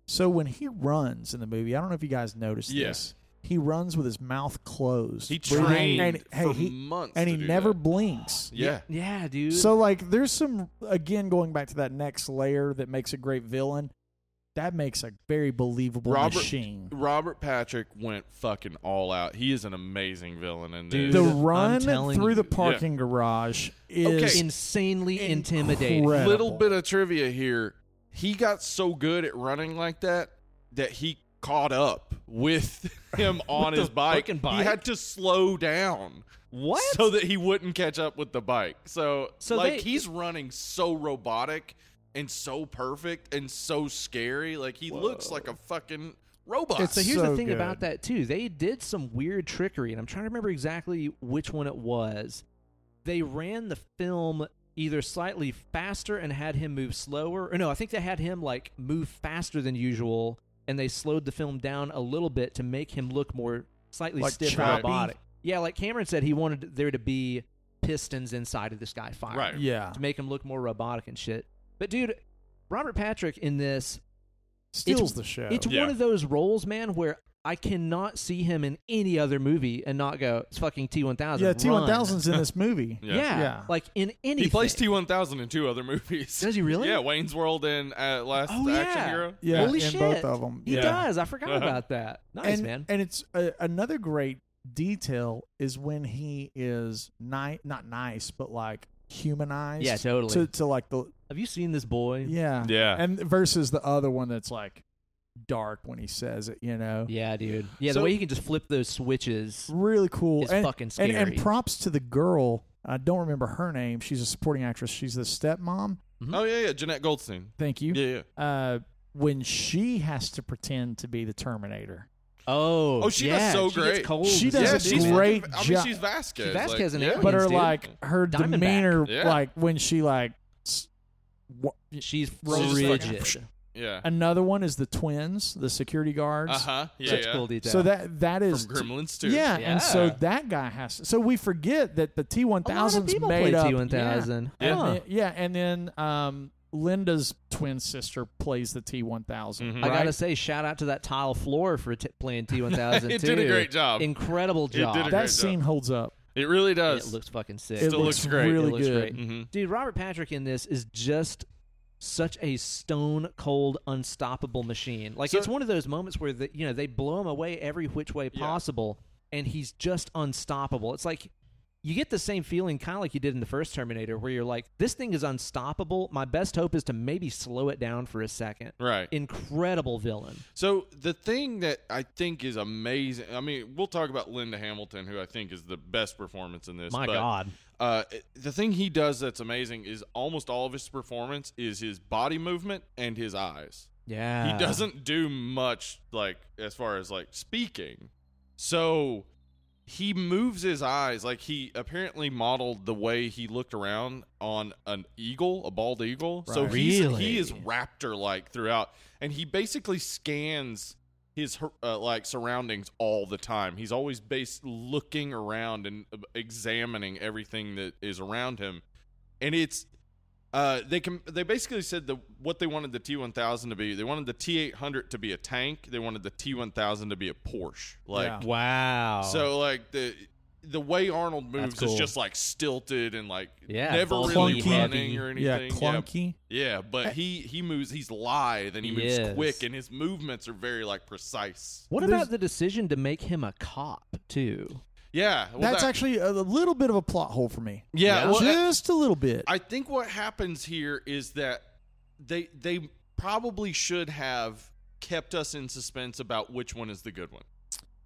So when he runs in the movie, I don't know if you guys noticed
Yeah.
this. He runs with his mouth closed.
He
But
trained
and, hey,
for
he,
months,
and
to
he
do
never
that.
blinks.
Yeah,
Yeah, dude.
So like there's some again going back to that next layer that makes a great villain. That makes a very believable
Robert-
machine.
Robert Patrick went fucking all out. He is an amazing villain in this.
Dude,
The
I'm
run
telling
through
you.
the parking garage is
Okay.
insanely intimidating.
Incredible.
little bit of trivia here. He got so good at running like that that he caught up with him on
the
his bike.
fucking
He
bike?
had to slow down.
What?
So that he wouldn't catch up with the bike. So,
So
like
they-
he's running so robotic and so perfect and so scary. Like he looks like a fucking robot.
It's
so here's
so
the thing
good.
about that too. They did some weird trickery, and I'm trying to remember exactly which one it was. They ran the film either slightly faster and had him move slower, or no, I think they had him like move faster than usual, and they slowed the film down a little bit to make him look more slightly
Like
stiff
choppy?
and robotic. Yeah, like Cameron said, he wanted there to be pistons inside of this guy firing.
Right.
yeah.
to make him look more robotic and shit. But dude, Robert Patrick in this,
Steals the show.
it's
Yeah.
one of those roles, man, where I cannot see him in any other movie and not go, it's fucking T one thousand.
yeah, T one thousands in this movie.
Yeah.
Yeah.
Like in any
He plays T one thousand in two other movies.
Does he really?
Yeah, Wayne's World and uh, Last
Oh,
Action
yeah.
Hero.
Yeah,
Holy
in
shit.
both of them.
He
yeah.
does. I forgot
Uh-huh.
about that. Nice,
and,
man.
And it's uh, another great detail is when he is ni- not nice, but like humanized.
Yeah, totally.
To, to like the
Have you seen this boy?
yeah
Yeah.
and versus the other one that's like dark when he says it. You know,
Yeah, dude. Yeah,
So-
the way he can just flip those switches.
really cool.
It's
and,
fucking
and- And,
scary.
props to the girl. I don't remember her name. She's a supporting actress. She's the stepmom.
Oh yeah, yeah. Jeanette Goldstein.
Thank you.
Yeah, yeah.
Uh, when she has to pretend to be the Terminator,
Oh,
Oh, she does
yeah,
so
she gets
great.
cold.
She
as
does
yeah,
a
hell,
she's
dude.
great
fucking- I mean,
job.
she's Vasquez.
She's
like,
Vasquez in
Oh, yeah.
everything.
but her
dude.
like her
Diamondback.
demeanor,
Yeah.
like when she like. s- wha-
She's
just
rigid.
fucking- Yeah.
Another one is the twins, the security guards.
Uh huh. Yeah.
Such
yeah.
cool detail.
So that that
From
is
Gremlins too.
yeah, and so
Yeah.
that guy has. To, so we forget that the T one
a lot of
thousands
people
made
play
up
T one thousand.
Yeah.
Yeah, and then- yeah, and then um, Linda's twin sister plays the T one thousand.
Mhm.
I gotta say, shout out to that tile floor for t- playing T1000.
It did a
too.
great job.
Incredible
did a
job.
great
That
job.
scene holds up.
It really
it
does.
looks fucking sick.
Still
it
looks great.
It
Really
looks
good.
great.
mm-hmm.
Dude, Robert Patrick in this is just such a stone cold, unstoppable machine. Like
So-
it's one of those moments where the, you know they blow him away every which way
Yeah.
possible, and he's just unstoppable. It's like you get the same feeling kind of like you did in the first Terminator, where you're like, this thing is unstoppable. My best hope is to maybe slow it down for a second.
Right.
Incredible villain.
So the thing that I think is amazing, I mean, we'll talk about Linda Hamilton, who I think is the best performance in this.
My
but,
God.
uh, the thing he does that's amazing is almost all of his performance is his body movement and his eyes.
Yeah.
he doesn't do much, like as far as like speaking. So he moves his eyes, like he apparently modeled the way he looked around on an eagle, a bald eagle. So
Right.
he's, he
Really?
is raptor like throughout, and he basically scans his her- uh, like surroundings all the time. He's always based looking around and uh, examining everything that is around him, and it's uh, they can they basically said the what they wanted the T1000 to be. They wanted the T800 to be a tank. They wanted the T1000 to be a Porsche. Like
Yeah.
Wow.
so like the the way Arnold moves is
cool.
just like stilted and like
Yeah,
never really
bulky,
running
heavy.
or anything.
yeah,
Yeah.
clunky.
Yeah, but he he moves. He's lithe and he
He
moves
is.
quick, and his movements are very like precise.
what
There's-
about the decision to make him a cop too?
Yeah, well,
That's
that-
actually a little bit of a plot hole for me.
yeah. well, that-
just a little bit.
I think what happens here is that they they probably should have kept us in suspense about which one is the good one,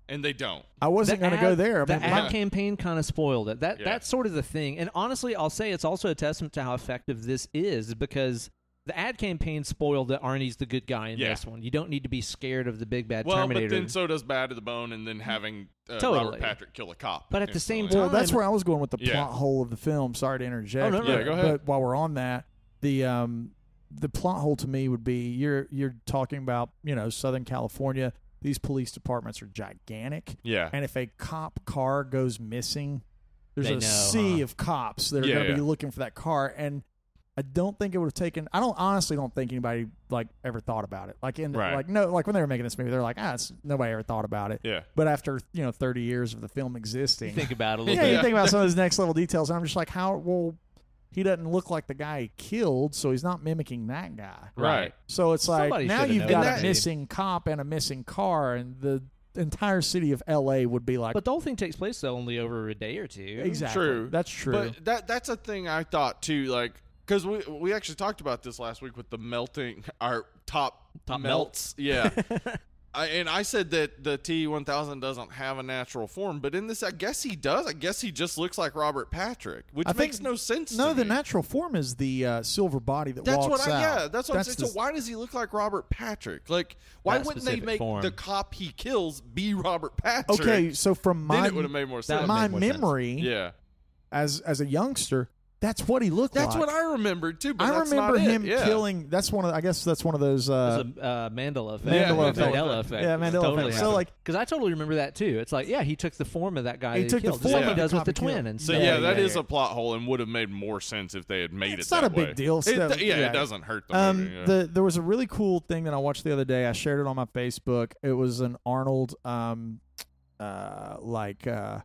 and they don't.
I wasn't
The
going to go
ad-
there.
The
I mean,
ad
Yeah.
campaign kind of spoiled it. That
Yeah.
that's sort of the thing. And honestly, I'll say it's also a testament to how effective this is because the ad campaign spoiled that Arnie's the good guy in
Yeah.
this one. You don't need to be scared of the big bad
Well,
Terminator.
but then so does Bad to the Bone, and then having uh,
Totally.
Robert Patrick kill a cop.
But at the same
instantly.
well, that's
time-
where I was going with the
Yeah.
plot hole of the film. Sorry to interject.
Oh, no, no,
Yeah,
but,
go ahead.
but while we're on that, the um, the plot hole to me would be you're you're talking about you know Southern California. These police departments are gigantic,
yeah,
and if a cop car goes missing, there's
They
a
know,
sea
huh?
of cops that are
Yeah,
going to
yeah.
be looking for that car and. I don't think it would have taken. I don't honestly don't think anybody like ever thought about it. Like in
Right.
like no like when they were making this movie, they're like ah, it's, nobody ever thought about it.
yeah.
But after you know thirty years of the film existing,
think about it a little
yeah,
bit.
you think about some of those next level details, and I'm just like, how? Well, he doesn't look like the guy he killed, so he's not mimicking that guy.
Right.
So it's like
Somebody
now
shoulda
you've
known
got
that.
a missing cop and a missing car, and the entire city of L.A. would be like,
But the whole thing takes place though only over a day or two.
exactly,
mm, True.
that's true.
But that that's a thing I thought too, like because we we actually talked about this last week with the melting our top
Top
melts. Yeah. I, and I said that the T one thousand doesn't have a natural form, but in this, I guess he does. I guess he just looks like Robert Patrick, which
I think-
makes no sense.
no,
to
the
me.
natural form is the uh, silver body that
That's
walks
what I
out.
yeah. That's what I'm saying.
the-
So why does he look like Robert Patrick? Like why
That
wouldn't they
specific
make
form.
the cop he kills be Robert Patrick?
Okay, so from
then
my
it would have made more
that
sense.
my
make more sense.
memory
yeah,
as as a youngster, that's what he looked
that's
like.
what I remembered too. But
I
that's
remember
not it.
him
Yeah.
killing. That's one of. I guess that's one of those. Uh,
It's a uh, Mandela effect.
Mandela
Mandela
effect.
Mandela effect.
Yeah, Mandela
totally
effect. So, like-
because I totally remember that too. It's like, yeah, he took the form of that guy.
He
that
took the
killed, just like
form
he
of
does
the
with the
cop he killed.
twin. And
So
stuff.
yeah, that is
yeah, yeah.
a plot hole and would have made more sense if they had made
It's
it.
not
that
a big
way.
deal,
It-
so-
yeah,
yeah.
it doesn't hurt the
Um,
movie. yeah.
the there was a really cool thing that I watched the other day. I shared it on my Facebook. It was an Arnold, um, uh, like uh,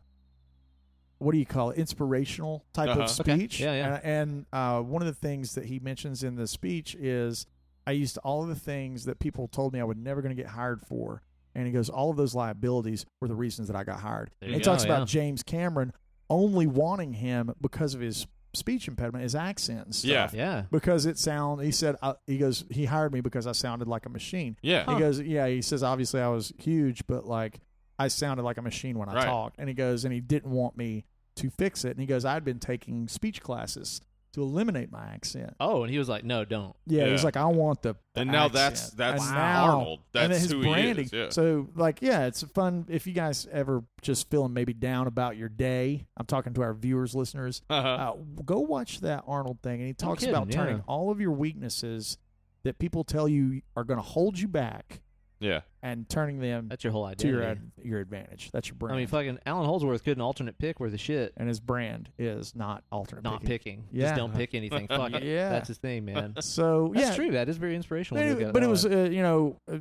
what do you call it? Inspirational type
Uh-huh.
of
Okay.
speech.
Yeah, yeah.
And, and uh, one of the things that he mentions in the speech is, I used all of the things that people told me I would never going to get hired for. And he goes, all of those liabilities were the reasons that I got hired.
There
And
you
he talks
go,
about
yeah.
James Cameron only wanting him because of his speech impediment, his accent. And stuff
Yeah.
yeah.
because it sound he said I, he goes he hired me because I sounded like a machine.
yeah,
He goes yeah he says obviously I was huge but like I sounded like a machine when I
Right.
talked and he goes and he didn't want me to fix it and he goes I'd been taking speech classes to eliminate my accent.
Oh, and he was like, no, don't.
Yeah,
Yeah.
he's like I want the, the
and now
accent."
that's that's
And now-
Arnold.
and
That's
his
who
branding.
he is. Yeah.
So like yeah, it's fun if you guys ever just feeling maybe down about your day. I'm talking to our viewers, listeners
Uh-huh.
uh, go watch that Arnold thing, and he talks
kidding,
about turning
yeah.
all of your weaknesses that people tell you are going to hold you back
yeah,
and turning them
That's your whole
to
idea.
your ad, your advantage. That's your brand.
I mean, fucking Alan Holdsworth could an alternate pick where the shit.
and his brand is not alternate.
Not picking.
picking. Yeah.
Just don't pick anything. Fuck it.
Yeah.
That's his thing, man.
So
That's
yeah,
true. That is very inspirational.
But,
when you
anyway,
look at
but it
that
was
way.
uh, you know a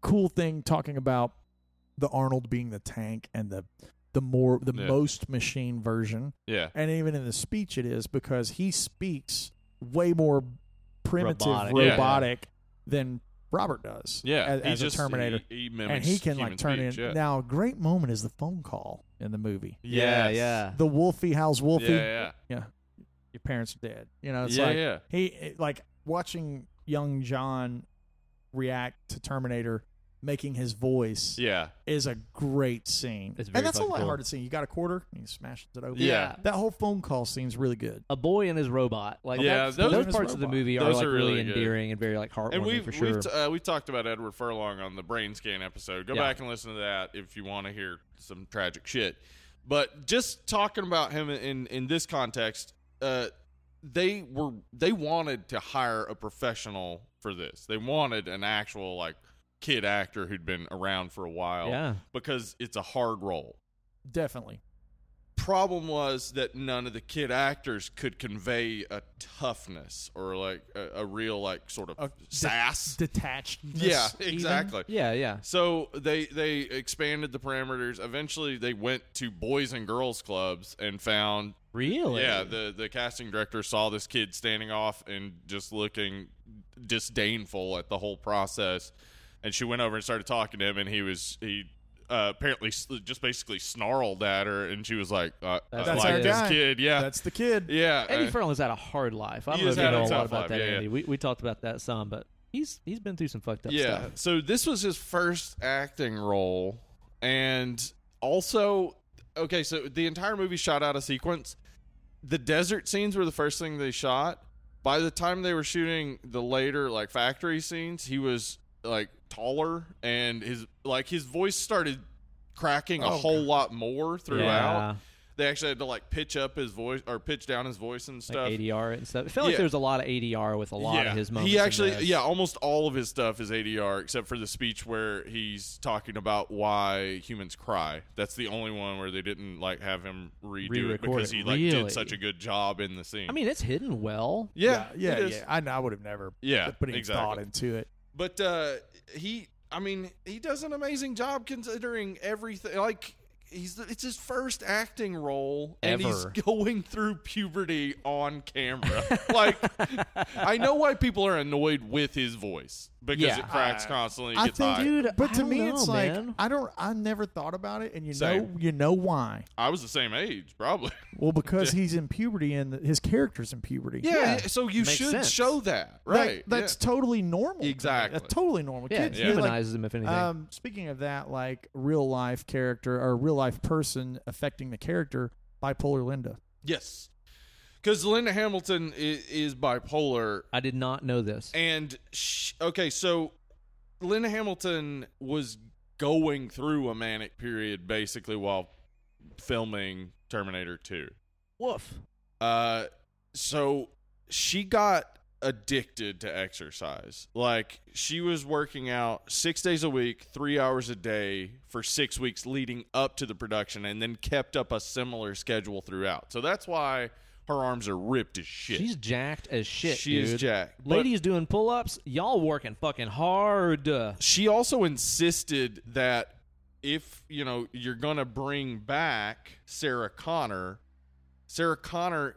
cool thing talking about the Arnold being the tank and the the more the
Yeah.
most machine version.
yeah,
and even in the speech it is because he speaks way more primitive robotic,
Robotic.
Yeah.
than Robert does
yeah.
as,
he
as
just,
a Terminator
he, he
and
mimics
he can like
human
turn
speech,
in
Yeah.
now a great moment is the phone call in the movie.
Yeah,
Yes.
yeah.
The Wolfie, how's Wolfie?
Yeah, yeah.
Your parents are dead. You know, it's
yeah,
like
yeah.
he it- like watching young John react to Terminator making his voice
Yeah.
is a great scene.
It's very
and that's a
fucking cool.
lighthearted scene. You got a quarter and he smashes it open.
Yeah.
That whole phone call scene's really good.
A boy and his robot. Like
Yeah,
that's-
those-
those,
Boy and
parts
his
of the
robot.
movie are
Those
like
are
really,
really good.
endearing and very like heartwarming
And we've
for sure.
we've, t- uh, we've talked about Edward Furlong on the brain scan episode. Go
Yeah.
back and listen to that if you want to hear some tragic shit. But just talking about him in in this context, uh, they were they wanted to hire a professional for this. They wanted an actual like kid actor who'd been around for a while
yeah.
because it's a hard role.
Definitely.
problem was that none of the kid actors could convey a toughness or like a, a real like sort of
A de-
sass.
Detached.
yeah, exactly.
Yeah, yeah.
So they they expanded the parameters. Eventually, they went to boys and girls clubs and found
Really?
yeah the the casting director saw this kid standing off and just looking disdainful at the whole process, and she went over and started talking to him, and he was he. Uh, apparently, s- just basically snarled at her, and she was like, uh,
That's
"I
our
like this
guy.
kid, yeah,
That's the kid.
yeah."
Eddie
uh,
Furlong's had a hard life. I
He
don't know
has
if you
had a
know a lot
tough
about
life,
that,
yeah, yeah.
Andy. We, we talked about that some, but he's he's been through some fucked up
yeah.
stuff.
So this was his first acting role, and also, okay, so the entire movie shot out of sequence. The desert scenes were the first thing they shot. By the time they were shooting the later like factory scenes, he was like taller, and his like his voice started cracking a
Oh,
whole lot more throughout.
Yeah.
They actually had to like pitch up his voice or pitch down his voice and stuff.
Like ADR and stuff. It felt like
Yeah.
there was a lot of ADR with a lot of his moments.
He
in
actually,
this.
yeah, almost all of his stuff is ADR except for the speech where he's talking about why humans cry. That's the only one where they didn't like have him redo it
Re-record
because
it.
he like
Really?
did such a good job in the scene.
I mean, it's hidden well.
yeah,
Yeah.
it
Yeah.
is.
yeah. I, I would have never
Yeah,
put any
exactly.
thought into it.
But uh, he, I mean, he does an amazing job considering everything. Like he's, it's his first acting role, and he's
Ever.
going through puberty on camera. like, I know why people are annoyed with his voice because
Yeah.
it cracks constantly. It
I
gets
think,
high.
Dude,
But
I
to
don't
me,
know,
it's like
man.
I don't. I never thought about it, and you know,
Same.
you know why?
I was the same age, probably.
Well, because he's in puberty, and his character's in puberty.
Yeah. So you
Makes
should
sense.
show that,
That-
right?
that's totally normal. to me.
Exactly.
That's totally normal.
Yeah, it
Kids, you're like-
humanizes him if anything.
Um, speaking of that, like real life character or real life person affecting the character, bipolar Linda.
yeah. yes. Because Linda Hamilton is, is bipolar,
I did not know this.
And sh- okay, so Linda Hamilton was going through a manic period basically while filming Terminator 2.
Woof.
Uh, so she got addicted to exercise. Like she was working out six days a week, three hours a day for six weeks leading up to the production, and then kept up a similar schedule throughout. So that's why her arms are ripped as shit.
She's jacked as shit.
She is
dude.
jacked, but-
Ladies doing pull ups. Y'all working fucking hard.
she also insisted that if you know you're gonna bring back Sarah Connor, Sarah Connor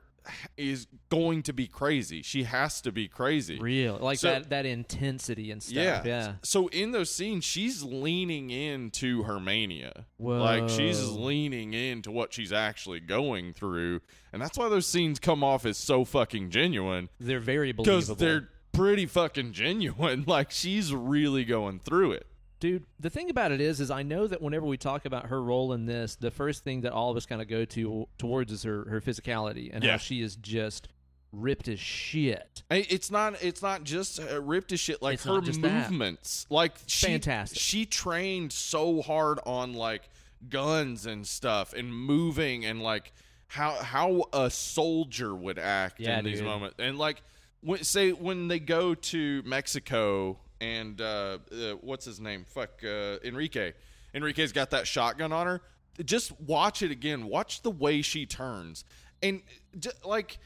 is going to be crazy. She has to be crazy.
Real. Like
So-
that, that intensity and stuff.
Yeah.
Yeah.
So in those scenes, she's leaning into her mania. Like she's
Whoa.
leaning into what she's actually going through, and that's why those scenes come off as so fucking genuine
They're very
because
believable.
they're pretty fucking genuine. Like she's really going through it.
Dude, the thing about it is, is I know that whenever we talk about her role in this, the first thing that all of us kind of go to towards is her her physicality and
Yeah.
how she is just ripped as shit.
I- It's not. It's not just uh, ripped to shit. Like
It's
her
not just that.
movements. Like she,
Fantastic.
She trained so hard on like guns and stuff and moving and like how how a soldier would act
Yeah,
in these
dude.
moments. And like when, say when they go to Mexico and uh, uh what's his name? Fuck uh, Enrique. Enrique's got that shotgun on her. Just watch it again. Watch the way she turns and j- like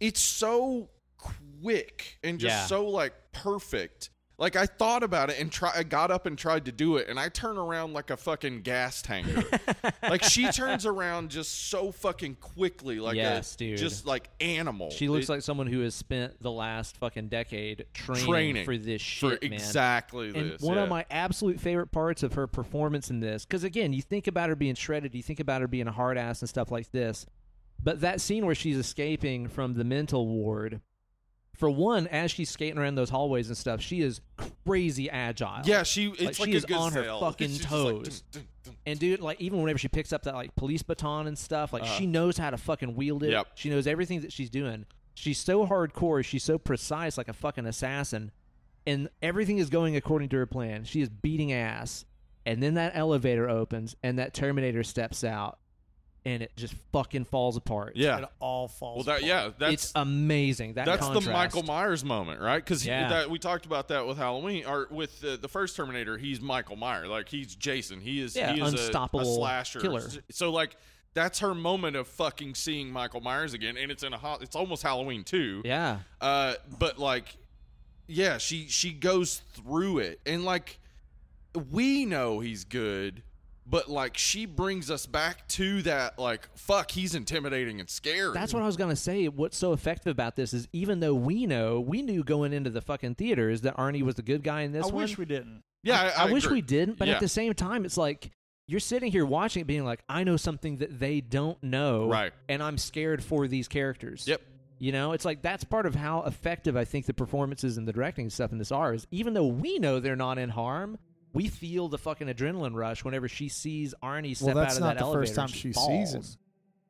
it's so quick and just
Yeah.
so like perfect Like I thought about it and try I got up and tried to do it and I turn around like a fucking gas tanker. like she turns around just so fucking quickly like
Yes,
a
dude.
just like animal.
She looks
It-
like someone who has spent the last fucking decade training,
training
for this
for
shit, man.
Exactly
And
this.
one
yeah.
of my absolute favorite parts of her performance in this, because again, you think about her being shredded, you think about her being a hard ass and stuff like this, but that scene where she's escaping from the mental ward, for one, as she's skating around those hallways and stuff, she is crazy agile.
Yeah, she it's like,
she
a
is on her
gazelle.
fucking
It's just like,
toes.
dun, dun, dun.
And dude, like even whenever she picks up that like police baton and stuff, like she knows how to fucking wield it.
Uh-huh. Yep.
She knows everything that she's doing. She's so hardcore. She's so precise, like a fucking assassin. And everything is going according to her plan. She is beating ass. And then that elevator opens, and that Terminator steps out, and it just fucking falls apart.
Yeah.
It all falls.
Well that
apart.
yeah, that's
it's amazing. That
that's
contrast.
the Michael Myers moment, right? Because
Yeah.
that we talked about that with Halloween or with the, the first Terminator. He's Michael Myers, like he's Jason. He is
Yeah,
he is a- a,
unstoppable
slasher
killer.
So like that's her moment of fucking seeing Michael Myers again, and it's in a ho- it's almost Halloween too.
Yeah,
Uh, but like, yeah, she she goes through it, and like we know he's good. But like she brings us back to that, like fuck, he's intimidating and scary.
That's what I was gonna say. What's so effective about this is even though we know, we knew going into the fucking theaters that Arnie was the good guy in
I
this one.
wish we didn't.
yeah. I,
I, wish
agree.
we didn't, but
Yeah.
at the same time, it's like you're sitting here watching it, being like, I know something that they don't know,
Right.
And I'm scared for these characters.
Yep.
You know, it's like that's part of how effective I think the performances and the directing stuff in this are. Is even though we know they're not in harm, we feel the fucking adrenaline rush whenever she sees Arnie step
well,
out
that's
of
not
that
the
elevator.
first time
and
she,
falls.
sees him.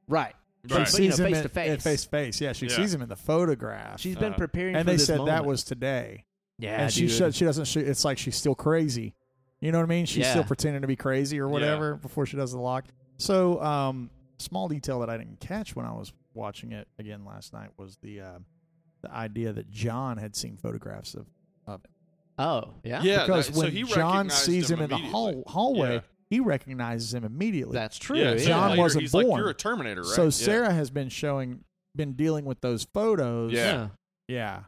Right.
Right.
But,
She
you know,
sees him
face
in-
to face.
in face to face. Yeah, she
Yeah.
sees him in the photograph.
She's been
Uh,
preparing
and
for
they
this
said that
moment.
was today.
yeah,
and she
dude.
should, she doesn't. She, it's like she's still crazy. You know what I mean? She's still
Yeah.
pretending to be crazy or
Yeah.
whatever before she does the lock. So, um, small detail that I didn't catch when I was watching it again last night was the uh, the idea that John had seen photographs of
Oh, yeah.
Yeah,
because
that- so
when
he
John
recognized
sees him, in the
immediately.
hall, hallway,
Yeah.
he recognizes him immediately.
That's true.
Yeah,
Yeah,
so
John
later
wasn't
he's Like,
born.
You're a Terminator, right?
So
Yeah.
Sarah has been showing, been dealing with those photos.
Yeah.
Yeah.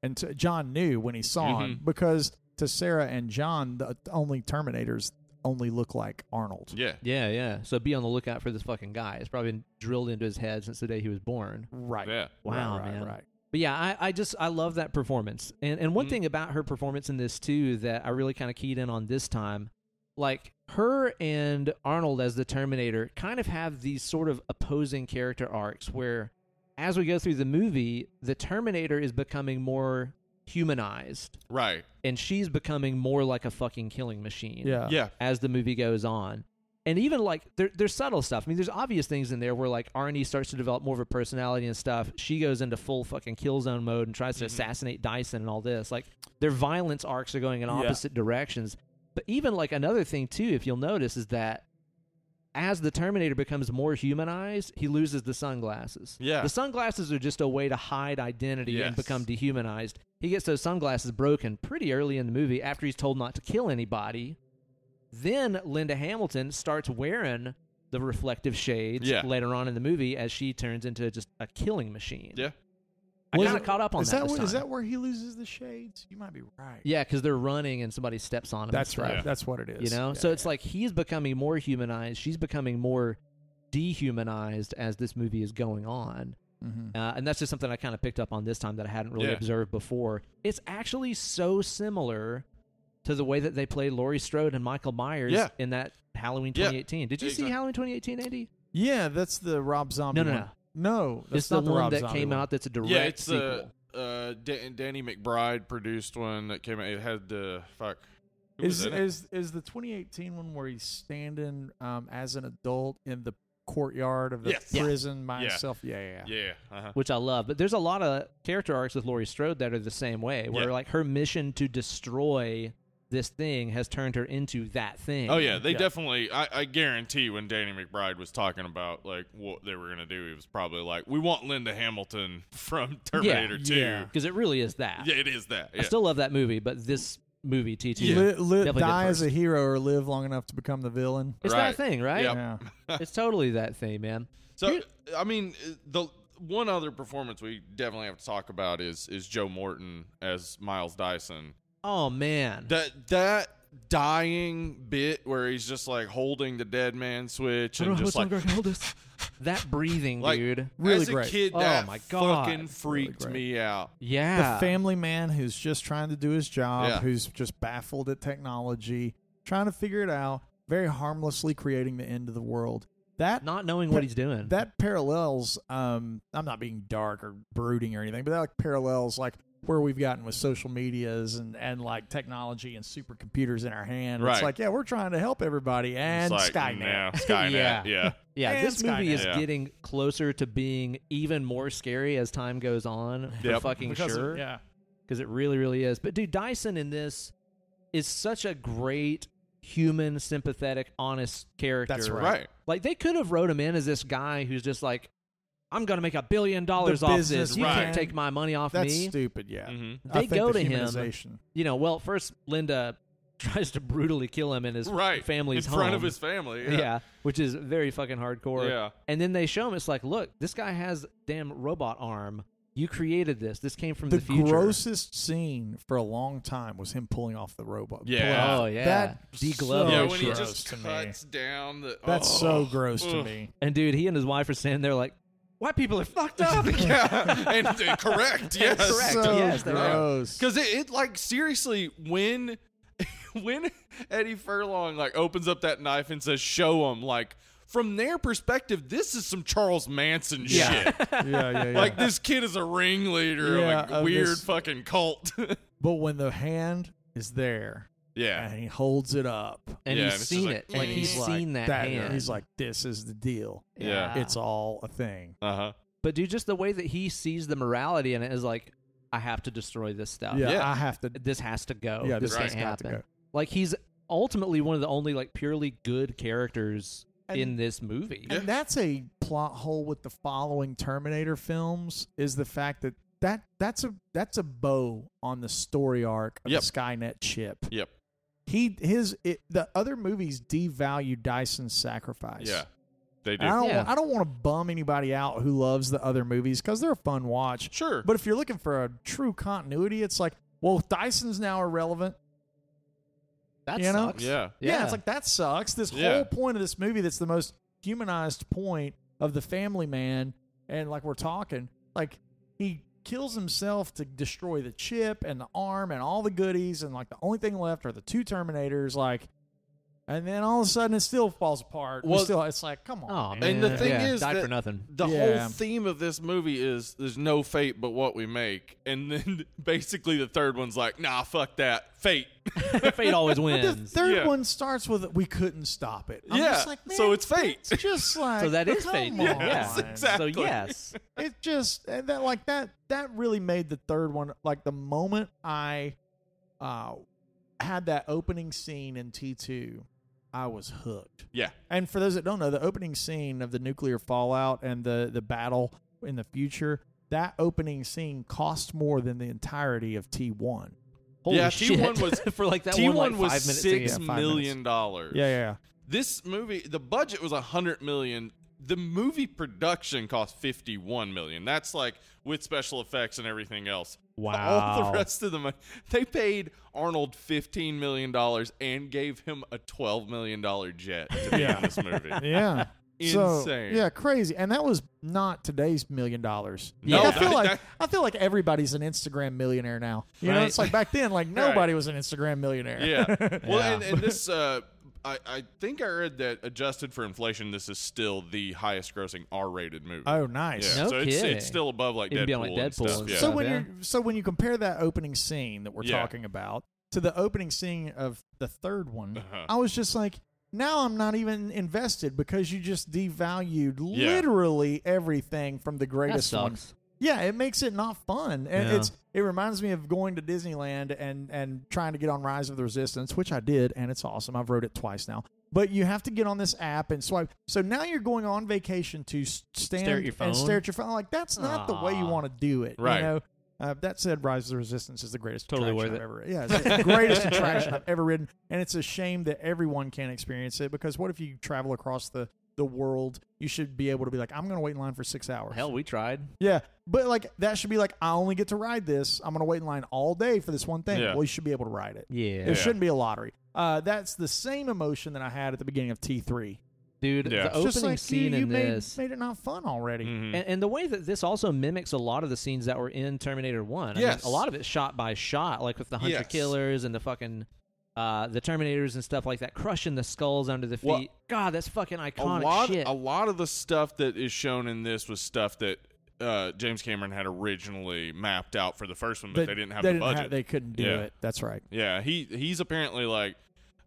And t- John knew when he saw him
Mhm.
because to Sarah and John, the the only Terminators only look like Arnold.
Yeah.
Yeah, yeah. So be on the lookout for this fucking guy. It's probably been drilled into his head since the day he was born.
Right.
Yeah.
Wow,
right, right,
man.
Right.
But yeah, I, I just I love that performance. And and one
Mhm.
thing about her performance in this too that I really kind of keyed in on this time, like her and Arnold as the Terminator kind of have these sort of opposing character arcs where as we go through the movie, the Terminator is becoming more humanized
Right.
and she's becoming more like a fucking killing machine.
Yeah.
Yeah.
as the movie goes on. And even like there, there's subtle stuff. I mean, there's obvious things in there where like Arnie starts to develop more of a personality and stuff. She goes into full fucking kill zone mode and tries to
Mm-hmm.
assassinate Dyson and all this. Like their violence arcs are going in
Yeah.
opposite directions. But even like another thing too, if you'll notice, is that as the Terminator becomes more humanized, he loses the sunglasses.
Yeah.
The sunglasses are just a way to hide identity
Yes.
and become dehumanized. He gets those sunglasses broken pretty early in the movie after he's told not to kill anybody. Then Linda Hamilton starts wearing the reflective shades
Yeah.
later on in the movie as she turns into just a killing machine.
Yeah.
I
Was
got
it-
caught up on
is
that.
that,
this
where- is
time.
that where he loses the shades? You might be right.
yeah, because they're running and somebody steps on him.
That's
and stuff,
right. That's what it
You
is.
know,
Yeah,
so it's
yeah.
like he's becoming more humanized. She's becoming more dehumanized as this movie is going on.
Mhm.
Uh, and that's just something I kind of picked up on this time that I hadn't really
Yeah.
observed before. It's actually so similar to the way that they played Laurie Strode and Michael Myers
Yeah.
in that Halloween
Yeah.
2018. Did you
Exact-
see Halloween 2018, Andy?
Yeah, that's the Rob Zombie.
No, no,
one. no. That's
it's
not
the,
the,
one
Rob
that
Zombie
came
one.
out that's a direct
Yeah. It's
sequel.
the uh, Dan- Danny McBride produced one that came out. It had the fuck. Who was
Is
in it?
is is the 2018 one where he's standing um, as an adult in the courtyard of the
Yes. Yeah.
prison by
Yeah.
himself? Yeah, yeah, yeah.
yeah. Uh-huh.
which I love. But there's a lot of character arcs with Laurie Strode that are the same way, where
Yeah.
like her mission to destroy this thing has turned her into that thing.
Oh yeah, they
Yeah.
definitely. I, I guarantee when Danny McBride was talking about like what they were gonna do, he was probably like, "We want Linda Hamilton from Terminator 2."
yeah.
because it really is that.
Yeah, it is that.
I
Yeah.
still love that movie, but this movie T two,
Li- li-
Definitely
die
did
as a hero or live long enough to become the villain.
it's
Right.
that thing, right?
Yep.
Yeah.
It's totally that thing, man.
So
Here-
I mean, the one other performance we definitely have to talk about is is Joe Morton as Miles Dyson.
Oh man.
That that dying bit where he's just like holding the dead man switch
I don't
and
know how
just
much
like
longer I can hold this. That breathing,
like
dude.
Really
as a
great.
kid
Oh
that
my God.
fucking freaked
great.
me out.
Yeah.
The family man who's just trying to do his job,
Yeah.
who's just baffled at technology, trying to figure it out, very harmlessly creating the end of the world. That
Not knowing what he's doing.
that parallels um i'm not being dark or brooding or anything but that like parallels like where we've gotten with social medias and and like technology and supercomputers in our hand it's
Right.
like yeah we're trying to help everybody and
it's like,
skynet
nah, Skynet,
Yeah.
yeah.
yeah,
and
this movie
Skynet.
is
Yeah.
getting closer to being even more scary as time goes on. For
Yep.
fucking
Because of-
sure.
yeah
because it really, really is. But dude, Dyson in this is such a great human, sympathetic, honest character.
That's
right.
Right.
Like they could have wrote him in as this guy who's just like, I'm gonna make a billion dollars off
business
this. You
man.
can't take my money off
that's
me.
stupid yeah
hmm
I
They
think
go
the
to him.
humanization-
You know, well, first Linda tries to brutally kill him in his
right
family's
in front
home.
of his family.
yeah. which is very fucking hardcore.
Yeah.
And then they show him it's like, look, this guy has damn robot arm. You created this. This came from the,
the
future.
grossest scene for a long time was him pulling off the robot
Yeah.
pulling off-
Oh yeah.
that
Deglove.
so
yeah,
Oh,
when he
gross
just
to me.
cuts down the.
that's
oh,
so gross to
ugh.
me
And dude, he and his wife are standing there like, white people are fucked up.
yeah, and uh, correct. Yes,
Correct.
so
yes, they are.
gross
Because it, it like seriously when when Eddie Furlong like opens up that knife and says show him like from their perspective this is some Charles Manson
Yeah.
shit.
yeah yeah yeah
Like this kid is a ringleader
Yeah,
of a
of
weird
this-
fucking cult.
But when the hand is there
yeah.
and he holds it up,
And
Yeah, and
he's
it's just
seen
like,
it. Like
and
he's
he's
seen that, hand.
he's like, this is the deal.
Yeah.
It's all a thing.
Uh huh.
But dude, just the way that he sees the morality in it is like, I have to destroy this stuff.
Yeah,
Yeah.
I have to.
This has to go.
Yeah,
this
this
has
can't
got to
happen.
go.
Like he's ultimately one of the only like purely good characters
And-
in this movie.
Yeah.
And that's a plot hole with the following Terminator films is the fact that that that's a that's a bow on the story arc of
Yep.
the Skynet chip.
Yep.
He his it, the other movies devalue Dyson's sacrifice.
Yeah. They
And I
do.
don't
Yeah.
I don't want to bum anybody out who loves the other movies because they're a fun watch.
Sure.
But if you're looking for a true continuity, it's like, well, Dyson's now irrelevant.
That
You know?
sucks.
yeah.
Yeah,
Yeah.
it's like that sucks. This
Yeah.
whole point of this movie that's the most humanized point of the family man and like we're talking, like he kills himself to destroy the chip and the arm and all the goodies and like the only thing left are the two terminators like and then all of a sudden it still falls apart. We
Well-
still it's like come on.
Oh man.
And the thing
Yeah,
is
died
that-
for nothing.
The
Yeah.
whole theme of this movie is there's no fate but what we make. And then basically the third one's like, nah, fuck that. Fate.
Fate always
The
wins.
third
Yeah.
one starts with we couldn't stop it. I'm
Yeah,
just like,
so
man,
it's fate.
that's just like
so that is
come
fate.
on.
Yeah.
Yes, exactly.
So yes.
it just and that like that that really made the third one like the moment I uh had that opening scene in T2 I was hooked.
Yeah.
And for those that don't know the opening scene of the nuclear fallout and the the battle in the future that opening scene cost more than the entirety of T1.
Holy
Yeah,
shit.
T1 was-
for like that
T1
one like
was
five minutes
six
Yeah, five
million dollars.
Yeah, yeah.
This movie, the budget was a hundred million. The movie production cost fifty-one million. That's like with special effects and everything else. All
Wow.
the rest of the money, they paid Arnold fifteen million dollars and gave him a twelve million dollar jet to be in this movie.
Yeah. So,
Insane.
yeah, crazy. And that was not today's million dollars.
No,
Like, I feel
that-
like
that-
I feel like everybody's an Instagram millionaire now. You know,
Right.
it's like back then, like nobody was an Instagram millionaire.
Yeah. Well,
Yeah.
And, and this, uh, I, I think I read that adjusted for inflation, this is still the highest grossing R-rated movie.
oh, nice.
yeah.
No
so it's,
kidding.
it's still above like
Even
Deadpool,
beyond, like,
and
Deadpool
stuff.
and
Yeah.
So
Yeah.
when
Yeah.
you so when you compare that opening scene that we're
Yeah.
talking about to the opening scene of the third one,
Uh-huh.
I was just like, now I'm not even invested because you just devalued
Yeah.
literally everything from
That
the greatest one
sucks.
Yeah, it makes it not fun, and
Yeah.
it's it reminds me of going to Disneyland and and trying to get on Rise of the Resistance, which I did, and it's awesome. I've rode it twice now, but you have to get on this app and swipe. So now you're going on vacation to s- stand
Stare at your phone?
and stare at your phone. Like that's not the way you
Aw.
want to do it,
Right.
You know? Uh, that said, Rise of the Resistance is the greatest
Totally
attraction
worth
I've ever. Yeah, it's the greatest attraction I've ever ridden, and it's a shame that everyone can't experience it because what if you travel across the the world, you should be able to be like, I'm going to wait in line for six hours.
Hell, we tried.
Yeah, but like that should be like, I only get to ride this. I'm going to wait in line all day for this one thing.
Yeah.
Well, you should be able to ride it.
Yeah,
There shouldn't be a lottery. Uh, that's the same emotion that I had at the beginning of T3.
dude.
Yeah. It's
The
It's
opening
just like,
scene
you, you
in
made,
this,
made it not fun already.
Mhm.
and, and the way that this also mimics a lot of the scenes that were in Terminator One. I
Yes.
mean, a lot of it's shot by shot, like with the hunter
Yes.
killers and the fucking. Uh, the Terminators and stuff like that, crushing the skulls under the feet.
Well,
God, that's fucking
a
iconic
lot,
shit.
a lot of the stuff that is shown in this was stuff that uh, James Cameron had originally mapped out for the first one, but, they didn't have the budget.
they couldn't do
Yeah.
it. That's right.
yeah, he he's apparently like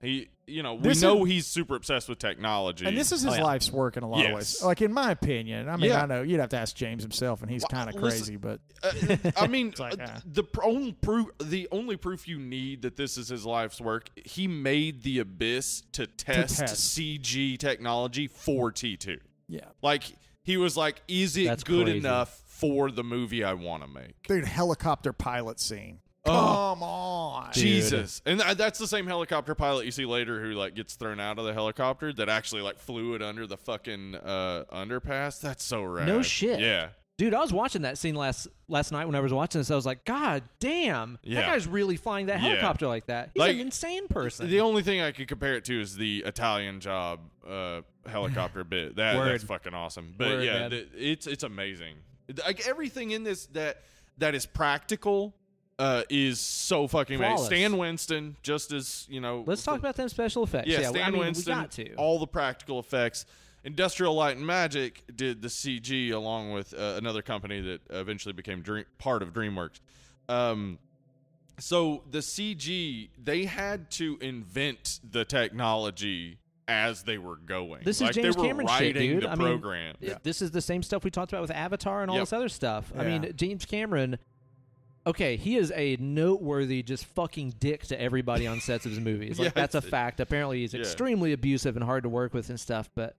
he, you know, we
This is-
know he's super obsessed with technology,
And this is his
Oh, yeah.
life's work in a lot of ways.
Yes.
Like in my opinion, I mean,
Yeah.
I know you'd have to ask James himself, and he's
Well,
kind of
listen-
crazy, but
Uh, I mean,
like,
uh,
uh.
the pr- only proof, the only proof you need that this is his life's work, he made the abyss to test,
test.
CG technology for T two.
yeah,
Like he was like, is it
That's
good
crazy.
enough for the movie I want to make?
dude, helicopter pilot scene.
Oh.
Come on,
Jesus, and th- that's the same helicopter pilot you see later who like gets thrown out of the helicopter that actually like flew it under the fucking uh, underpass. That's so rad.
No shit.
Yeah,
Dude, I was watching that scene last last night when I was watching this. I was like, God damn, that
Yeah.
guy's really flying that
Yeah.
helicopter like that. He's
Like,
an insane person.
The only thing I could compare it to is the Italian job uh, helicopter bit. That
Word.
that's fucking awesome. But
Word,
yeah,
man.
th- it's it's amazing. Like everything in this that that is practical uh, is so fucking amazing.
Flawless.
Stan Winston, just as you know,
Let's talk about them special effects.
yeah,
Yeah,
Stan
I mean,
Winston,
we got to.
all the practical effects. Industrial Light and Magic did the CG along with uh, another company that eventually became dream- part of DreamWorks. Um, so the CG, they had to invent the technology as they were going.
this is
like
James
they were
Cameron shit,
writing
dude.
the
I mean,
program.
th- this is the same stuff we talked about with Avatar and all
Yep.
this other stuff. I
Yeah.
mean, James Cameron. Okay, he is a noteworthy, just fucking dick to everybody on sets of his movies. Like
Yeah,
that's a
it's-
fact. Apparently, he's
yeah.
extremely abusive and hard to work with and stuff. But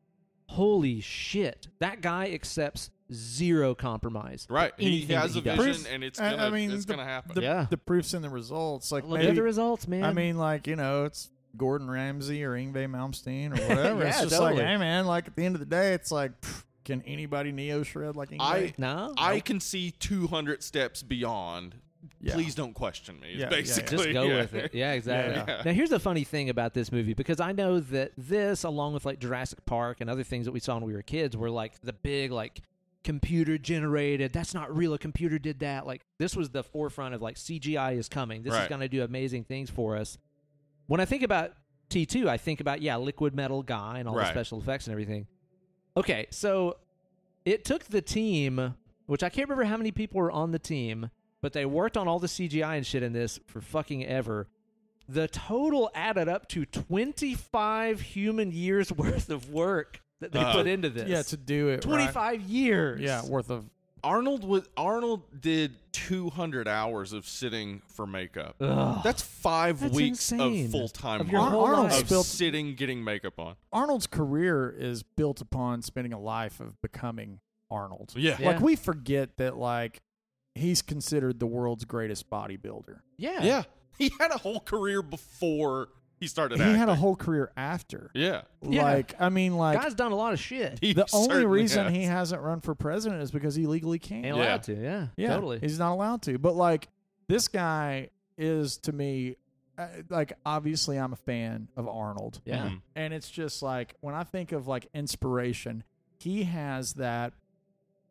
holy shit, that guy accepts zero compromise. for
right. He
anything that
has a
does.
vision and it's
I-
gonna
I mean,
it's
the-
gonna happen.
The,
Yeah.
the proof's in the results. Like
Look at
maybe,
the results, man.
I mean, like you know, it's Gordon Ramsay or Ingve Malmsteen or whatever.
Yeah,
it's just
totally.
like, hey man, like at the end of the day, it's like, pff, can anybody neo shred like Ingve?
I-
no,
I can see 200 steps beyond.
Yeah.
Please don't question me. It's
Yeah, yeah, yeah.
basically
just go
yeah.
with it. Yeah, exactly.
Yeah.
Yeah.
Now here's the funny thing about this movie because I know that this, along with like Jurassic Park and other things that we saw when we were kids, were like the big like computer generated. That's not real. A computer did that. Like this was the forefront of like CGI is coming. This is
Right.
going to do amazing things for us. When I think about T2, I think about yeah, liquid metal guy and all the
Right.
special effects and everything. Okay, so it took the team, which I can't remember how many people were on the team, but they worked on all the CGI and shit in this for fucking ever. The total added up to 25 human years worth of work that they
Uh,
put into this.
yeah, to do it. right.
25 years.
Yeah, worth of
Arnold was Arnold did 200 hours of sitting for makeup.
Ugh.
That's five
That's
weeks
insane.
of full time
Of
work
your whole
Arnold
life.
of
spilt-
sitting getting makeup on.
Arnold's career is built upon spending a life of becoming Arnold.
Yeah,
Yeah.
Like we forget that like he's considered the world's greatest bodybuilder.
Yeah.
yeah. He had a whole career before he started.
he had a
acting.
whole career after.
yeah.
Yeah.
Like I mean like
Guy's done a lot of shit.
He
the only
certainly
reason
has.
he hasn't run for president is because he legally can't.
Ain't
Yeah.
allowed to. Yeah.
Yeah,
Totally.
He's not allowed to. But like this guy is to me uh, like obviously I'm a fan of Arnold.
yeah.
Mhm.
And it's just like when I think of like inspiration, he has that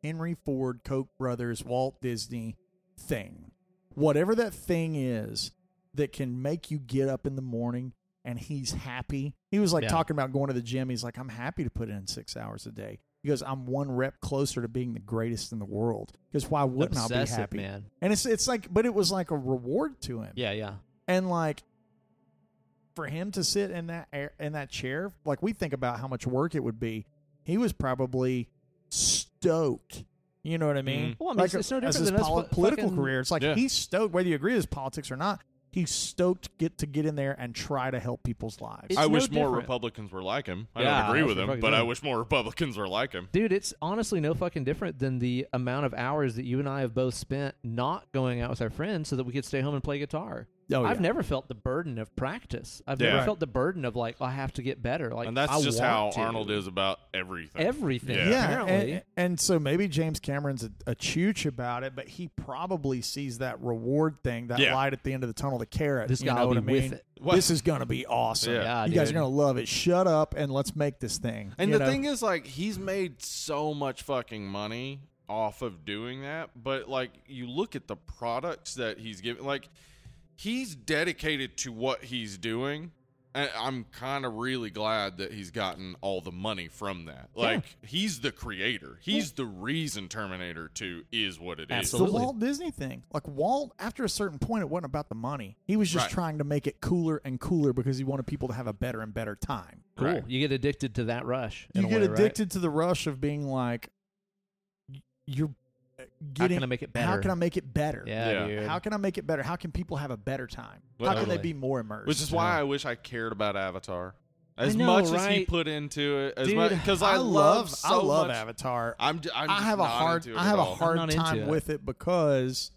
Henry Ford, Koch brothers, Walt Disney thing. Whatever that thing is that can make you get up in the morning and he's happy. He was like
Yeah.
talking about going to the gym. He's like, I'm happy to put in six hours a day. He goes, I'm one rep closer to being the greatest in the world. Because why wouldn't I be
Obsessive,
happy?
man.
And it's it's like, but it was like a reward to him
Yeah, yeah.
and like for him to sit in that air, in that chair like we think about how much work it would be he was probably stoked you know what i mean
Mhm.
Well, I mean,
like,
it's- it's no different
as his
than us fu-
political
fucking-
career it's like
Yeah.
he's stoked whether you agree with his politics or not he's stoked to get to get in there and try to help people's lives
It's
I
no
wish more
different.
Republicans were like him. I
Yeah,
don't agree
that's
with
what
him,
fucking
but I
done.
wish more Republicans were like him.
Dude, it's honestly no fucking different than the amount of hours that you and I have both spent not going out with our friends so that we could stay home and play guitar.
Oh,
I've
yeah.
never felt the burden of practice. I've
Yeah.
never felt the burden of like I have to get better. Like
and that's
I
just how
want to.
Arnold is about everything.
Everything.
Yeah.
Yeah,
Apparently.
and, and so maybe James Cameron's a, a chooch about it, but he probably sees that reward thing, that
Yeah.
light at the end of the tunnel, the carrot.
This
you
guy'll
know what
be
I mean?
with it.
What-
This is gonna be awesome.
Yeah.
Yeah,
you guys are
dude.
gonna love it. Shut up and let's make this thing.
And
you
the
know?
thing is, like, he's made so much fucking money off of doing that. But, like, you look at the products that he's giving, like, he's dedicated to what he's doing. And I'm kind of really glad that he's gotten all the money from that. Like, he's the creator, he's the reason Terminator 2 is what it is.
It's the
Absolutely.
Walt Disney thing. Like Walt, after a certain point, it wasn't about the money. He was just
Right.
trying to make it cooler and cooler because he wanted people to have a better and better time.
Cool.
Right.
You get addicted to that rush. in
You
a
get
way, right?
addicted to the rush of being like, y- you're uh,
How
getting.
can I make it better?
how can I make it better?
Yeah,
Yeah.
dude.
How can I make it better? How can people have a better time?
Well,
How can they
totally.
be more immersed?
Which is why I wish I cared about Avatar.
I
As
know,
much as he
right?
put into it, as
Dude,
much because I, love, so
I love
much.
Avatar.
I'm, j- I'm
I
just
have a
not
hard
into it
I
at
have a
all.
hard
I'm not
time
into it.
with it because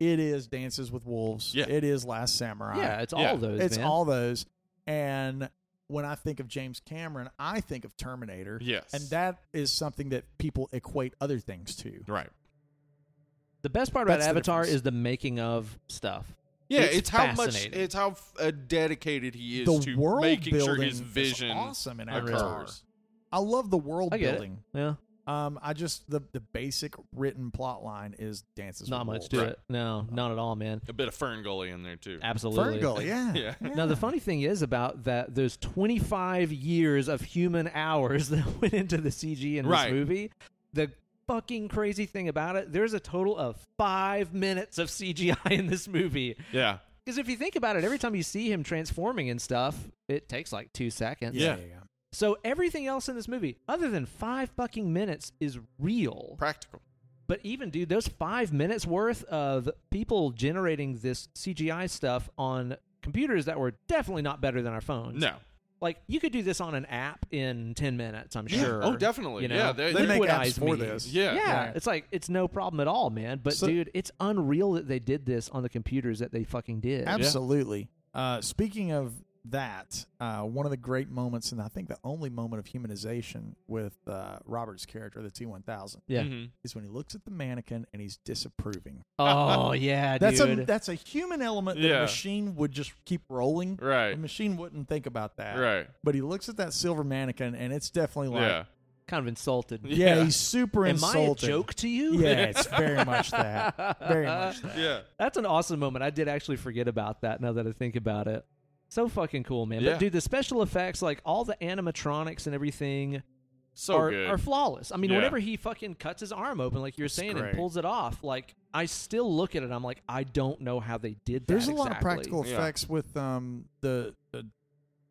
it is Dances with Wolves.
Yeah.
It is Last Samurai.
Yeah, it's
Yeah.
all those.
it's
man.
all those. And when I think of James Cameron, I think of Terminator.
Yes.
And that is something that people equate other things to.
Right.
The best part about
That's the
Avatar
difference.
is the fascinating. the making of stuff.
Yeah, it's,
It's
how much
fascinating.
it's how f- uh, dedicated he is
the
to
world
making
building
sure his
is
vision
awesome in Avatar.
occurs.
I love the world
I get
building.
it. Yeah,
Um, I just the the basic written plot line is dances.
not
with
much to
Wolves.
it. No, not at all, man.
A bit of Fern Gully in there too.
Absolutely.
Ferngully, yeah.
Yeah.
Now the funny thing is about that those 25 years of human hours that went into the CG in
Right.
this movie. The fucking crazy thing about it, there's a total of 5 minutes of CGI in this movie.
Yeah.
Cuz if you think about it, every time you see him transforming and stuff, it takes like 2 seconds.
Yeah.
So everything else in this movie other than 5 fucking minutes is real.
Practical.
But even dude, those five minutes worth of people generating this CGI stuff on computers that were definitely not better than our phones.
No.
like you could do this on an app in ten minutes. I'm sure.
Oh, definitely.
You know?
Yeah, they-
They make
Liquidize
apps
me.
for this.
Yeah.
Yeah, it's like it's no problem at all, man. But
So-
dude, it's unreal that they did this on the computers that they fucking did.
Absolutely. Uh, speaking of that, uh, one of the great moments, and I think the only moment of humanization with uh, Robert's character, the T one thousand,
yeah.
Mhm.
is when he looks at the mannequin and he's disapproving.
Oh yeah,
That's
dude.
a that's a human element that
Yeah.
a machine would just keep rolling.
Right.
A machine wouldn't think about that.
Right.
But he looks at that silver mannequin and it's definitely like,
yeah.
yeah,
kind of insulted.
Yeah.
he's super
Am I a
insulted.
joke to you?
Yeah, it's very much that. Very much that.
Yeah.
That's an awesome moment. I did actually forget about that now that I think about it. So fucking cool, man.
Yeah.
But dude, the special effects, like all the animatronics and everything
So
are,
good.
are flawless. I mean,
Yeah.
whenever he fucking cuts his arm open, like you're saying,
great.
and pulls it off, like I still look at it, I'm like, I don't know how they did that.
There's a lot of
exactly.
practical
Yeah.
effects with um the, the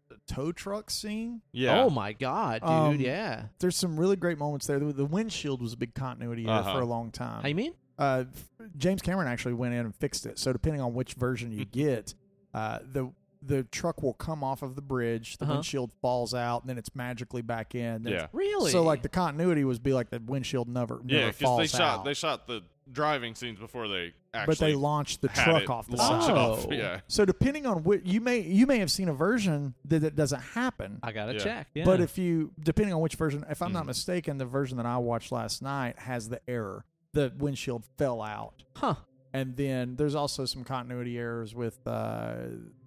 the tow truck scene.
yeah.
Oh my god, dude,
Um,
yeah.
There's some really great moments there. The, the windshield was a big continuity error
Uh-huh.
for a long time.
How you mean?
uh, f- James Cameron actually went in and fixed it. So depending on which version you get, uh, the the truck will come off of the bridge, the
Uh-huh.
windshield falls out, and then it's magically back in. then
Yeah.
it's-
Really?
So like the continuity was be like the windshield never, never
Yeah, because
falls
they shot
out,
they shot the driving scenes before they actually
but they launched the
had
truck
it
off the
launch
side.
it off.
Oh.
Yeah.
So depending on what you may you may have seen a version that, that doesn't happen.
I gotta
Yeah.
check. Yeah.
But if you, depending on which version, if I'm not
Mhm.
mistaken, the version that I watched last night has the error. The windshield fell out.
Huh.
And then there's also some continuity errors with uh,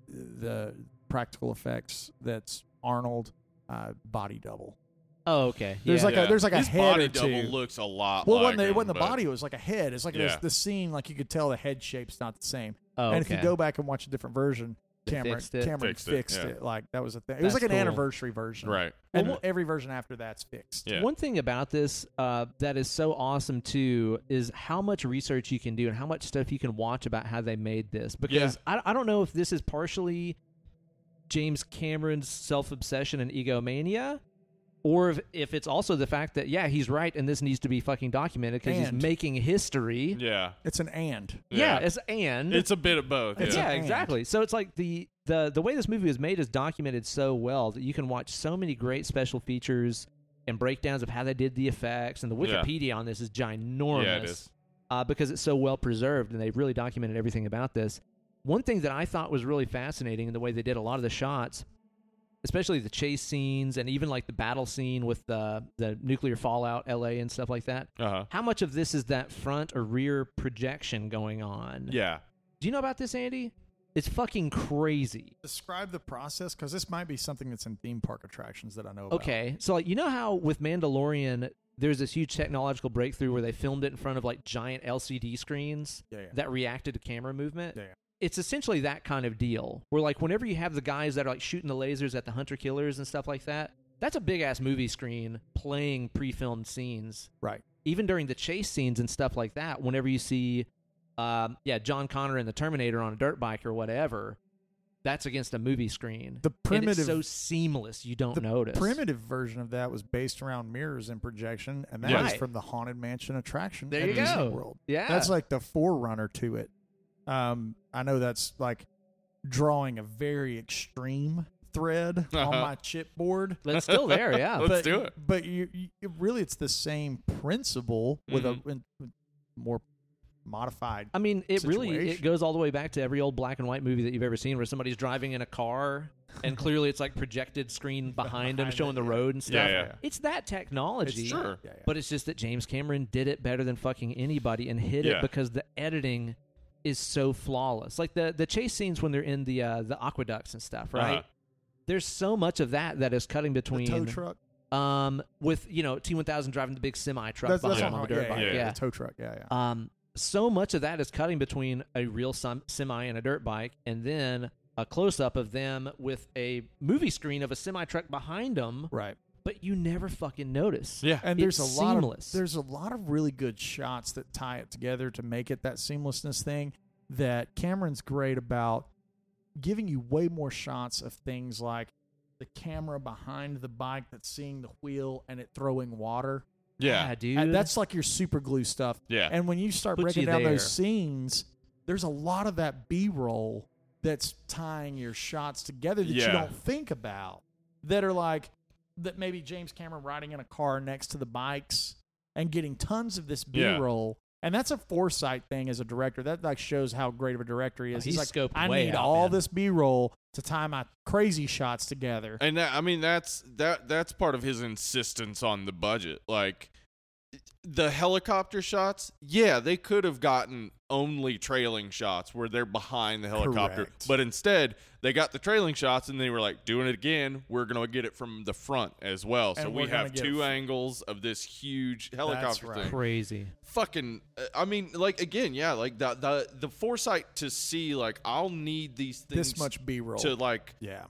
the practical effects that's Arnold uh, body double.
Oh, okay.
There's
yeah.
like
Yeah.
a there's like a
His
head
body
or
double
two.
looks a lot
well, it
like
wasn't, the,
him,
it wasn't the
but-
body. It was like a head. It's like
Yeah.
there's the scene. Like you could tell the head shape's not the same.
oh,
And if you
okay.
go back and watch a different version,
They
Cameron
fixed it.
Cameron
Fixed
fixed,
it, yeah.
it. Like that was a thing. It was
That's
like an
cool.
anniversary version,
Right.
And
Well,
every version after that's fixed.
Yeah.
One thing about this uh, that is so awesome too is how much research you can do and how much stuff you can watch about how they made this. Because I, I don't know if this is partially James Cameron's self obsession and egomania, or if, if it's also the fact that yeah he's right and this needs to be fucking documented because he's
And.
making history.
Yeah.
It's an and.
Yeah, it's and
It's a bit of both.
Mm-hmm. It's
yeah.
yeah,
a-
exactly. So it's like the the the way this movie was made is documented so well that you can watch so many great special features and breakdowns of how they did the effects, and the
Yeah.
Wikipedia on this is ginormous.
Yeah, it is.
Uh, because it's so well preserved and they've really documented everything about this. One thing that I thought was really fascinating in the way they did a lot of the shots, especially the chase scenes and even like the battle scene with the the nuclear fallout LA and stuff like that.
Uh huh.
How much of this is that front or rear projection going on?
Yeah.
Do you know about this, Andy? It's fucking crazy.
Describe the process because this might be something that's in theme park attractions that I know about.
Okay, so like you know how with Mandalorian, there's this huge technological breakthrough where they filmed it in front of like giant LCD screens
Yeah, yeah.
that reacted to camera movement.
Yeah, yeah.
It's essentially that kind of deal where like whenever you have the guys that are like shooting the lasers at the hunter killers and stuff like that, that's a big ass movie screen playing pre-filmed scenes.
Right.
Even during the chase scenes and stuff like that, whenever you see, um, yeah, John Connor and the Terminator on a dirt bike or whatever, that's against a movie screen. And
The
it's
primitive-
so seamless you don't
the
notice.
primitive version of that was based around mirrors and projection, and that
Yeah.
was
Right.
from the Haunted Mansion attraction
There
at
you
Disney
go.
World.
Yeah.
That's like the forerunner to it. Um, I know that's like drawing a very extreme thread
Uh-huh.
on my chipboard.
That's still there, yeah.
Let's
but,
do it.
But you, you really, it's the same principle with
Mm-hmm.
a in- with more modified.
I mean, it really it
Situation.
goes all the way back to every old black and white movie that you've ever seen, where somebody's driving in a car and clearly it's like projected screen behind them,
Behind
showing
it,
the
yeah.
road and stuff.
yeah.
It's that technology,
It's sure.
Yeah, yeah.
but it's just that James Cameron did it better than fucking anybody and hit
Yeah.
it because the editing is so flawless. Like the the chase scenes when they're in the uh, the aqueducts and stuff, right?
Uh-huh.
There's so much of that that is cutting
the
between
tow truck.
um with you know T1000 driving the big semi truck
That's,
behind
that's
him
what
on
I'm-
the dirt
yeah,
bike.
yeah,
yeah.
the tow truck. Yeah, yeah.
Um, so much of that is cutting between a real sem- semi and a dirt bike, and then a close up of them with a movie screen of a semi truck behind them,
right.
but you never fucking notice.
Yeah.
and
It's
there's a lot
seamless.
of there's a lot of really good shots that tie it together to make it that seamlessness thing that Cameron's great about giving you way more shots of things like the camera behind the bike that's seeing the wheel and it throwing water.
Yeah.
dude.
And Uh, that's like your super glue stuff.
Yeah.
And when you start
Puts
breaking
you
down
there.
those scenes, there's a lot of that B roll that's tying your shots together that
Yeah.
you don't think about. That are like that maybe James Cameron riding in a car next to the bikes and getting tons of this B
Yeah.
roll. And that's a foresight thing as a director. That like shows how great of a director he
Oh,
is.
he's
like,
scoped
I
way
need
out,
all
man."
this B roll to tie my crazy shots together.
And that, I mean that's that that's part of his insistence on the budget. Like the helicopter shots, yeah, they could have gotten only trailing shots where they're behind the helicopter,
Correct.
but instead they got the trailing shots and they were like doing it again. We're gonna get it from the front as well, so
And
we
we're gonna
have
get
two
it-
angles of this huge helicopter
right.
thing.
crazy.
fucking uh, i mean like again yeah like the the, the foresight to see like i'll need these things
This much B roll.
to like
yeah.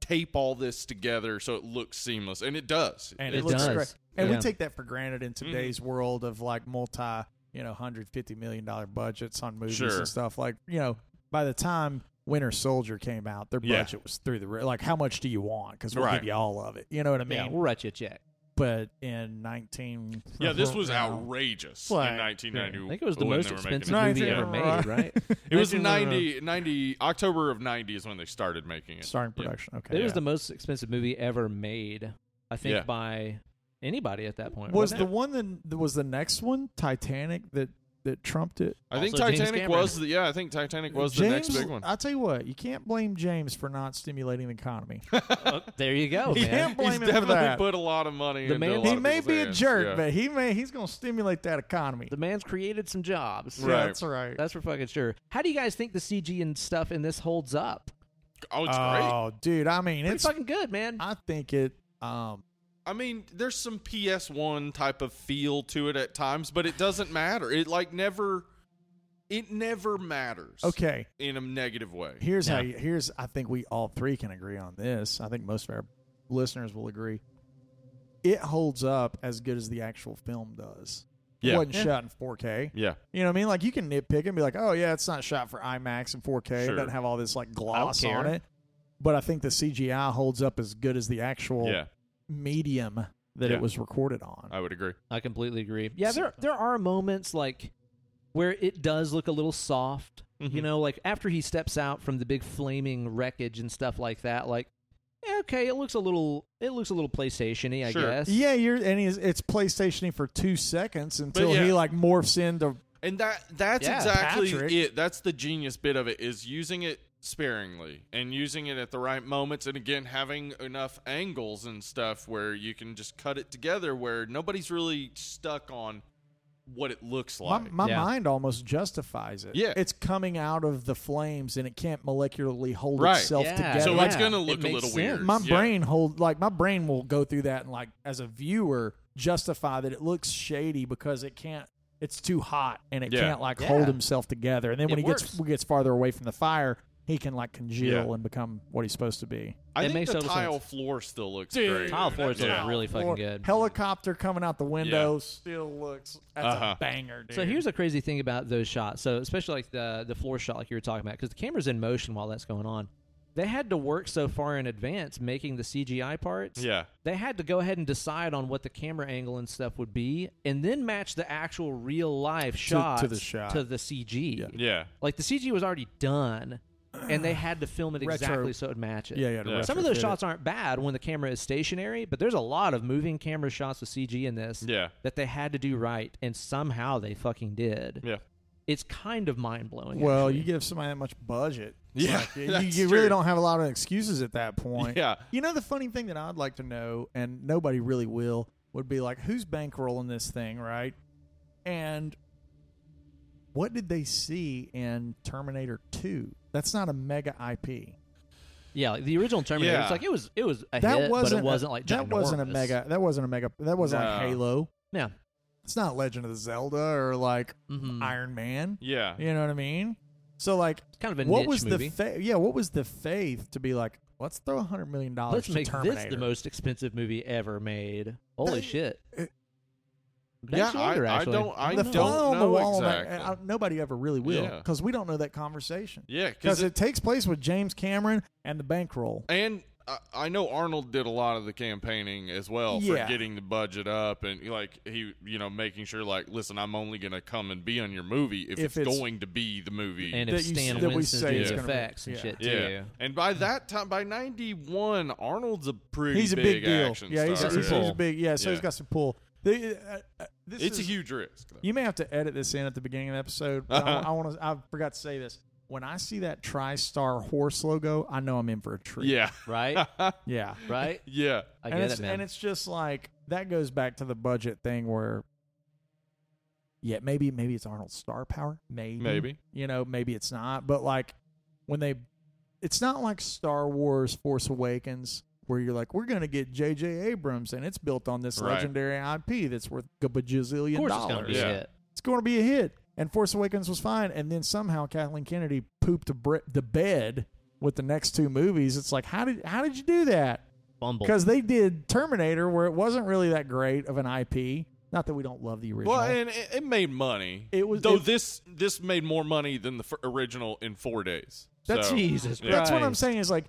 tape all this together so it looks seamless and it Mm-hmm. does
and
It
it, looks
does.
great. And
Yeah.
we take that for granted in today's world of like multi, you know, hundred fifty million dollar budgets on movies
Sure.
and stuff. Like, you know, by the time Winter Soldier came out, their
Yeah.
budget was through the roof. Like, how much do you want? Because we'll
Right.
give you all of it. You know what I mean?
yeah, we'll write you a check.
but in nineteen,
yeah this was
you know,
outrageous
Like-
in
I
1990
think it was the
when
most
they were making
expensive
it.
it.
movie
No, I
ever
think you're
made, right?
it was 90
1990
90 october of 90 is when they started making it
starting
Yeah.
production. Okay,
It
yeah.
was the most expensive movie ever made, I think,
Yeah.
by anybody at that point.
was
wasn't
the
it?
one that that was the next one Titanic that that trumped it.
i think
Also James
titanic
Cameron.
was the yeah i think titanic was the next
James,
big one
I tell you what, you can't blame James for not stimulating the economy.
uh, there you go,
He
man.
can't blame
he's
him for
definitely
that.
put a lot of money
The
into
man-
a lot
He
of
may
people's
be a
hands.
jerk,
Yeah.
but he may he's gonna stimulate that economy.
The man's created some jobs.
Right.
That's right.
That's for fucking sure. How do you guys think the CG and stuff in this holds up?
oh it's great
oh, dude. I mean,
Pretty
it's.
fucking good, man.
I think it. Um,
I mean, there's some PS1 type of feel to it at times, but it doesn't matter. It like never it never matters.
okay.
In a negative way.
Here's how. You, here's. I think we all three can agree on this. I think most of our listeners will agree. It holds up as good as the actual film does. It wasn't shot in 4K.
Yeah.
You know what I mean? Like you can nitpick and be like, "Oh yeah, it's not shot for IMAX and 4K.
Sure.
It doesn't have all this like gloss
care.
on it." But I think the CGI holds up as good as the actual
Yeah.
medium that
Yeah. Uh,
it was recorded on.
I would agree.
I completely agree. Yeah, there there are moments like where it does look a little soft. You know, like after he steps out from the big flaming wreckage and stuff like that. Like, yeah, okay, it looks a little it looks a little PlayStation-y, I
Sure.
guess.
Yeah, you're and he's, it's PlayStation for two seconds until
yeah.
he like morphs into
And that that's
Yeah,
exactly
Patrick.
it. That's the genius bit of it is using it sparingly and using it at the right moments and again having enough angles and stuff where you can just cut it together where nobody's really stuck on what it looks
My,
like.
my
Yeah.
mind almost justifies it.
Yeah.
It's coming out of the flames and it can't molecularly hold
Right.
itself
Yeah.
together.
so
yeah,
it's going to
it
look a
makes
little
sense.
weird.
my
Yeah.
brain hold like my brain will go through that and like as a viewer justify that it looks shady because it can't it's too hot and it
Yeah.
can't like
Yeah.
hold himself together and then when
It
he gets
works.
when he gets farther away from the fire he can like congeal
Yeah.
and become what he's supposed to be
I
It
think
makes
the
total
tile
sense.
floor still looks
Dude,
great.
Tile floor is
Yeah.
looking really fucking
Or
good.
helicopter coming out the window still looks that's
Uh-huh.
a banger dude
So here's a crazy thing about those shots. So especially like the the floor shot, like you were talking about, because the camera's in motion while that's going on. They had to work so far in advance making the CGI parts.
Yeah.
They had to go ahead and decide on what the camera angle and stuff would be, and then match the actual real life shots
the shot.
to the CG.
Yeah.
Like the CG was already done, and they had to film it
Retro-
exactly so it matched.
yeah, yeah, to
Yeah.
Some of those
retrofit it.
shots aren't bad when the camera is stationary, but there's a lot of moving camera shots with CG in this
Yeah.
that they had to do right, and somehow they fucking did.
Yeah.
It's kind of mind blowing.
Well, you give somebody that much budget. it's
Yeah,
like, you-
that's
you, really
true.
don't have a lot of excuses at that point.
Yeah.
You know, the funny thing that I'd like to know, and nobody really will, would be like, who's bankrolling this thing, right? And what did they see in Terminator 2? That's not a mega IP.
yeah, like the original Terminator,
Yeah.
it's like it was it was a
That
hit,
wasn't.
but it wasn't like
that wasn't a
ginormous.
mega. That wasn't a mega. That wasn't like
No.
Halo.
Yeah,
It's not Legend of Zelda or like
Mhm.
Iron Man.
Yeah.
You know what I mean? So like,
It's kind of a
what
niche
was
movie.
the fa- yeah? What was the faith to be like? Let's throw a hundred million dollars.
Let's
to
make this
Terminator.
the most expensive movie ever made. Holy
That-
shit!
it-
Makes you
I,
wonder,
I
actually.
don't. I
The
don't
fly on the
know
wall. like,
exactly.
uh, nobody ever really will
Yeah.
because we don't know that conversation
yeah,
because
because
it, takes place with James Cameron and the bankroll.
and I, I know Arnold did a lot of the campaigning as well
Yeah.
for getting the budget up and like he, you know, making sure like, listen, I'm only gonna come and be on your movie if, it's,
If it's-
going to be the movie.
and
that
if
you s-
Stan
that we
Winston's
say
doing
it's
the
gonna be-
effects and
yeah.
shit
yeah,
too.
and by that time, by '91, Arnold's a pretty
He's a big,
big,
deal.
action
Yeah, he's,
star.
he's, he's
yeah.
big. Yeah, so
Yeah.
he's got some pull. They, uh, uh, this
it's a
is-
huge risk. though.
You may have to edit this in at the beginning of the episode. but I,
Uh-huh.
want to. I forgot to say this. When I see that TriStar horse logo, I know I'm in for a treat.
yeah,
Right,
yeah.
right.
yeah,
I
and
get
it's,
it, man.
And it's just like that goes back to the budget thing where, yeah, maybe maybe it's Arnold's star power, maybe
maybe.
you know maybe it's not, but like when they, it's not like Star Wars Force Awakens where you're like we're gonna get J.J. Abrams and it's built on this
Right.
legendary IP that's worth a
of
bajillion
course, it's gonna
dollars.
be
Yeah.
a hit.
It's going to be a hit. And Force Awakens was fine, and then somehow Kathleen Kennedy pooped a bri- the bed with the next two movies. It's like how did how did you do that?
Bumble.
because they did Terminator, where it wasn't really that great of an IP. Not that we don't love the original.
Well, and it, it made money.
It was-
though
it-
this this made more money than the f- original in four days.
That's-
so,
Jesus
Yeah.
That's what I'm
Christ.
saying is like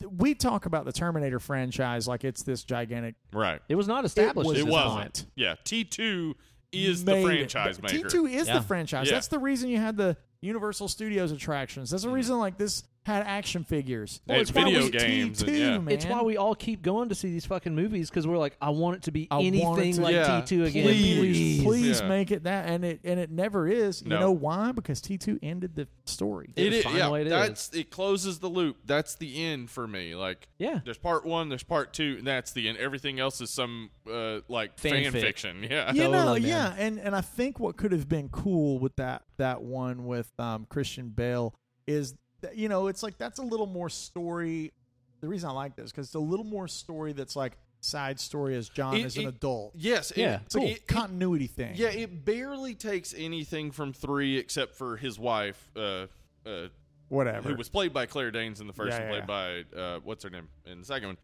th- we talk about the Terminator franchise like it's this gigantic.
right.
It was not established.
was
at
It
this
wasn't.
point.
Yeah, T two is
made
the
it.
franchise
But
maker.
T2 is
Yeah.
the franchise.
Yeah.
That's the reason you had the Universal Studios attractions. That's the reason like this had action figures.
Well,
it's
it's
why
video
we-
games
T2,
and- yeah.
man.
It's why we all keep going to see these fucking movies because we're like, I want it to be
I want it
anything
to-
like
Yeah.
T2 again.
Please.
please, please
Yeah.
make it that, and it and it never is. You
No.
know why? Because T2 ended the story.
It
It's
is.
fine the
Yeah,
way it
that's it. Closes the loop. That's the end for me. Like,
Yeah.
there's part one, there's part two, and that's the end. Everything else is some uh, like fan,
Fanfic.
fiction. Yeah.
you know,
Totally, man.
yeah, and and I think what could have been cool with that that one with um, Christian Bale is that, you know it's like that's a little more story. The reason I like this because it's a little more story that's like side story as John
It-
as an
it-
adult.
Yes. it-
Yeah,
It's like
it-
a continuity thing.
yeah. It barely takes anything from three except for his wife, uh, uh,
whatever.
who was played by Claire Danes in the first
Yeah,
one,
yeah,
played by uh, what's her name in the second one.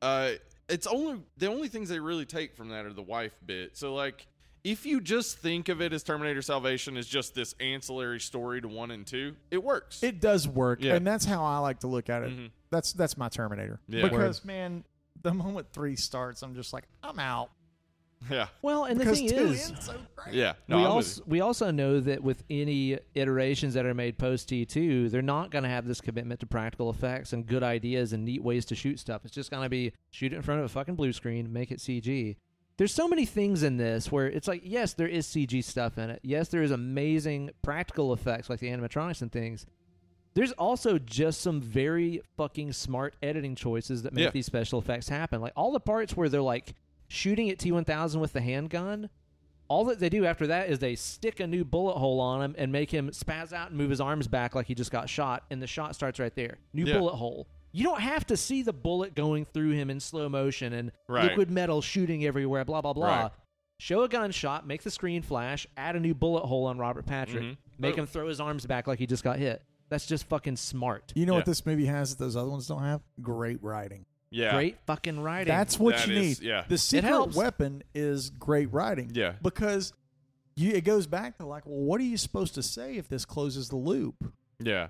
Uh, it's only the only things they really take from that are the wife bit. So like, if you just think of it as Terminator Salvation as just this ancillary story to one and two, it works.
it does work,
Yeah.
and that's how I like to look at it.
Mhm.
That's that's my Terminator
Yeah.
because man, the moment three starts, I'm just like I'm out
yeah,
Well, and the
because
thing
two
is,
ends so great.
yeah. No,
we,
I'm with
also, we also know that with any iterations that are made post T2, they're not going to have this commitment to practical effects and good ideas and neat ways to shoot stuff. It's just going to be shoot it in front of a fucking blue screen, make it CG. there's so many things in this where it's like, yes, there is CG stuff in it. Yes, there is amazing practical effects like the animatronics and things. There's also just some very fucking smart editing choices that make
Yeah.
these special effects happen. Like all the parts where they're like shooting at T1000 with the handgun, all that they do after that is they stick a new bullet hole on him and make him spaz out and move his arms back like he just got shot, and the shot starts right there. New
Yeah.
bullet hole. You don't have to see the bullet going through him in slow motion and
Right.
liquid metal shooting everywhere, blah, blah, blah.
Right.
Show a gunshot, make the screen flash, add a new bullet hole on Robert Patrick,
Mhm.
make him throw his arms back like he just got hit. That's just fucking smart.
You know
Yeah.
what this movie has that those other ones don't have? Great writing.
Yeah.
Great fucking writing.
That's what
That
you
is-
need.
yeah.
The secret
helps.
weapon is great writing.
Yeah.
Because you, it goes back to like, well, what are you supposed to say if this closes the loop?
Yeah.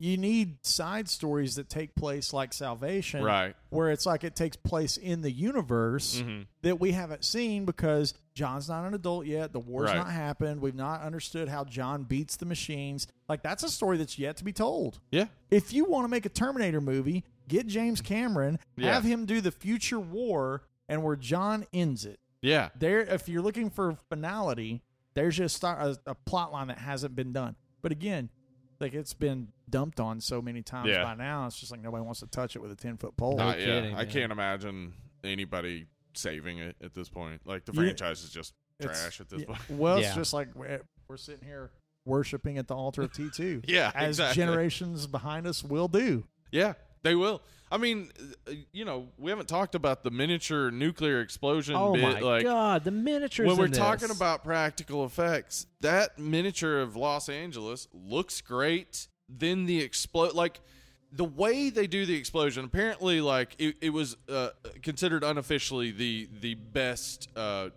You need side stories that take place like Salvation,
Right.
Where it's like it takes place in the universe
Mhm.
that we haven't seen because John's not an adult yet. The war's
Right.
not happened. We've not understood how John beats the machines. Like that's a story that's yet to be told.
Yeah.
If you want to make a Terminator movie, get James Cameron,
Yeah.
have him do the future war and where John ends it.
Yeah.
There, if you're looking for finality, there's just a, a plot line that hasn't been done. But again, like it's been dumped on so many times
Yeah.
by now, it's just like nobody wants to touch it with a ten foot pole.
Nah,
kidding,
yeah. I
man.
can't imagine anybody saving it at this point. Like the
Yeah.
franchise is just
It's-
trash at this
yeah,
point.
Well, it's
Yeah.
just like we're, we're sitting here worshiping at the altar of T two.
Yeah,
as
exactly.
generations behind us will do.
Yeah, they will. I mean, uh, you know, we haven't talked about the miniature nuclear explosion
oh
bit.
my
like
God, the miniatures.
when we're
in this.
talking about practical effects, that miniature of Los Angeles looks great. Then the explode, like the way they do the explosion. Apparently, like it, it was uh, considered unofficially the the best uh,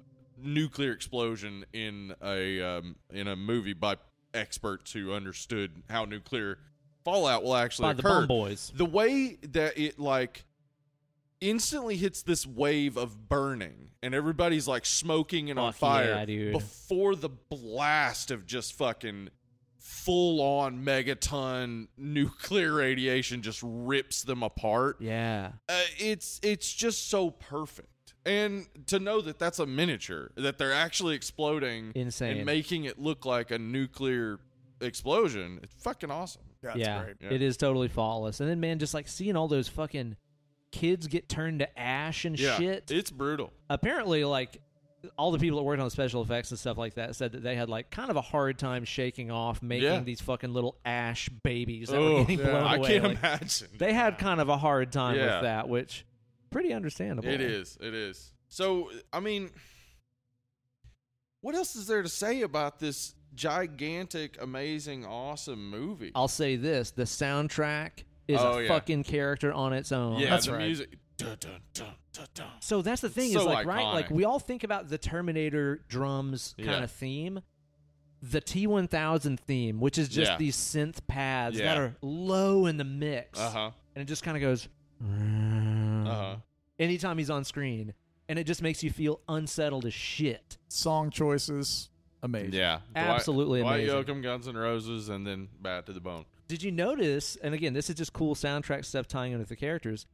nuclear explosion in a um, in a movie by experts who understood how nuclear fallout will actually
by the
occur
Bum Boys.
the way that it like instantly hits this wave of burning and everybody's like smoking and on
Fuck
fire
yeah, dude.
before the blast of just fucking full on megaton nuclear radiation just rips them apart
Yeah.
uh, it's it's just so perfect and to know that that's a miniature that they're actually exploding
Insane.
and making it look like a nuclear explosion it's fucking awesome
That's
yeah,
great.
Yeah.
it is totally flawless. And then, man, just like seeing all those fucking kids get turned to ash and
yeah
shit.
it's brutal
Apparently, like all the people that worked on special effects and stuff like that said that they had like kind of a hard time shaking off making
Yeah.
these fucking little ash babies that
Oh,
were getting
yeah.
blown
I
away.
can't
Like,
imagine.
they had kind of a hard time
Yeah.
with that, which pretty understandable.
It is. It is. So, I mean, what else is there to say about this gigantic, amazing, awesome movie?
I'll say this: the soundtrack is
Oh,
a
yeah.
fucking character on its own.
yeah,
that's
the
right.
music. Dun, dun, dun, dun, dun.
So that's the thing is
so
like right
iconic.
like we all think about the Terminator drums kind
Yeah.
of theme. The T1000 theme, which is just
Yeah.
these synth pads that
Yeah.
are low in the mix.
Uh-huh.
And it just kind of goes Mm-hmm.
Uh-huh.
anytime he's on screen and it just makes you feel unsettled as shit.
Song choices, amazing.
Yeah.
Absolutely
Dwight
amazing.
Yoakam, Guns N' Roses, and then Bad to the Bone.
Did you notice, and again, this is just cool soundtrack stuff tying in with the characters,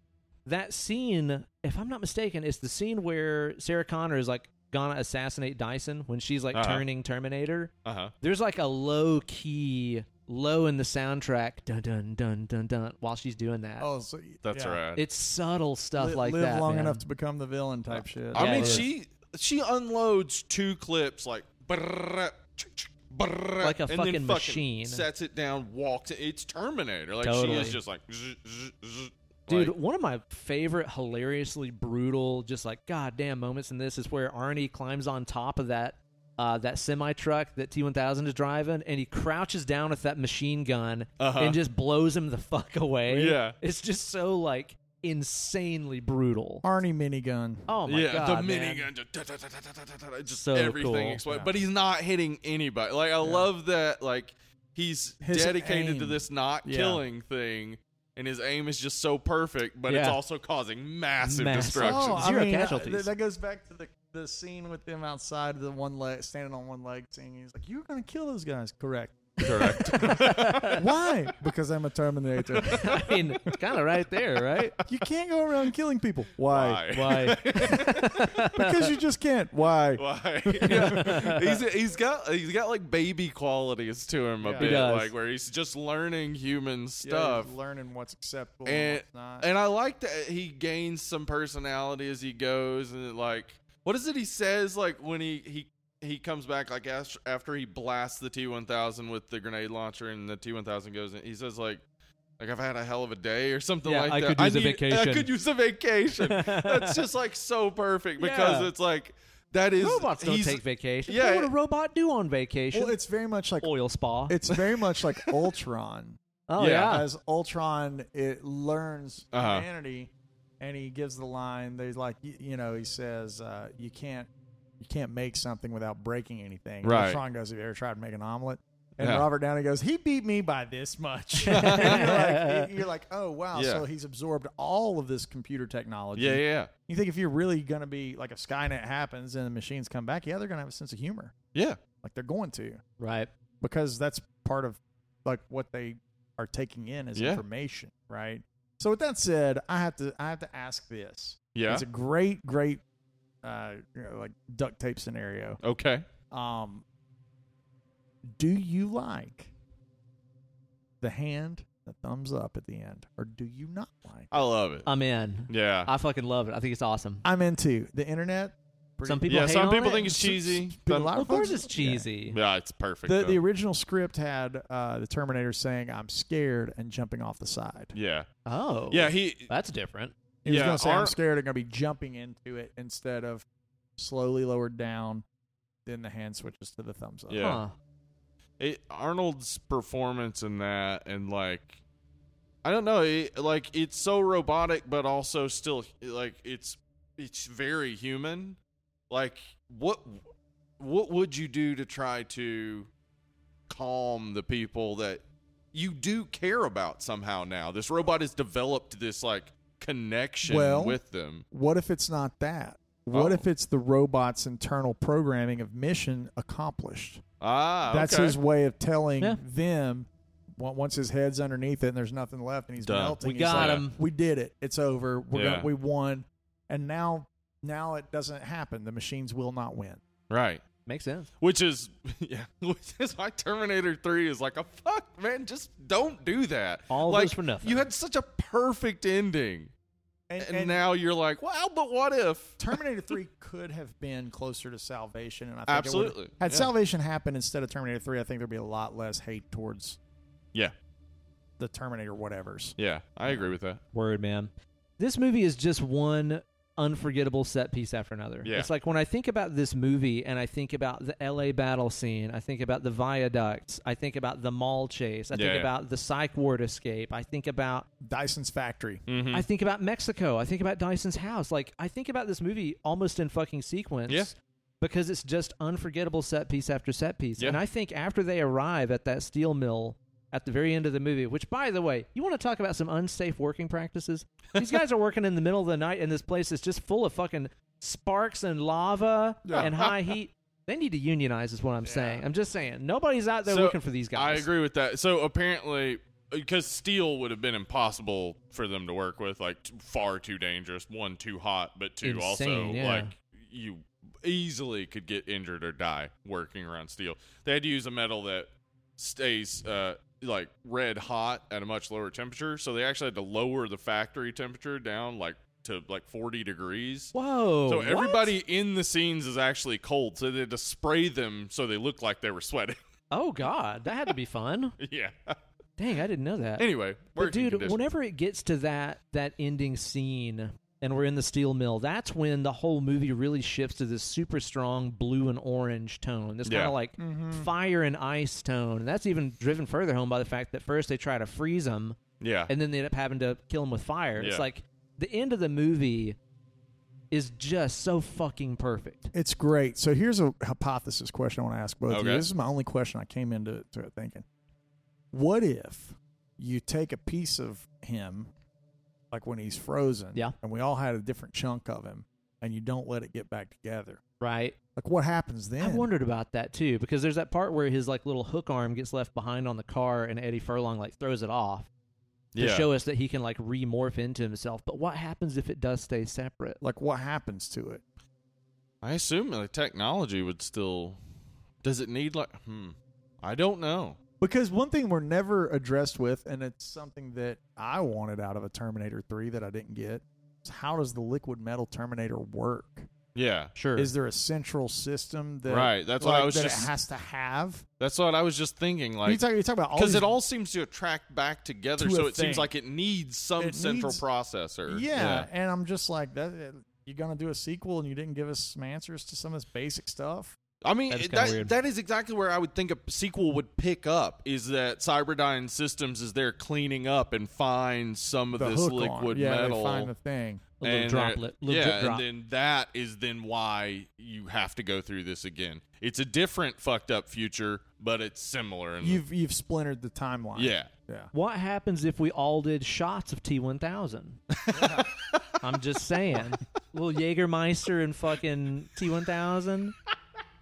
that scene, if I'm not mistaken, it's the scene where Sarah Connor is like gonna assassinate Dyson when she's like
Uh-huh.
turning Terminator.
Uh-huh.
There's like a low key, low in the soundtrack, dun dun dun dun dun, while she's doing that.
Oh, so, y-
That's
yeah.
right.
It's subtle stuff
Li-
like
live
that.
long
man.
enough to become the villain type shit.
Uh, I
Yeah,
mean,
it is.
she she unloads two clips like brrrr, ch- ch- brrrr,
Like a
and then
fucking machine.
Sets it down, walks. it. It's Terminator. Like she is
Totally.
just like, zzz, zzz, zzz,
Dude,
like-
one of my favorite, hilariously brutal, just like goddamn moments in this is where Arnie climbs on top of that uh, that semi truck that T1000 is driving, and he crouches down with that machine gun
Uh-huh.
and just blows him the fuck away.
Yeah.
it's just so like insanely brutal.
Arnie minigun.
Oh my
yeah,
god,
the
man.
minigun just, da, da, da, da, da, da, da, just
So
everything
cool.
explodes. But he's not hitting anybody. Like I love that. Like he's
His
dedicated to
aim.
this not
Yeah.
killing thing, and his aim is just so perfect. But it's
Yeah.
also causing massive
Massive.
destruction.
Oh,
Zero
I mean, uh,
casualties.
th- that goes back to the the scene with them outside, the one leg standing on one leg, saying he's like, "You're gonna kill those guys." Correct.
Correct.
Why? Because I'm a Terminator.
I mean, kind of right there, right?
You can't go around killing people. Why?
Why?
Why?
Because you just can't. Why?
Why? Yeah. He's he's got he's got like baby qualities to him a
Yeah. He
bit,
does.
like where he's just learning human
Yeah,
stuff.
he's learning what's acceptable
and
what's not.
and I like that he gains some personality as he goes, and it, like what is it he says like when he he. He comes back like as- after he blasts the T1000 with the grenade launcher, and the T1000 goes. in. He says like, "Like I've had a hell of a day" or something
Yeah,
like
I
that.
could use a
need- I
vacation.
could use a vacation. That's just like so perfect because
Yeah.
it's like that is
Robots don't
he's-
take vacation.
yeah,
Yeah, what would a robot do on vacation?
well, it's very much like
Oil spa.
it's very much like Ultron.
oh
yeah.
yeah.
As Ultron, it learns
Uh-huh.
humanity, and he gives the line. They like you, you know he says uh, you can't you can't make something without breaking anything.
Right.
Ultron goes, "Have you ever tried to make an omelet?" And
Yeah.
Robert Downey goes, "He beat me by this much." And you're, like, you're like, "Oh wow!"
Yeah.
So he's absorbed all of this computer technology.
Yeah, yeah, yeah.
You think if you're really going to be like if Skynet happens and the machines come back, yeah, they're going to have a sense of humor.
Yeah.
Like they're going to
Right.
because that's part of like what they are taking in as
Yeah.
information, right? So with that said, I have to I have to ask this.
Yeah.
It's a great great uh you know, like duct tape scenario.
okay.
Um do you like the hand, the thumbs up at the end or do you not like?
I love
Uh,
it.
I'm in.
yeah.
I fucking love it. I think it's awesome.
I'm into the internet. pretty-
Some people
yeah,
hate
some
on
people
it.
think it's
S- s-
cheesy.
but a
Some-
lot
Well, of course
folks-
it's
Yeah.
cheesy.
yeah, it's perfect.
The,
though.
the original script had uh, the Terminator saying, "I'm scared" and jumping off the side.
yeah.
Oh.
Yeah, he
That's different.
He was
Yeah,
going to say,
our-
"I'm scared." I'm going to be jumping into it instead of slowly lowered down. Then the hand switches to the thumbs up.
Yeah.
Huh.
it, Arnold's performance in that and like I don't know, it, like it's so robotic but also still like it's it's very human. Like what what would you do to try to calm the people that you do care about somehow now? This robot has developed this like connection
Well,
with them.
What if it's not that? What
Oh.
if it's the robot's internal programming of mission accomplished?
Ah,
That's
okay.
his way of telling
Yeah.
them on- once his head's underneath it and there's nothing left and he's
Done.
melting.
We
he's like,
got
Yeah.
him.
we did it. It's over. We're
Yeah.
gonna, we won, and now now it doesn't happen. The machines will not win.
right.
Makes sense.
Which is yeah, which is why Terminator Three is like a fuck, man. Just don't do that.
All
like,
this for nothing.
You had such a perfect ending,
And,
and, now you're like, well, but what if?
Terminator Three could have been closer to Salvation, and I think it
Absolutely.
would, had
Yeah.
Salvation happened instead of Terminator Three, I think there'd be a lot less hate towards
Yeah,
the Terminator whatevers.
yeah, I agree with that.
Word, man. This movie is just one unforgettable set piece after another.
Yeah.
It's like when I think about this movie and I think about the LA battle scene, I think about the viaducts, I think about the mall chase, I
Yeah,
think
yeah.
about the psych ward escape, I think about
Dyson's factory.
Mm-hmm.
I think about Mexico, I think about Dyson's house. Like I think about this movie almost in fucking sequence.
Yeah.
Because it's just unforgettable set piece after set piece.
Yeah.
And I think after they arrive at that steel mill at the very end of the movie, which by the way, you want to talk about some unsafe working practices? These guys are working in the middle of the night and this place is just full of fucking sparks and lava
Yeah.
and high heat. They need to unionize is what I'm saying. I'm just saying. Nobody's out there
So,
looking for these guys.
I agree with that. So apparently, because steel would have been impossible for them to work with, like t- far too dangerous. One, too hot, but two, also
Insane, yeah.
like you easily could get injured or die working around steel. They had to use a metal that stays uh, like red hot at a much lower temperature. So they actually had to lower the factory temperature down like to like 40 degrees.
Whoa.
So
what?
everybody in the scenes is actually cold. So they had to spray them so they looked like they were sweating.
Oh god, that had to be fun.
yeah.
Dang, I didn't know that.
Anyway,
But
working
dude,
conditions.
whenever it gets to that that ending scene and we're in the steel mill, that's when the whole movie really shifts to this super strong blue and orange tone. This kind
Yeah.
of like fire and ice tone. And that's even driven further home by the fact that first they try to freeze them
yeah,
and then they end up having to kill him with fire.
Yeah.
It's like the end of the movie is just so fucking perfect.
It's great. So here's a hypothesis question I want to ask both of you.
Okay.
This is my only question I came into to it thinking. What if you take a piece of him, like when he's frozen,
Yeah.
and we all had a different chunk of him, and you don't let it get back together?
right?
Like what happens then?
I wondered about that too because there's that part where his like little hook arm gets left behind on the car and Eddie Furlong like throws it off to
yeah.
show us that he can like remorph into himself. But what happens if it does stay separate?
Like what happens to it?
I assume the technology would still. Does it need like? Hmm. I don't know.
Because one thing we're never addressed with, and it's something that I wanted out of a Terminator 3 that I didn't get, is how does the liquid metal Terminator work?
Yeah.
Sure.
Is there a central system that
Right, that's what I
like,
was
that
just-
it has to have?
That's what I was just thinking.
you
Like,
talk, you talk about all
because it
these-
all seems to attract back together,
To
so
a
it seems
thing.
like it needs some
It
central
needs-
processor.
yeah, and I'm just like that. You're gonna do a sequel, and you didn't give us some answers to some of this basic stuff.
I mean,
That is
it-
kinda
that,
weird.
that is exactly where I would think a sequel would pick up is that Cyberdyne Systems is there cleaning up and finds some of
the
this
hook on.
liquid
yeah,
metal. Mm-hmm.
They find the thing.
a little
and they're-
droplet, little
yeah,
drip drop.
and then that is then why you have to go through this again. It's a different fucked up future, but it's similar. And
You've you've splintered the timeline.
yeah,
yeah.
what happens if we all did shots of T1000? I'm just saying. little Jägermeister and fucking T1000,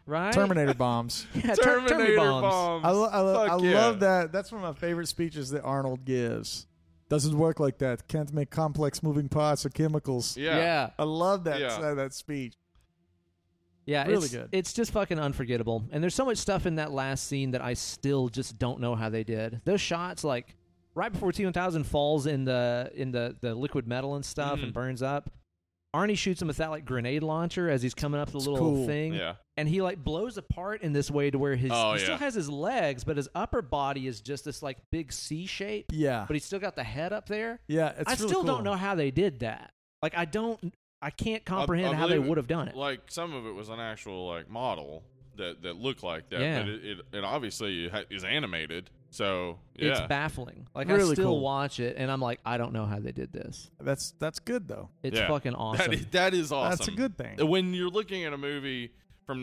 right?
Terminator bombs.
Yeah, ter-
Terminator
bombs.
bombs.
I, lo- I, lo-
Fuck
I
yeah.
love that. That's one of my favorite speeches that Arnold gives. Doesn't work like that. Can't make complex moving parts or chemicals.
Yeah.
yeah.
I love that
Yeah.
uh, that speech.
Yeah,
Really
it's,
good.
It's just fucking unforgettable. And there's so much stuff in that last scene that I still just don't know how they did. Those shots, like right before T1000 falls in the in the the liquid metal and stuff
Mhm.
Mm.
and burns up, Arnie shoots him with that like grenade launcher as he's coming up the
It's
little
cool.
thing,
yeah.
and he like blows apart in this way to where his
Oh,
he still
yeah.
has his legs, but his upper body is just this like big C shape,
Yeah,
but he's still got the head up there.
yeah. It's
I
really
still
cool.
don't know how they did that. Like I don't, I can't comprehend how they
believe it.
would have done it.
Like some of it was an actual like model that that looked like that,
Yeah.
but it, it, it obviously ha- is animated. So yeah,
It's baffling. Like I
Really
still
cool.
watch it and I'm like, I don't know how they did this.
That's that's good though.
It's
Yeah.
fucking awesome.
that is, that is awesome.
That's a good thing.
When you're looking at a movie from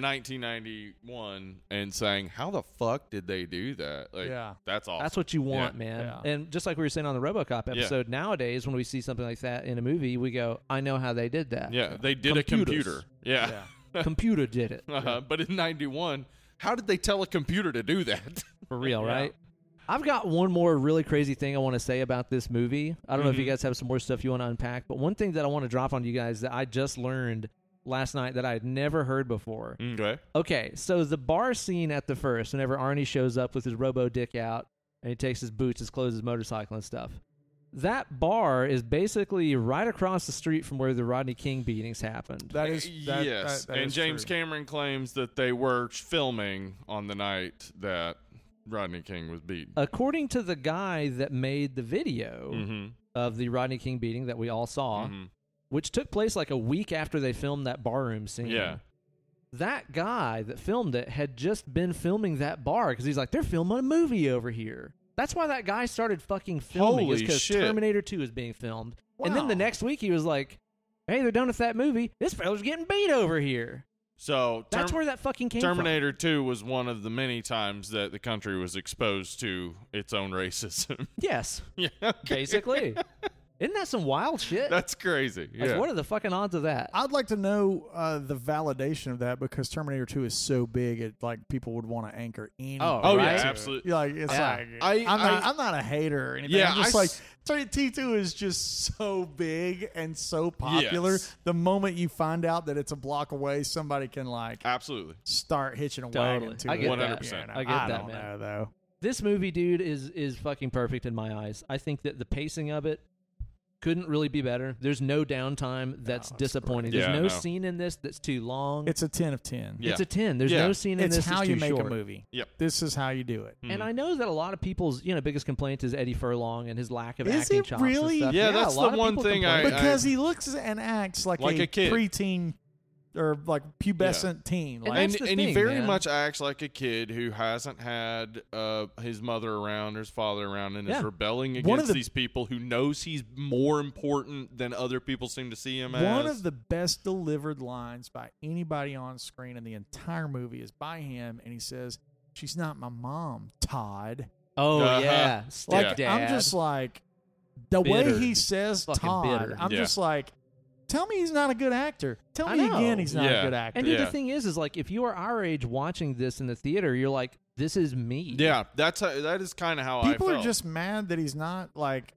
1991 and saying, "How the fuck did they do that?" Like,
Yeah.
that's awesome.
That's what you want,
Yeah.
man.
Yeah.
And just like we were saying on the RoboCop
Yeah.
episode, nowadays when we see something like that in a movie, we go, I know how they did that.
yeah, they did
Computers.
a computer. Yeah,
Yeah.
Computer did it.
Uh-huh. but in '91, how did they tell a computer to do that?
For real,
Yeah.
right? I've got one more really crazy thing I want to say about this movie. I don't know if
Mm-hmm.
you guys have some more stuff you want to unpack, but one thing that I want to drop on you guys that I just learned last night that I had never heard before
Mm,
okay,
Okay, so the bar scene at the first, whenever Arnie shows up with his robo dick out and he takes his boots, his clothes, his motorcycle, and stuff. That bar is basically right across the street from where the Rodney King beatings happened.
That is that,
Eh, yes.
that- that
and
is
James
true.
Cameron claims that they were filming on the night that Rodney King was beaten.
According to the guy that made the video
mm-hmm.
of the Rodney King beating that we all saw,
Mhm.
which took place like a week after they filmed that barroom scene.
Yeah.
That guy that filmed it had just been filming that bar because he's like, they're filming a movie over here. That's why that guy started fucking filming
Holy
because
shit.
Terminator 2 is being filmed. And then the
Wow.
next week he was like, hey, they're done with that movie. This fella's getting beat over here.
So
That's
Term-
where that fucking came
Terminator 2 was one of the many times that the country was exposed to its own racism.
from. Yes,
yeah,
basically. Isn't that some wild shit?
that's crazy.
like,
yeah.
what are the fucking odds of that?
I'd like to know uh, the validation of that because Terminator 2 is so big, it like people would want to anchor any.
Oh,
oh
right?
yeah, absolutely.
Yeah, like it's
Yeah.
like
I-
I, am not,
I-
I'm not a hater or anything.
Yeah,
I'm just
I
like
s-
T two is just so big and so popular.
Yes.
The moment you find out that it's a block away, somebody can like
Absolutely.
start hitching a
Totally.
wagon to
I
it.
get
that.
Yeah, no,
I get that,
don't
man.
know though.
this movie, dude, is is fucking perfect in my eyes. I think that the pacing of it couldn't really be better. There's no downtime that's
it's
disappointing.
great.
There's
Yeah,
no,
no.
scene in this that's too long.
It's a ten of ten.
Yeah.
It's a ten. There's
Yeah.
no scene in
It's
this
how
that's
you
too
make
short.
a movie.
Yep.
This is how you do
Mm-hmm.
it.
And I know that a lot of people's you know biggest complaint is Eddie Furlong and his lack of
Is
acting
it
chops.
really?
And stuff.
Yeah,
a
that's the
lot of
one
people
thing
complain.
I-
because he looks and acts like,
Like a kid.
preteen or like pubescent teen. Like,
That's
and
the
and he
thing,
very
man.
much acts like a kid who hasn't had uh, his mother around or his father around and
Yeah.
is rebelling
One of
against
the-
these people who knows he's more important than other people seem to see him as.
One of the best delivered lines by anybody on screen in the entire movie is by him, and he says, "She's not my mom, Todd."
oh
Uh-huh.
yeah,
Like
stepdad.
Yeah.
I'm just like the
Bitter.
way he says
Fucking
Todd.
bitter.
I'm
Yeah.
just like Tell me he's not a good actor. Tell
I
me
know.
again he's not
Yeah.
a good actor.
And
Yeah.
dude, the thing is, is like if you are our age watching this in the theater, you're like, this is me.
Yeah, that's how, that is kind of how
People
I
are
felt.
just mad that he's not like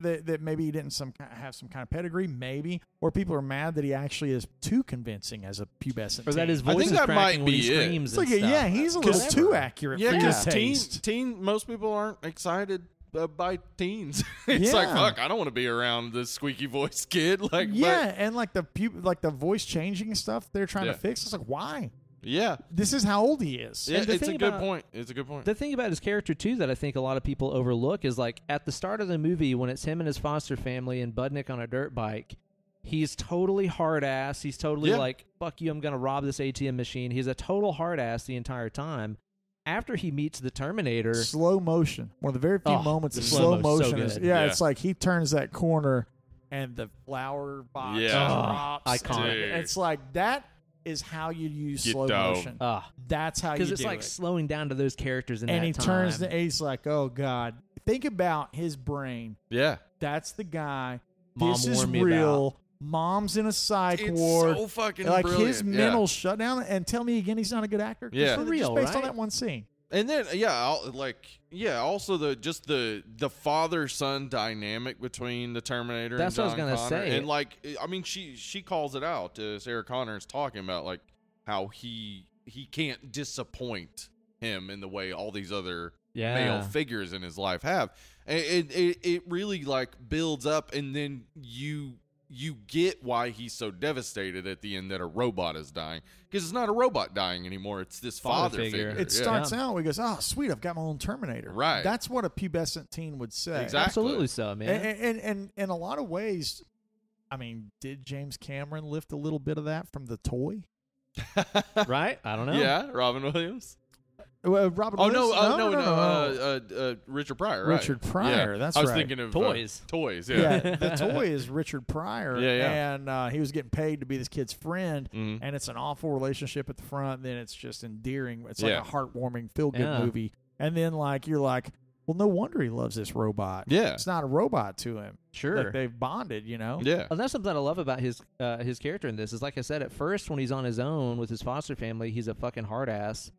that. That maybe he didn't some ki- have some kind of pedigree, maybe, or people are mad that he actually is too convincing as a pubescent.
Or that
teen.
his
I think
voice is
that
cracking
might
when he
be it.
screams
It's
and
like a-
stuff.
yeah, he's a little
Whatever.
too accurate
yeah,
for his
because
taste.
teens, teen, most people aren't excited uh, by teens. it's
Yeah.
like fuck, I don't want to be around this squeaky voice kid. Like, but-
yeah, and like the pu- like the voice changing stuff they're trying
Yeah.
to fix. It's like why?
yeah,
This is how old he is.
yeah.
the
It's a
thing
good
about-
point. It's a good point.
The thing about his character too that I think a lot of people overlook is like at the start of the movie when it's him and his foster family and Budnick on a dirt bike, he's totally hard ass. He's totally
Yeah.
like, "Fuck you, I'm gonna rob this ATM machine." He's a total hard ass the entire time. After he meets the Terminator,
Slow motion. One of the very few
Oh,
moments
the
of
slow
slow
mo's so
motion is
good.
yeah,
Yeah.
It's like he turns that corner and the flower box
Yeah.
drops.
Oh, iconic.
Dude.
It's like that is how you use
Get
slow
down.
motion.
ah,
That's how you
because it's
do
like
it.
slowing down to those characters in
and
that
he turns.
time.
The, he's like, oh god. Think about his brain.
yeah,
That's the guy.
Mom
this is
warned me
real. Mom's in a psych
it's
ward.
so fucking
like
brilliant.
his
yeah.
mental shutdown. And tell me again, he's not a good actor.
Yeah.
Just
For
real,
just based on
right?
that one scene.
And then yeah, I'll, like yeah, also the just the the father son dynamic between the Terminator.
That's
and
what I was
John
gonna
Connor.
say.
And like I mean, she she calls it out. Uh, Sarah Connor is talking about like how he he can't disappoint him in the way all these other
yeah.
male figures in his life have. And It, it it really like builds up, and then you you get why he's so devastated at the end that a robot is dying because it's not a robot dying anymore; it's this
Father
father,
figure.
figure.
It
Yeah.
starts out where he goes, oh, sweet, I've got my own Terminator.
Right.
That's what a pubescent teen would say.
Exactly.
Absolutely so,
A-
man.
a- And, and, and in a lot of ways, I mean, did James Cameron lift a little bit of that from the toy?
right? I don't know.
Yeah, Robin Williams.
Uh, Robert
Oh no,
Williams?
uh, no, no,
no,
Uh, uh, uh, Richard Pryor. Right?
Richard Pryor,
Yeah.
that's
I was
right.
thinking of uh,
Toys.
toys. Yeah.
yeah, the toy is Richard Pryor,
Yeah, yeah.
and uh, he was getting paid to be this kid's friend,
Mhm.
and it's an awful relationship at the front. Then it's just endearing. It's
Yeah.
like a heartwarming, feel good
Yeah.
movie. And then like you're like, well, no wonder he loves this robot.
Yeah.
it's not a robot to him.
Sure.
Like, they've bonded, you know.
Yeah.
And Oh, that's something I love about his uh, his character in this is like I said at first when he's on his own with his foster family he's a fucking hard ass,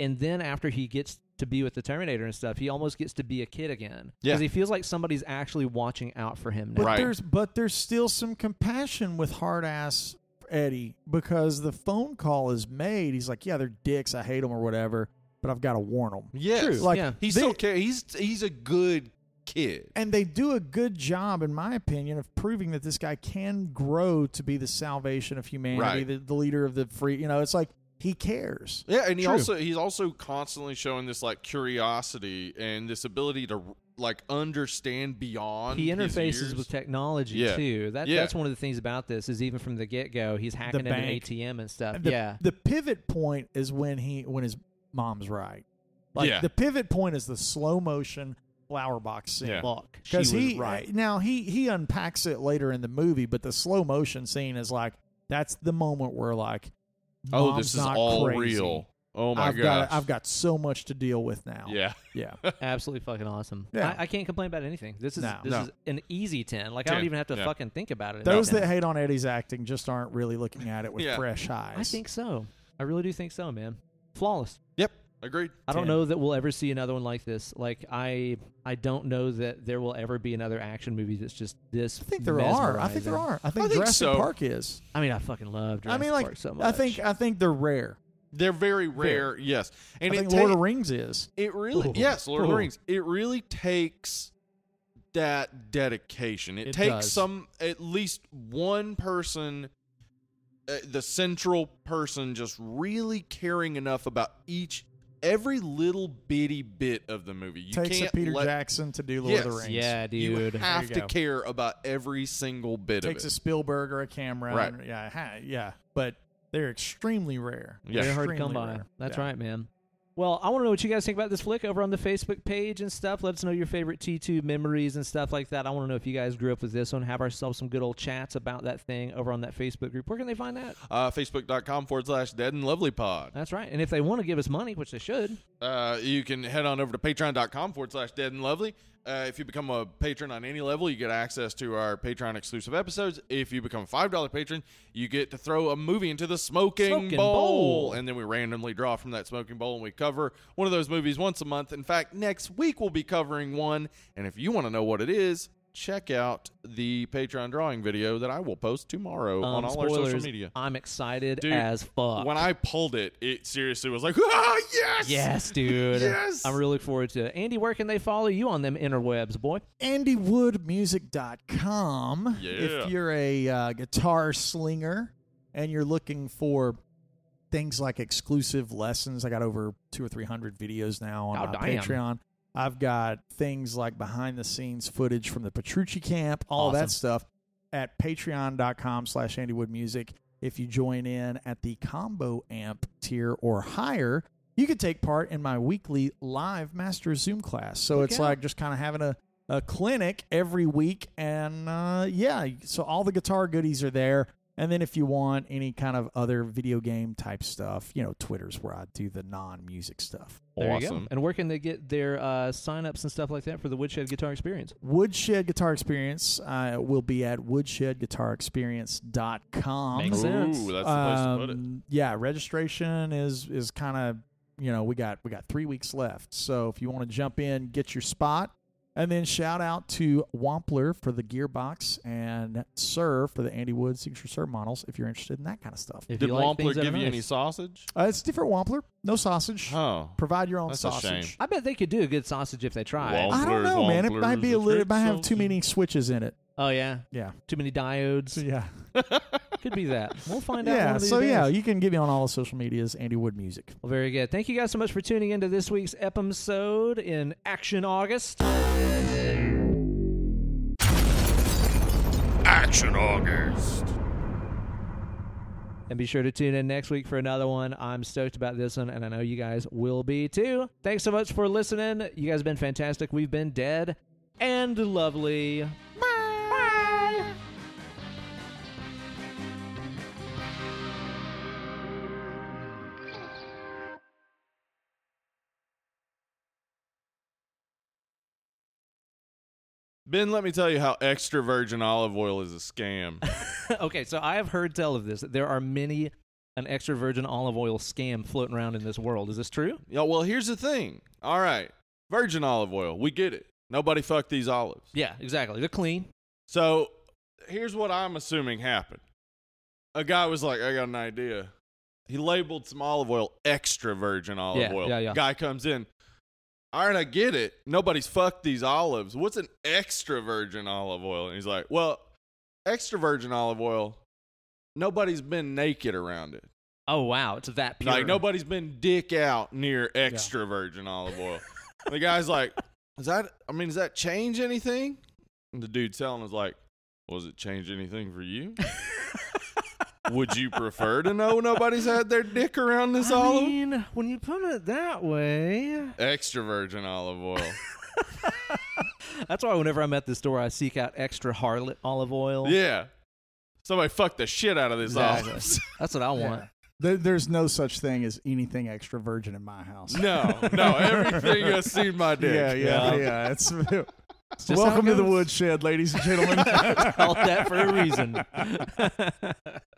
and then after he gets to be with the Terminator and stuff he almost gets to be a kid again
Yeah.
he feels like somebody's actually watching out for him now.
But
Right.
there's but there's still some compassion with hard ass Eddie because the phone call is made. He's like, yeah, they're dicks. I hate them or whatever, but I've got to warn them.
Yes.
True.
Like
Yeah.
He's
they-
so care. He's he's a good kid.
and they do a good job, in my opinion, of proving that this guy can grow to be the salvation of humanity,
Right.
the, the leader of the free. You know, it's like he cares.
Yeah, and he
True.
also he's also constantly showing this like curiosity and this ability to like understand beyond.
He
his
interfaces
years.
with technology
Yeah.
too. That,
Yeah.
That's one of the things about this is even from the get go he's hacking into
bank.
ATM and stuff.
The,
yeah,
The pivot point is when he when his mom's right. Like
Yeah.
the pivot point is the slow motion flower box scene.
Yeah.
fuck. She
Because
was
he
right.
now he he unpacks it later in the movie, but the slow motion scene is like that's the moment where like,
Oh,
Mom's
this is
not
all
crazy.
real. Oh my
I've
gosh.
got I've got so much to deal with now.
yeah.
yeah.
Absolutely fucking awesome.
Yeah.
I, I can't complain about anything. This is
No.
this
No.
is an easy ten. Like I
10,
don't even have to
yeah.
fucking think about it.
Those
Ten.
that hate on Eddie's acting just aren't really looking at it with
Yeah.
fresh eyes.
I think so. I really do think so, man. Flawless.
Yep. Agreed.
I don't
Ten.
know that we'll ever see another one like this. Like I, I don't know that there will ever be another action movie that's just this.
I think there are. I think there are. I think
I think
Jurassic
so.
Park is.
I mean, I fucking love. Jurassic
I mean, like
Park so much.
I think I think they're rare.
They're very rare. Yes. And
I
it
think Lord
ta-
of the Rings is.
It really,
Ooh.
yes, Lord of
Ooh.
the Rings. It really takes that dedication. It,
It
takes
does.
some, at least one person, uh, the central person, just really caring enough about each, every little bitty bit of the movie. You
takes a
can't
Peter
let,
Jackson to do Lord of the
Yes.
Rings.
yeah,
You
dude.
have
you
to
go.
care about every single bit
takes
of
a
it.
Spielberg or a Cameron.
Right.
Yeah, ha- yeah. But they're extremely rare.
Yeah.
They're hard to
Extremely
come by.
rare.
That's
Yeah.
right, man. Well, I want to know what you guys think about this flick over on the Facebook page and stuff. Let us know your favorite T2 memories and stuff like that. I want to know if you guys grew up with this one. Have ourselves some good old chats about that thing over on that Facebook group. Where can they find that?
uh, Facebook.com forward slash dead and lovely pod.
That's right. And if they want to give us money, which they should,
Uh, you can head on over to patreon.com forward slash dead and lovely. Uh, Uh, if you become a patron on any level, you get access to our Patreon exclusive episodes. If you become a $5 patron, you get to throw a movie into the smoking,
Smoking
bowl.
bowl.
And then we randomly draw from that smoking bowl and we cover one of those movies once a month. In fact, next week we'll be covering one. And if you want to know what it is, check out the Patreon drawing video that I will post tomorrow on
Um,
all our
spoilers,
social media.
I'm excited
Dude,
as fuck.
When I pulled it, it seriously was like, ah, yes!
yes, dude.
Yes!
I'm really looking forward to it. Andy, where can they follow you on them interwebs, boy?
andywoodmusic.com
Yeah.
if you're a uh, guitar slinger and you're looking for things like exclusive lessons i got over two or three hundred videos now on
Oh,
my
damn.
patreon i've got things like behind the scenes footage from the petrucci camp all that
Awesome.
stuff at patreon.com slash andywoodmusic if you join in at the combo amp tier or higher you could take part in my weekly live master zoom class so it's
out.
like just kind of having a, a clinic every week and uh, yeah so all the guitar goodies are there and then if you want any kind of other video game type stuff you know twitter's where i do the non-music stuff
There you
Awesome.
go. And where can they get their uh, sign-ups and stuff like that for the Woodshed Guitar Experience?
woodshed guitar experience uh, will be at woodshedguitarexperience.com
Makes
Ooh,
sense.
that's the place to put it.
Um, Yeah, registration is is kind of you know we got we got three weeks left, so if you want to jump in, get your spot, and then shout out to Wampler for the gearbox and Sir for the Andy Wood signature Sir models. If you're interested in that kind of stuff,
If
Did
you like
Wampler
things that are
give you
nice.
any sausage?
uh, it's different Wampler, no sausage.
Oh.
Provide your own
That's a
sausage.
shame.
I bet they could do a good sausage if they tried.
Wampler.
I don't know, man. It
Wampler's
might be
the
a little. It
trick
might have too
sausage.
many switches in it.
Oh yeah,
Yeah.
too many diodes.
So yeah.
Could be that. We'll find out. one
Yeah.
of these
So yeah,
days.
you can get me on all the social medias. Andy Wood Music.
Well, very good. Thank you guys so much for tuning into this week's episode in Action August.
Action August.
And be sure to tune in next week for another one. I'm stoked about this one, and I know you guys will be too. Thanks so much for listening. You guys have been fantastic. We've been dead and lovely.
Ben, let me tell you how extra virgin olive oil is a scam.
okay, so I have heard tell of this. There are many an extra virgin olive oil scam floating around in this world. Is this true?
yeah, well, here's the thing. All right. Virgin olive oil, we get it. Nobody fucked these olives.
Yeah, exactly. They're clean.
So here's what I'm assuming happened. A guy was like, I got an idea. He labeled some olive oil extra virgin olive
Yeah,
oil.
yeah, yeah.
Guy comes in. All right, I get it. Nobody's fucked these olives. What's an extra virgin olive oil? And he's like, Well, extra virgin olive oil, nobody's been naked around it.
Oh wow, it's that pure.
Like nobody's been dick out near extra virgin olive oil. the guy's like, "Is that? I mean, does that change anything?" And the dude selling was like, "Well, does it change anything for you? Would you prefer to know nobody's had their dick around this
I
olive?
mean, when you put it that way,
extra virgin olive oil.
that's why whenever I'm at the store, I seek out extra harlot olive oil.
yeah, somebody fucked the shit out of this
Exactly.
olive.
That's what I want.
There, there's no such thing as anything extra virgin in my house.
no, no, everything has seen my dick.
Yeah, yeah,
Yeah.
yeah. It's
It's just how it
welcome to the
goes.
woodshed, ladies and gentlemen.
Called that for a reason.